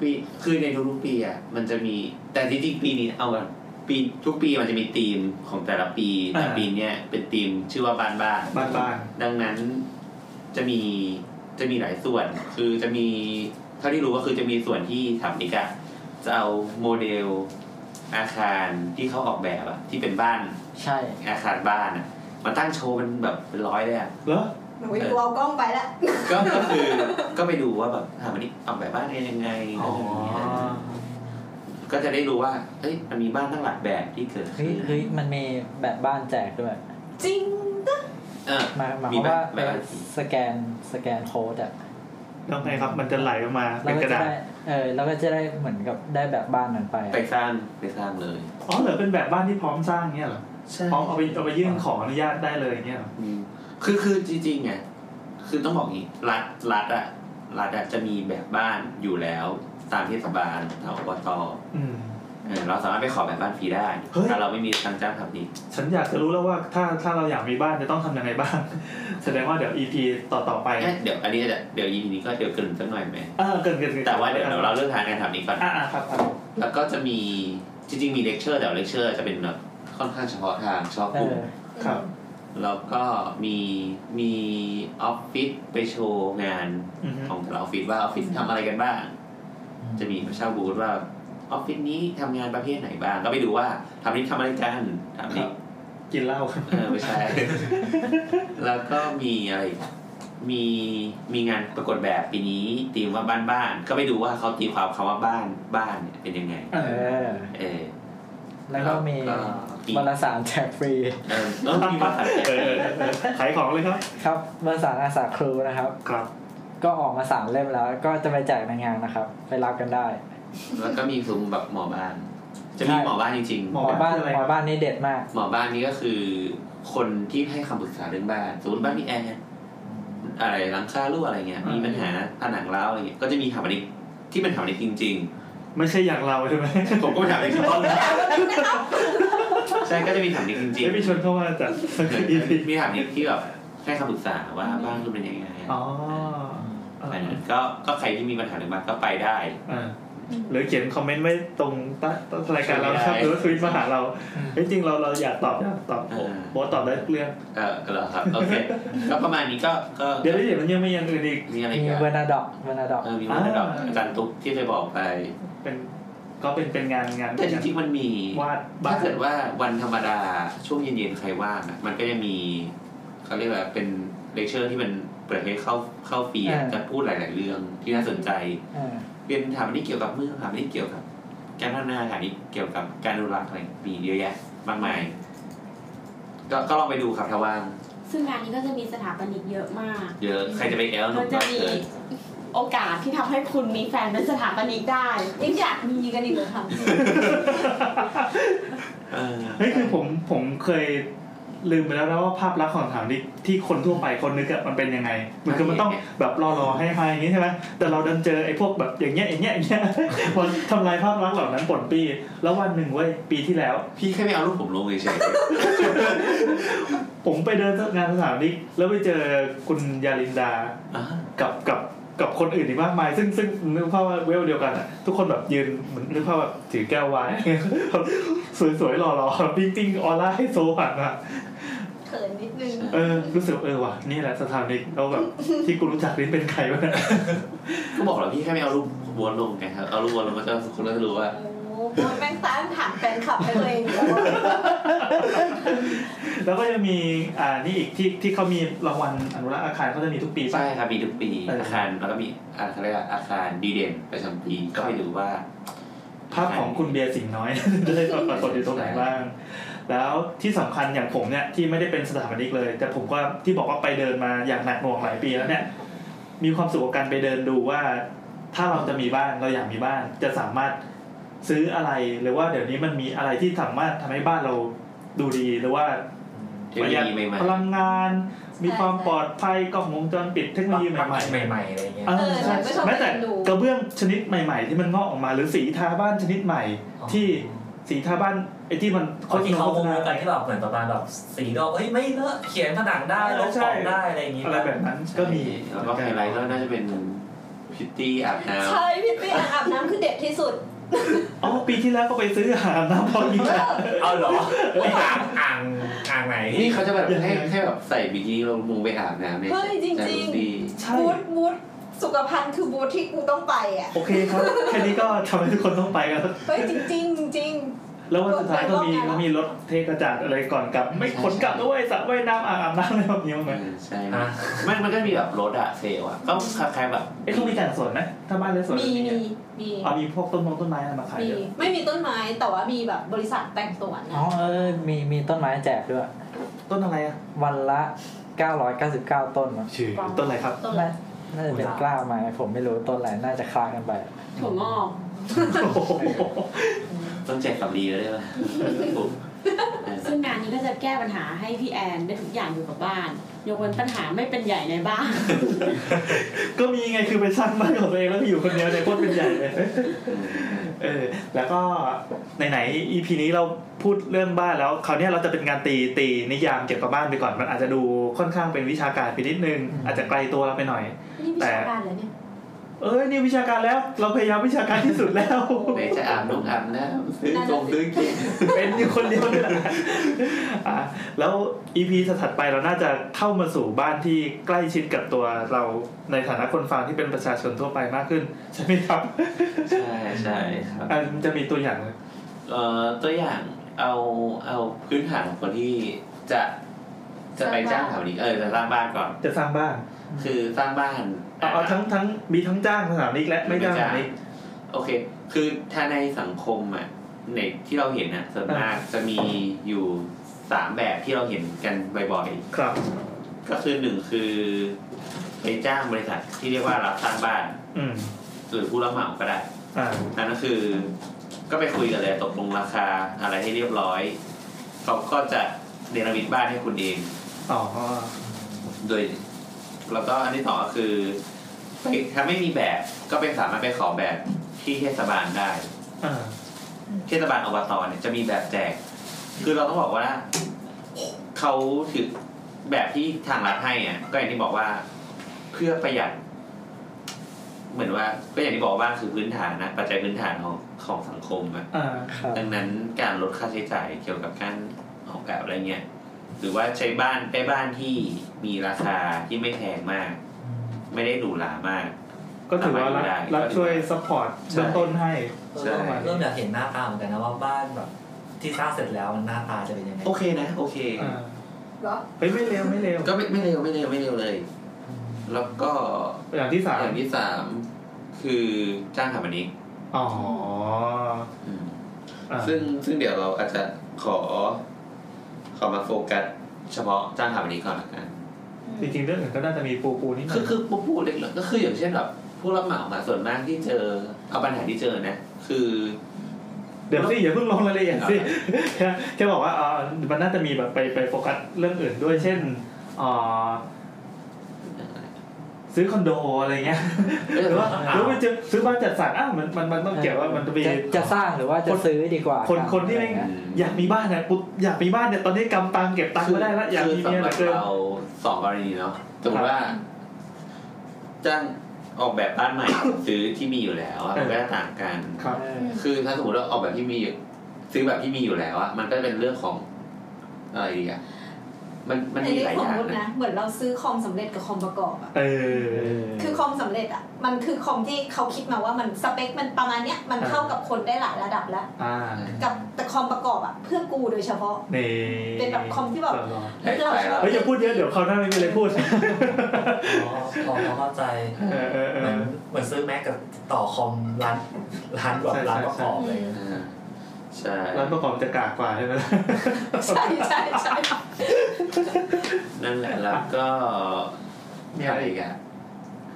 Speaker 1: ปีคือในทุกๆปีอ่ะมันจะมีแต่จริงๆปีนี้เอากันปีทุกปีมันจะมีธีมของแต่ละปี
Speaker 5: อ่า
Speaker 1: แต่ปีเนี้ยเป็นธีมชื่อว่าบ้านบ้าน
Speaker 5: บ้านบ้าน
Speaker 1: ดังนั้นจะมีจะมีหลายส่วน คือจะมีเท่าที่รู้ก็คือจะมีส่วนที่ถามนิกะจะเอาโมเดลอาคารที่เขาออกแบบอะที่เป็นบ้าน
Speaker 4: ใช่
Speaker 1: อาคารบ้านอะมาตั้งโชว์เป็นแบบเป็นร้อยเลยอะ
Speaker 5: เหรอ
Speaker 8: หนูอยากเอากล้องไปละ
Speaker 1: ก็ก็คือก็ไปดูว่าแบบถามวันนี้ออกแบบบ้านเรียนยังไงอะไรอย่างเงี้ยก็จะได้รู้ว่า เอ้ยมันมีบ้านตั้งหลายแบบที่เกิด
Speaker 4: เฮ้
Speaker 1: ขึ้
Speaker 4: ย
Speaker 1: น
Speaker 4: เฮ้ยมันมีแบบบ้านแจกด้วย
Speaker 8: จริงนะ
Speaker 1: เออ
Speaker 4: หมายหมายค
Speaker 1: มี
Speaker 4: วาม
Speaker 1: แบบ
Speaker 4: ว่า
Speaker 1: แบบอะไร
Speaker 4: สแกนสแกนโค้ดอะ
Speaker 5: แล้วไงครับ มันจะไหลออกมา
Speaker 4: แล้
Speaker 5: เป็
Speaker 4: วน
Speaker 5: ก
Speaker 4: ก็
Speaker 5: ระ
Speaker 4: จะ
Speaker 5: ดาษ
Speaker 4: ได้เออแล้วก็จะได้เหมือนกับได้แบบบ้านนั้นไปอะ
Speaker 1: ไปสร้างไปสร้างเลย
Speaker 5: อ๋อเหรอเป็นแบบบ้านที่พร้อมสร้างเงี้ยเหรอ
Speaker 1: ใช่
Speaker 5: พร้อมเอาไปเอาไปยื่นขออนุญาตได้เลยเงี้ยเหรอ
Speaker 1: คือคือจริงๆไงคือต้องบอกอย่างงี้รัฐรัฐอะรัฐอะจะมีแบบบ้านอยู่แล้วตามเทศบาลตามอบต
Speaker 5: อืม
Speaker 1: เออเราสามารถไปขอแบบบ้านฟรีได้
Speaker 5: เฮ้ย
Speaker 1: ถ้าเราไม่มีทางจ้างทำนี้
Speaker 5: ฉันอยากจะรู้แล้วว่าถ้าถ้าเราอยากมีบ้านจะต้องทำยังไงบ้าง แสดงว่าเดี๋ยว EP ต่อต่อๆไป
Speaker 1: เอ๊ะเดี๋ยวอันนี้จะเดี๋ยว EP นี้ก็เดี๋ยวเกรินสักหน่อยไหม
Speaker 5: เออเกินเกิน
Speaker 1: แต่ว่าเดี๋ยวเราเลิกทางการทำนี้ก่อน
Speaker 5: อ่าครับครับ
Speaker 1: แล้วก็จะมีจริงๆมีเลคเชอร์แต่เลคเชอร์จะเป็นแบบค่อนข้างเฉพาะทางเฉพาะ
Speaker 4: เอก
Speaker 1: ลุ่ม
Speaker 4: อ
Speaker 5: ครับ
Speaker 1: แล้วก็มีมีออฟฟิศไปโชว์งาน
Speaker 5: อือฮึ
Speaker 1: ของแต่ละออฟฟิศว่าออฟฟิศทำอะไรกันบ้าง จะมีเช่าบูธว่าออฟฟิศนี้ทำงานประเภทไหนบ้าง ก็ไปดูว่าทำนี้ทำอะไรกันทำ
Speaker 5: ค
Speaker 1: นี้
Speaker 5: รับ กินเหล้า
Speaker 1: เออไม่ใช่ แล้วก็มีอะไรอีกมีมีงานประกวดแบบปีนี้ตีมว่าบ้านบ้านๆก็ไปดูว่าเขาตีความคำว่าบ้านบ้านเนี่ยเป็นยังไง
Speaker 5: เอ
Speaker 4: เอ
Speaker 5: อ
Speaker 4: อ
Speaker 1: เออ
Speaker 4: แล้วก็มี
Speaker 1: แล้วก็ปี
Speaker 4: วารสารแจกฟรี
Speaker 1: เออต้องมีภาษา
Speaker 5: เออเออเออขายของเลยครับ
Speaker 4: ครับวารสารอาสาครูนะครับ
Speaker 5: ครับ
Speaker 4: ก็ออกมาสามเล่มแล้ว ก็จะไปแจกในงานนะครับ ไปรับกันได้
Speaker 1: แล้วก็มีซุ้มแบบหมอบ้าน จะมี
Speaker 4: ใช่
Speaker 1: หมอบ้านจริงๆ
Speaker 5: ห
Speaker 4: หม
Speaker 5: มอ
Speaker 4: อ
Speaker 5: บ้า
Speaker 4: บ้าน น
Speaker 5: คืออะไรครับ
Speaker 4: หมอบ้านนี่เด็ดมาก
Speaker 1: หมอบ้านนี้ก็คือ คนที่ให้คำปรึกษาเรื่องบ้านสมมติบ้านพี่แอนอะไรหลังคารั่วอะไรเงี้ย มีปัญหาผนังร้าวอะไรเงี้ย ก็จะมีถามนิกที่เป็นถามนิกจริง
Speaker 5: ไม่ใช่อย่างเราใช่ไหม
Speaker 1: ๆ ผมก็ไปถามนิกทุกคนนะใช่ ก็จะมีถามนิกจริง
Speaker 5: ไม่มีชวนเข้ามาจั ด EP
Speaker 1: ๆมีถามนิกที่แบบให้คำปรึกษาว่าบ้านคุณเป็นยังไง
Speaker 5: อ๋อ
Speaker 1: อะไรนั้นก็ก็ใครที่มีปัญหาเรื่องบ้านก็ไปได้
Speaker 5: อ่าหรือเขียนคอมเมนต์ไว้ตรงใต้รายการเรานะครับ หรือว่าทวิตมาหาเราเฮ้ยจริงเราเราอยากตอบอยากตอบโอ้โบทตอบได้เรื่อง
Speaker 1: เออก็แล้วครับ โอ เค ก็ประมาณนี้ก็ก็
Speaker 5: เดี๋ยวเดี๋ยวมันยังไม่ยังอื่นอีก
Speaker 1: มีอะไร
Speaker 4: มี
Speaker 1: อีก
Speaker 4: เว
Speaker 1: อะ
Speaker 4: อร์นาดอกเวอร์นาดอก
Speaker 1: เออมีมาตรดอก
Speaker 5: อ่า
Speaker 1: อาจารย์ตุ๊กที่เคยบอกไป
Speaker 5: เป็นก็เป็นเป็นงานงาน
Speaker 1: แต่จริงๆมันมี
Speaker 5: วาดบ้า
Speaker 1: ถ้าน เกิดว่าวันธรรมดาช่วงเย็นๆใครว่างอะมันก็จะมีเขาเรียกว่าเป็นเลคเชอร์ที่มันเปิดให้เข้าเข้าฟรีอะ
Speaker 4: อ่า
Speaker 1: จะพูดหลาย ๆ เรื่องที่น่าสนใจ
Speaker 4: เออ
Speaker 1: เป็นถามอันนี้เกี่ยวกับเมืองถามอันนี้เกี่ยวกับ การพัฒนาถามอันนี้เกี่ยวกับการอนุรักษ์อะไรมีเยอะแยะมากมายก็ก็ลองไปดูครับถ้าว่าง
Speaker 6: ซึ่งงานนี้ก็จะมีสถาปนิกเยอะมาก
Speaker 1: เยอะใครจะไปแอลห
Speaker 6: มั
Speaker 1: นุ่
Speaker 6: น
Speaker 1: ม
Speaker 6: จะ
Speaker 1: น้อย
Speaker 6: มี
Speaker 1: เกิน
Speaker 6: โอกาสที่ทำให้คุณมีแฟนเป็นสถาปนิกได้
Speaker 8: ยังอยากมีกันอีกเหรอคะ
Speaker 1: เออ
Speaker 5: เฮ้ยคือผมผมเคยลืมไปแล้วนะว่าภาพลักษณ์ของสถานที่ที่คนทั่วไปคนนึกอะมันเป็นยังไง มันคือมันต้องแบบรอรอให้ใครอย่างงี้ใช่ไหมแต่เราดันเจอไอ้พวกแบบอย่างเงี้ยอย่างเงี้ยอย่างเงี้ย มันทำลายภาพลักษณ์เหล่านั้นปนปี แล้ววันหนึ่งเว้ยปีที่แล้ว
Speaker 1: พี่แค่ไม่เอารูปผมลงเฉย
Speaker 5: ผมไปเดินงานสถานที่แล้วไปเจอคุณยาลินดา
Speaker 1: ๆอ่ะ
Speaker 5: กับกับกับคนอื่นอีกมากมาย ซึ่งซึ่งนึกภาพว่าเวลเดียวกันอะทุกคนแบบยืนเหมือนนึกภาพแบบถือแก้วไวาย สวยๆหล่อๆปิ๊งปิ๊งออร่าให้โซผ่านมา
Speaker 8: เขินนิดนึง
Speaker 5: เออรู้สึกเออว่ะนี่แหละสถานิกเราแบบ ที่กูรู้จักนี่เป็นใครวะเนี่ย
Speaker 1: ก็บอกแล้วพี่แค่ไม่เอารูปบัวนลงไงครับเอารูปบัวนลงก็จะคนก็จะรู้ว่า
Speaker 8: โอ้โหโพสต์แม่งตามถามแฟนคลับไปเลย
Speaker 5: แล้วก็จะมีอ่านี่อีกที่ที่เขามีรางวัลอนุรักษ์อาคารเขาจะมีทุกปีป่ะ
Speaker 1: ใช่ครับมีทุกปี
Speaker 5: เอออ
Speaker 1: อาคารแล้วก็มีอาคารเรียกว่าอาคารดีเด่นประจำปีก็ไปดูว่า
Speaker 5: ภาพของคุณเบียร์สิงห์น้อย จะได้ปรากฏอยู่ตรงไหนบ้าง แล้วที่สำคัญอย่างผมเนี่ยที่ไม่ได้เป็นสถาปนิกเลย แต่ผมก็ที่บอกว่าไปเดินมาอย่างหนักหน่วงหลายปีแล้วเนี่ย มีความสุขกับการไปเดินดูว่า ถ้าเราจะมีบ้านเราอยากมีบ้าน จะสามารถซื้ออะไรหรือว่าเดี๋ยวนี้มันมีอะไรที่สามารถทำให้บ้านเราดูดีหรือว่า
Speaker 1: เทคโนโลยีใหม่
Speaker 5: พลังงาน มีความปลอดภัยกล้องวงจรปิดเทคโนโลยีใหม่
Speaker 7: ใหม่ๆอะไรเงี้ย
Speaker 5: เออใช่
Speaker 9: เออใช่
Speaker 5: แม้แต่
Speaker 9: ไม่ต้องไปดู
Speaker 5: กระเบื้องชนิดใหม่ ๆ ที่มันงอกออกมาหรือสีทาบ้านชนิดใหม่ ที่สีทาบ้านไอ้ที่มัน
Speaker 7: คนที่เขาวง
Speaker 5: โฆษณ
Speaker 7: กันที่แบบเหมือนประมาณแบบสีดอกเอ้ยไม่เลอะเขียนผนังได้ลบออกได้อะไรอย่างงี้
Speaker 5: อะไรแบบนั้นก็มี
Speaker 1: แล้วก็ไฮไลท์ก็น่าจะเป็นพิตตี้อาบน้
Speaker 8: ใช่พี่ปี้อ่ะอาบน้ำคือเด็ดที่สุด
Speaker 5: อ๋อปีที่แล้วก็ไปซื้ออาหารน้ำพอดีกแล้ว
Speaker 7: เอาเหรอไอ้อ่างอ่างอ่างไหน
Speaker 1: ำนี่เขาจะแบบให้
Speaker 5: ยังไง
Speaker 1: ให้แบบใส่บิกินี่ลงลงไปอาบน้ำใน
Speaker 8: เฮ้ยจริงๆ
Speaker 1: จากพิตตี้
Speaker 5: ใช่
Speaker 8: บูธบูธสุขภัณฑ์คือบูธที่กูต้องไปอ่ะ
Speaker 5: โอเคครับ แค่นี้ก็ทำให้ทุกคนต้องไปกัน
Speaker 8: เฮ้ยจริงจริงจริง
Speaker 5: แล้ววันสุดท้ายก็มี
Speaker 8: รอบๆแล้ว
Speaker 5: ก็มีรถเทกระจาดอะไรก่อนกลับ ไม่ขนกลับด้วยสระว่ายน้ำอ่างอาบน้ำอะไรแบบนี้มั้างไหม
Speaker 1: เออใช่ไหมมันมันก็มีแบบรถอะเซลลอะก็คล้ายๆแบบ
Speaker 5: เอ้ยเขามีแต่งสวนไหมถ้าบ้านเลยสวน
Speaker 8: มีมี
Speaker 9: มี
Speaker 5: อ๋อมีพวกต้นมงต้นไม้อะไรมาขาย
Speaker 9: มี
Speaker 5: เยอะ
Speaker 8: ไม่มีต้นไม้แต่ว่ามีแบบบริษัทแต่งสวน
Speaker 4: อ๋อ
Speaker 8: นะ
Speaker 4: เออมีมีต้นไม้แจกด้วย
Speaker 5: ต้นอะไรอ่ะ
Speaker 4: วันละ 999 ต้นมั้ง
Speaker 5: ชื่อต้นอะไรครับ
Speaker 9: ต้นอะไร
Speaker 4: น่าจะเป็นกล้าไม้ผมไม่รู้ต้นอะไรน่าจะคลากันไป
Speaker 9: ถั่วงอก
Speaker 5: โอ้โห
Speaker 1: ต้องแจกสำลีเลยป่ะถูกเออ
Speaker 6: ซึ่งงานนี้ก็จะแก้ปัญหาให้พี่แอนได้ทุกอย่างอยู่กับบ้านยกเว้นปัญหาไม่เป็นใหญ่ในบ้าน
Speaker 5: ก็มีไงคือไปสร้างบ้านของตัวเองแล้วก็อยู่คนเดียวในยโคตรเป็นใหญ่เลยเออแล้วก็ไหนๆ EP นี้เราพูดเรื่องบ้านแล้วคราวเนี้ยเราจะเป็นการตีตีนิยามเกี่ยวกับบ้านไปก่อนมันอาจจะดูค่อนข้างเป็นวิชาการไปนิดนึง อาจจะไกลตัวเราไปหน่อย
Speaker 9: นี่วิชาการเหรอเนี่ย
Speaker 5: เอ้ยนี่วิชาการแล้วเราพยายามวิชาการที่สุดแล้ว
Speaker 1: ไหนจะอาบน้องอาบน้ำซื้อตรงซื้อกิน
Speaker 5: เป็นอยู่คนเดียวนี่แหละอ่ะแล้วอีพีถัดไปเราน่าจะเข้ามาสู่บ้านที่ใกล้ชิดกับตัวเราในฐานะคนฟังที่เป็นประชาชนทั่วไปมากขึ้น ใช่ไหมครับ
Speaker 1: ใช่ใช่ครับ
Speaker 5: อันจะมีตัวอย่างเลย
Speaker 1: เอ่อตัวอย่างเอาเอาพื้นฐานของคนที่จะจะไปจ้างแถวนี้เออจะสร้างบ้านก่อน
Speaker 5: จะสร้างบ้าน
Speaker 1: คือสร้างบ้าน
Speaker 5: เอาเอาทั้งทั้งมีทั้งจ้างสถานิกและไม่จ้างสถานิก
Speaker 1: โอเค คือถ้าในสังคมอ่ะในที่เราเห็นอ่ะส่วนมากจะมีอยู่สามแบบที่เราเห็นกันบ่อยๆ
Speaker 5: ครับ
Speaker 1: ก็คือหนึ่งคือไปจ้างบริษัทที่เรียกว่ารับสร้างบ้าน
Speaker 5: อืม
Speaker 1: หรือผู้รับเหมาก็ได้
Speaker 5: อ่า
Speaker 1: อันนั้นคือ ก็ไปคุยกันเลยตกลงราคาอะไรให้เรียบร้อย เขาก็จะเนรมิตบ้านให้คุณเอง
Speaker 5: อ๋อ
Speaker 1: โดย แล้วก็อันที่สองก็คือไปถ้าไม่มีแบบก็ไปสามารถไปขอแบบที่เทศบาลได้
Speaker 5: อ่า
Speaker 1: เทศบาลอบตเนี่ยจะมีแบบแจก คือเราต้องบอกว่าเขาถือแบบที่ทางรัฐให้อ่ะก็อย่างที่บอกว่าเพื่อประหยัด เหมือนว่า ก็อย่างที่บอกว่าคือพื้นฐานนะปัจจัยพื้นฐานของของสังคมอะ
Speaker 5: อ่า
Speaker 4: ครับ
Speaker 1: ดังนั้นการลดค่าใช้จ่ายเกี่ยวกับการออกแบบอะไรเงี้ยหรือว่าใช้บ้านได้บ้านที่มีราคาที่ไม่แพงมาก ไม่ได้หรูหรามาก
Speaker 5: ก็ถือว่ารัฐรัฐช่วยซัพพอร์ตเบื้องต้นให้
Speaker 7: เออเริ่มอยากเห็นหน้าตาเหมือนกันนะว่าบ้านแบบที่สร้างเสร็จแล้วมันหน้าตาจะเป็นยังไง
Speaker 1: โอเคนะ โอเค
Speaker 5: อ่า
Speaker 8: เหรอ
Speaker 5: เฮ้ยไม่เร็วไม่เร็ว
Speaker 1: ก็ไม่ไม่เร็วไม่เร็วไม่เร็วเลย แล้วก็
Speaker 5: อย่างที่สาม
Speaker 1: อย่างที่สามคือจ้างทำอันนี้
Speaker 5: อ๋ออ่า
Speaker 1: ซึ่งซึ่งเดี๋ยวเราอาจจะขอ ขอมาโฟกัสเฉพาะจ้างทำอันนี้ก่อนละกัน
Speaker 5: จริงๆเรื่องอื่นก็น่าจะมีปูปูนิดหนึ
Speaker 1: คือง คือปูปูเล็กๆก็คืออย่างเช่นแบบผู้รับเหมาอะส่วนมากที่เจอเอาปัญหาที่เจอนะ คือ
Speaker 5: เดี๋ยวสิอย่าเพิ่งลงรายละเอียดสิแค่แค่บอกว่าเอ่อมันน่าจะมีแบบไปไปโฟกัสเรื่องอื่นด้วยเช่นเอ่อซื้อคอนโดอะไรเงี้ย
Speaker 1: เอ้ย
Speaker 5: หรือว่า
Speaker 1: อ้
Speaker 5: หรือว่าจะซื้อบ้านจัดสรรอ้าวมันมันมันต้องเกี่ยวว่ามันจะมี
Speaker 4: จะจะสร้างหรือว่าจะ
Speaker 5: คน
Speaker 4: ซื้อดีกว่า
Speaker 5: คน
Speaker 4: รับ
Speaker 5: คนที่ไม่
Speaker 4: อะไรเงี้ย
Speaker 5: อยากมีบ้านเนี่ยปุ๊บอยากมีบ้านเนี่ยตอนนี้กำตังเก็บตัง
Speaker 1: คือ
Speaker 5: ไม่ได้แล้วอยาก
Speaker 1: คือ
Speaker 5: มีเมีย
Speaker 1: สำหรั
Speaker 5: เหลือบ เกิน
Speaker 1: เราสองกรณีเนาะสมมติว่า จ้างออกแบบบ้านใหม่ ซื้อที่มีอยู่แล้วอะมันก็จะต่างกัน
Speaker 5: ครับ
Speaker 4: เออ
Speaker 1: คือถ้าสมมติว่าออกแบบที่มีอยู่ซื้อแบบที่มีอยู่แล้วอะมันก็เป็นเรื่องของอะไรดีอะมันมัน
Speaker 8: ใน
Speaker 1: มี
Speaker 8: เรื่อ
Speaker 1: หลางย
Speaker 8: ข
Speaker 1: อ
Speaker 8: อง
Speaker 1: ย่าง
Speaker 8: วุฒิ
Speaker 1: นะ
Speaker 8: นะ เหมือนเราซื้อคอมสำเร็จกับคอมประกอบอะ
Speaker 5: เออ
Speaker 8: คือคอมสำเร็จอะมันคือคอมที่เขาคิดมาว่ามันสเปคมันประมาณเนี้ยมันเข้ากับคนได้หลายระดับแล้ว
Speaker 5: อ่า
Speaker 8: กับแต่คอมประกอบอะเพื่อกูโดยเฉพาะ
Speaker 5: ใน
Speaker 8: เป็นแบบคอมที่แบบ เราชอบ
Speaker 5: เฮ้ยอย่าพูดเยอะเดี๋ยวคราวหน้าไม่มีอะไรพูด
Speaker 7: อ๋อพอเข้าใจ
Speaker 5: เออเออเอ
Speaker 7: เหมือ
Speaker 5: อ
Speaker 7: นเหมือนซื้อแม็กกับต่อคอมร้านร้านแบบร้านประกอบอะไรเงี้ย
Speaker 1: อ่าใช่
Speaker 5: ร้านประกอบจะกากกว่าใช่ไหมล่ะ
Speaker 8: ใช่ใช่ใช่
Speaker 1: นั่นแหละแล้วก็มีอะไรอีกอะ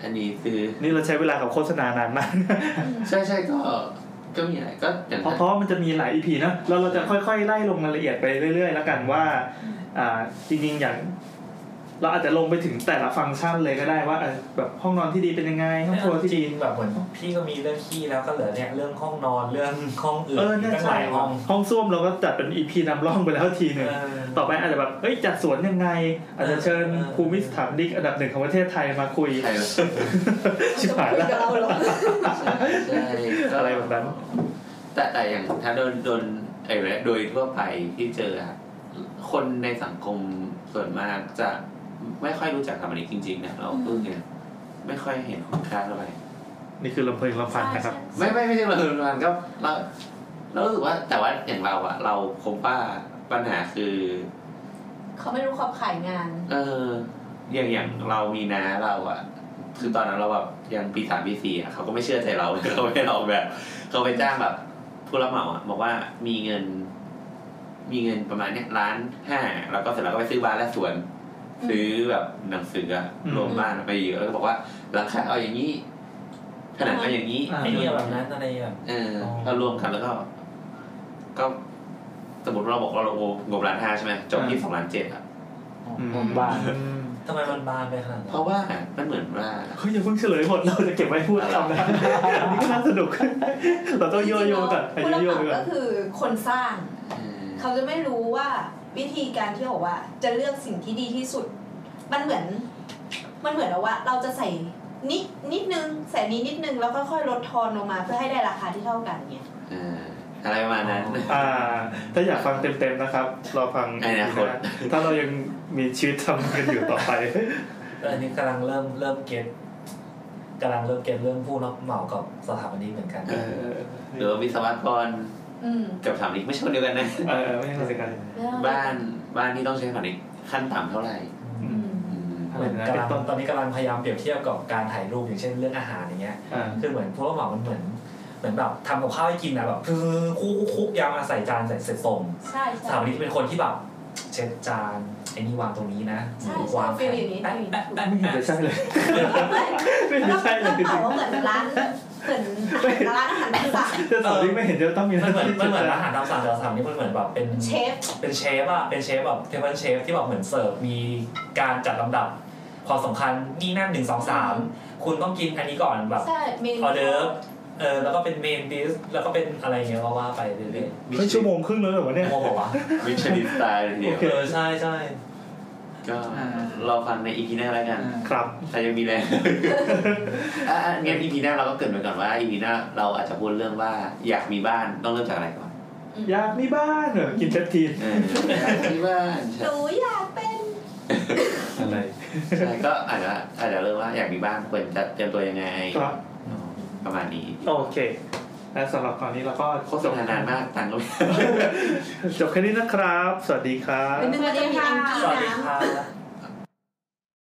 Speaker 1: อันนี้คือ
Speaker 5: นี่เราใช้เวลากับโฆษณานานมาก
Speaker 1: ใช่ใช่ก็ก็มีอะไรก็อย่าง
Speaker 5: เพราะ
Speaker 1: นั้น
Speaker 5: เพราะมันจะมีหลาย EP นะแล้วเราจะค่อยๆ ไล่ลงรายละเอียดไปเรื่อยๆ แล้วกันว่า อ่าจริงๆอย่าง เราอาจจะลงไปถึงแต่ละฟังก์ชันเลยก็ได้ว่าเออแบบห้องนอนที่ดีเป็นยังไงห้องครัวที่ดี
Speaker 7: แบบเหมือนพี่ก็มีเรื่องขี้แล้วก็เหลือเนี่ยเรื่องห้องนอนเรื่องห้องอื่น
Speaker 5: เออน่า
Speaker 7: ตั้งห
Speaker 5: ใช่
Speaker 7: ลายห้อง
Speaker 5: ห้องส้วมเราก็จัดเป็นอีพีนำร่องไปแล้วทีหนึ่ง
Speaker 7: เออ
Speaker 5: ต่อไปอาจจะแบบเอ้ยจัดสวนยังไง อาจจะเชิญภูมิสถาปนิกอันดับหนึ่งของประเทศไทยมาคุยชิบหายแล้ว
Speaker 1: ใช่ก็
Speaker 5: อะไรแบบนั้น
Speaker 1: แต่แต่อย่างถ้าโดนโดนไอ้เว้ยโดยทั่วไปที่เจออะคนในสังคมส่วนมากจะไม่ค่อยรู้จักคำนี้จริงๆนะเราเพิ่งเนี่ยไม่ค่อยเห็นคุณค่าเท่าไหร่
Speaker 5: นี่คือลำเพลิงลำพันนะครับ
Speaker 1: ไม่ไม่ไม่ใช่เราเห็นมันก็เราเรารู้สึกว่าแต่ว่าอย่างเราอะเราคงว่าปัญหาคือ
Speaker 9: เขาไม่รู้ขอบขายงาน
Speaker 1: เอออย่างอย่างเรามีนาเราอะคือตอนนั้นเราแบบยังปีสามปีสี่อะเขาก็ไม่เชื่อใจเรา เขาไม่ให้เราแบบเขาไปจ้างแบบผู้รับเหมาอะบอกว่ามีเงิน มีเงินประมาณเนี้ยล้านห้าแล้วก็เสร็จแล้วก็ไปซื้อบ้านและสวน ซื้อแบบหนังสืออะ
Speaker 5: อืม
Speaker 1: รวมบ้านไปเยอะแล้วก็บอกว่าหลังคาเอาอย่างนี้ผนังเอาอย่างนี้
Speaker 7: ไอ้เนี่ยแบบนั้นอะไรแบบ
Speaker 1: เออ
Speaker 7: อ๋อ
Speaker 1: เรารวมกันแล้วก็ ก็สมมติเราบอกว่าเราโงบล้านห้าใช่ไหมจบที่สองล้านเจ็ดอะ
Speaker 5: อืม
Speaker 7: บาน
Speaker 5: อืม
Speaker 7: ทำไมมันบานไปขนาดนั้น
Speaker 1: เพราะว่ามันเหมือนว่า
Speaker 5: เฮ้ยอย่าเพิ่งเฉลยหมดเราจะเก็บไว้พูดคำนะอันนี้ก็น่าสนุก เราต้องโยโย่ก่อนไป
Speaker 9: ผู้
Speaker 5: โย
Speaker 9: รับเห
Speaker 5: โย่
Speaker 9: มา
Speaker 5: ไปก่อ
Speaker 9: ก็
Speaker 5: น
Speaker 9: คือคนสร้าง
Speaker 1: อืม
Speaker 8: เขาจะไม่รู้ว่าวิธีการที่บอกว่า จะเลือกสิ่งที่ดีที่สุด มันเหมือน มันเหมือนกับว่า เราจะใส่นิดนิดนึงใส่นี้นิดนึงแล้วค่อยๆลดทอนลงมา เพื่อให้ได้ราคาที่เท่ากันเนี่ย
Speaker 1: เอออะไรประมาณนั้น
Speaker 5: อ่า ถ้าอยากฟังเต็มๆนะครับ เราฟัง
Speaker 1: อนาคต
Speaker 5: ถ้าเรายังมีชีวิตทำกันอยู่ต่อไป
Speaker 7: เอออันนี้กำลังเริ่มเริ่มเก็ตกำลังเริ่มเก็ตเรื่องผู้รับเหมากับสถาปนิกเหมือนกัน
Speaker 5: เออ
Speaker 1: หรือว่าวิศวกร
Speaker 9: อืม
Speaker 1: กับสถามนิกไม่ใช่คนเดียวกันนะ
Speaker 5: เออไม่ใช่คนเดียวกัน
Speaker 1: บ้านบ้านที่ต้องใช้สถามนิกขั้นต่ำเท่าไหร่
Speaker 9: อืม
Speaker 1: อืม
Speaker 7: เหมือนกำลังตอนนี้กำลังพยายามเปรียบเทียบกับการถ่ายรูปอย่างเช่นเรื่องอาหารอย่างเงี้ย
Speaker 5: อ่า
Speaker 7: คือเหมือนพวกเรามันเหมือนเหมือนแบบทำกับข้าวให้กินนะแบบคือคุกคุกยำมาใส่จานใส่เสร็จส่ง
Speaker 9: ใช่
Speaker 7: สถา
Speaker 9: ใช่
Speaker 7: ปนิกเป็นคนที่แบบเช็ดจานไอ้นี่วางตรงนี้นะ
Speaker 9: ใช่
Speaker 7: วา
Speaker 9: ใช่
Speaker 7: ง
Speaker 9: ฟิลอย่างนี้ฟิลอย่างนี้ถูก
Speaker 5: ไม่เห็นจะใช่เลย ไม่เห็
Speaker 8: ต้อง
Speaker 5: นจะใช่เลย
Speaker 8: ต
Speaker 5: จริ
Speaker 8: อบ
Speaker 5: ง
Speaker 8: ว่าเหมือนร้านเหมือนร้านอาหารตามสั่ง
Speaker 5: ๆจะสอนนี้ไม่เห็นจะต้องมี
Speaker 7: มันเหมือน
Speaker 5: ที่
Speaker 7: มันเหมือน
Speaker 5: จะ
Speaker 7: อาหารตามสั่งแต่สถาปนิกมันเหมือนแบบเป็น
Speaker 8: เชฟ
Speaker 7: เป็นเชฟอะเป็นเชฟแบบเทเบิลเชฟที่แบบเหมือนเสิร์ฟมีการจัดลำดับความสำคัญนี่นั่นหนึ่งสองสามคุณต้องกินอันนี้ก่อนแบบ
Speaker 9: ใช่เมนู
Speaker 7: ออเดิร์ฟเออแล้วก็เป็นเมนดิสแล้วก็เป็นอะไรเงี้ยก็ว่าไปเรื่อย
Speaker 5: เฮ้ยชั่วโมงครึ่งแล้วเหรอวะเนี่ย
Speaker 7: ๆโมบอกว่า
Speaker 1: มิชลินสไตล์เลยทีเดียว
Speaker 7: เออใช่ใช่
Speaker 1: ก็
Speaker 4: อ่า
Speaker 1: เราฟังในอีพีหน้าแล้วกัน
Speaker 5: ครับ
Speaker 1: ใครยังมีแรง อ่ะอ่ะงั้นอีพีหน้าเราก็เกรินไปก่อนว่าอีพีหน้าเราอาจจะพูดเรื่องว่าอยากมีบ้านต้องเริ่มจากอะไรก่อน
Speaker 5: อยากมีบ้านเหรอกินเทปทีน
Speaker 1: เอออยากมีบ้าน
Speaker 8: ห
Speaker 1: ใช่
Speaker 8: นูอยากเป็น
Speaker 5: อะไร
Speaker 1: ใช่ก็อาจจะอาจจะเริ่มว่าอยากมีบ้านควรจะเตรียมตัวยังไง
Speaker 5: ครับ
Speaker 1: ประมาณนี้
Speaker 5: โอเค และสำหรับตอนนี้เราก็
Speaker 1: โฆษณานานมากตังค์ก็ไม่
Speaker 5: จบแค่นี้นะครับ สวัสดีครับ
Speaker 8: เป็นหนึ่งวันจะมีแองกี้
Speaker 7: สวัสดี
Speaker 8: น้ำ
Speaker 7: ครับ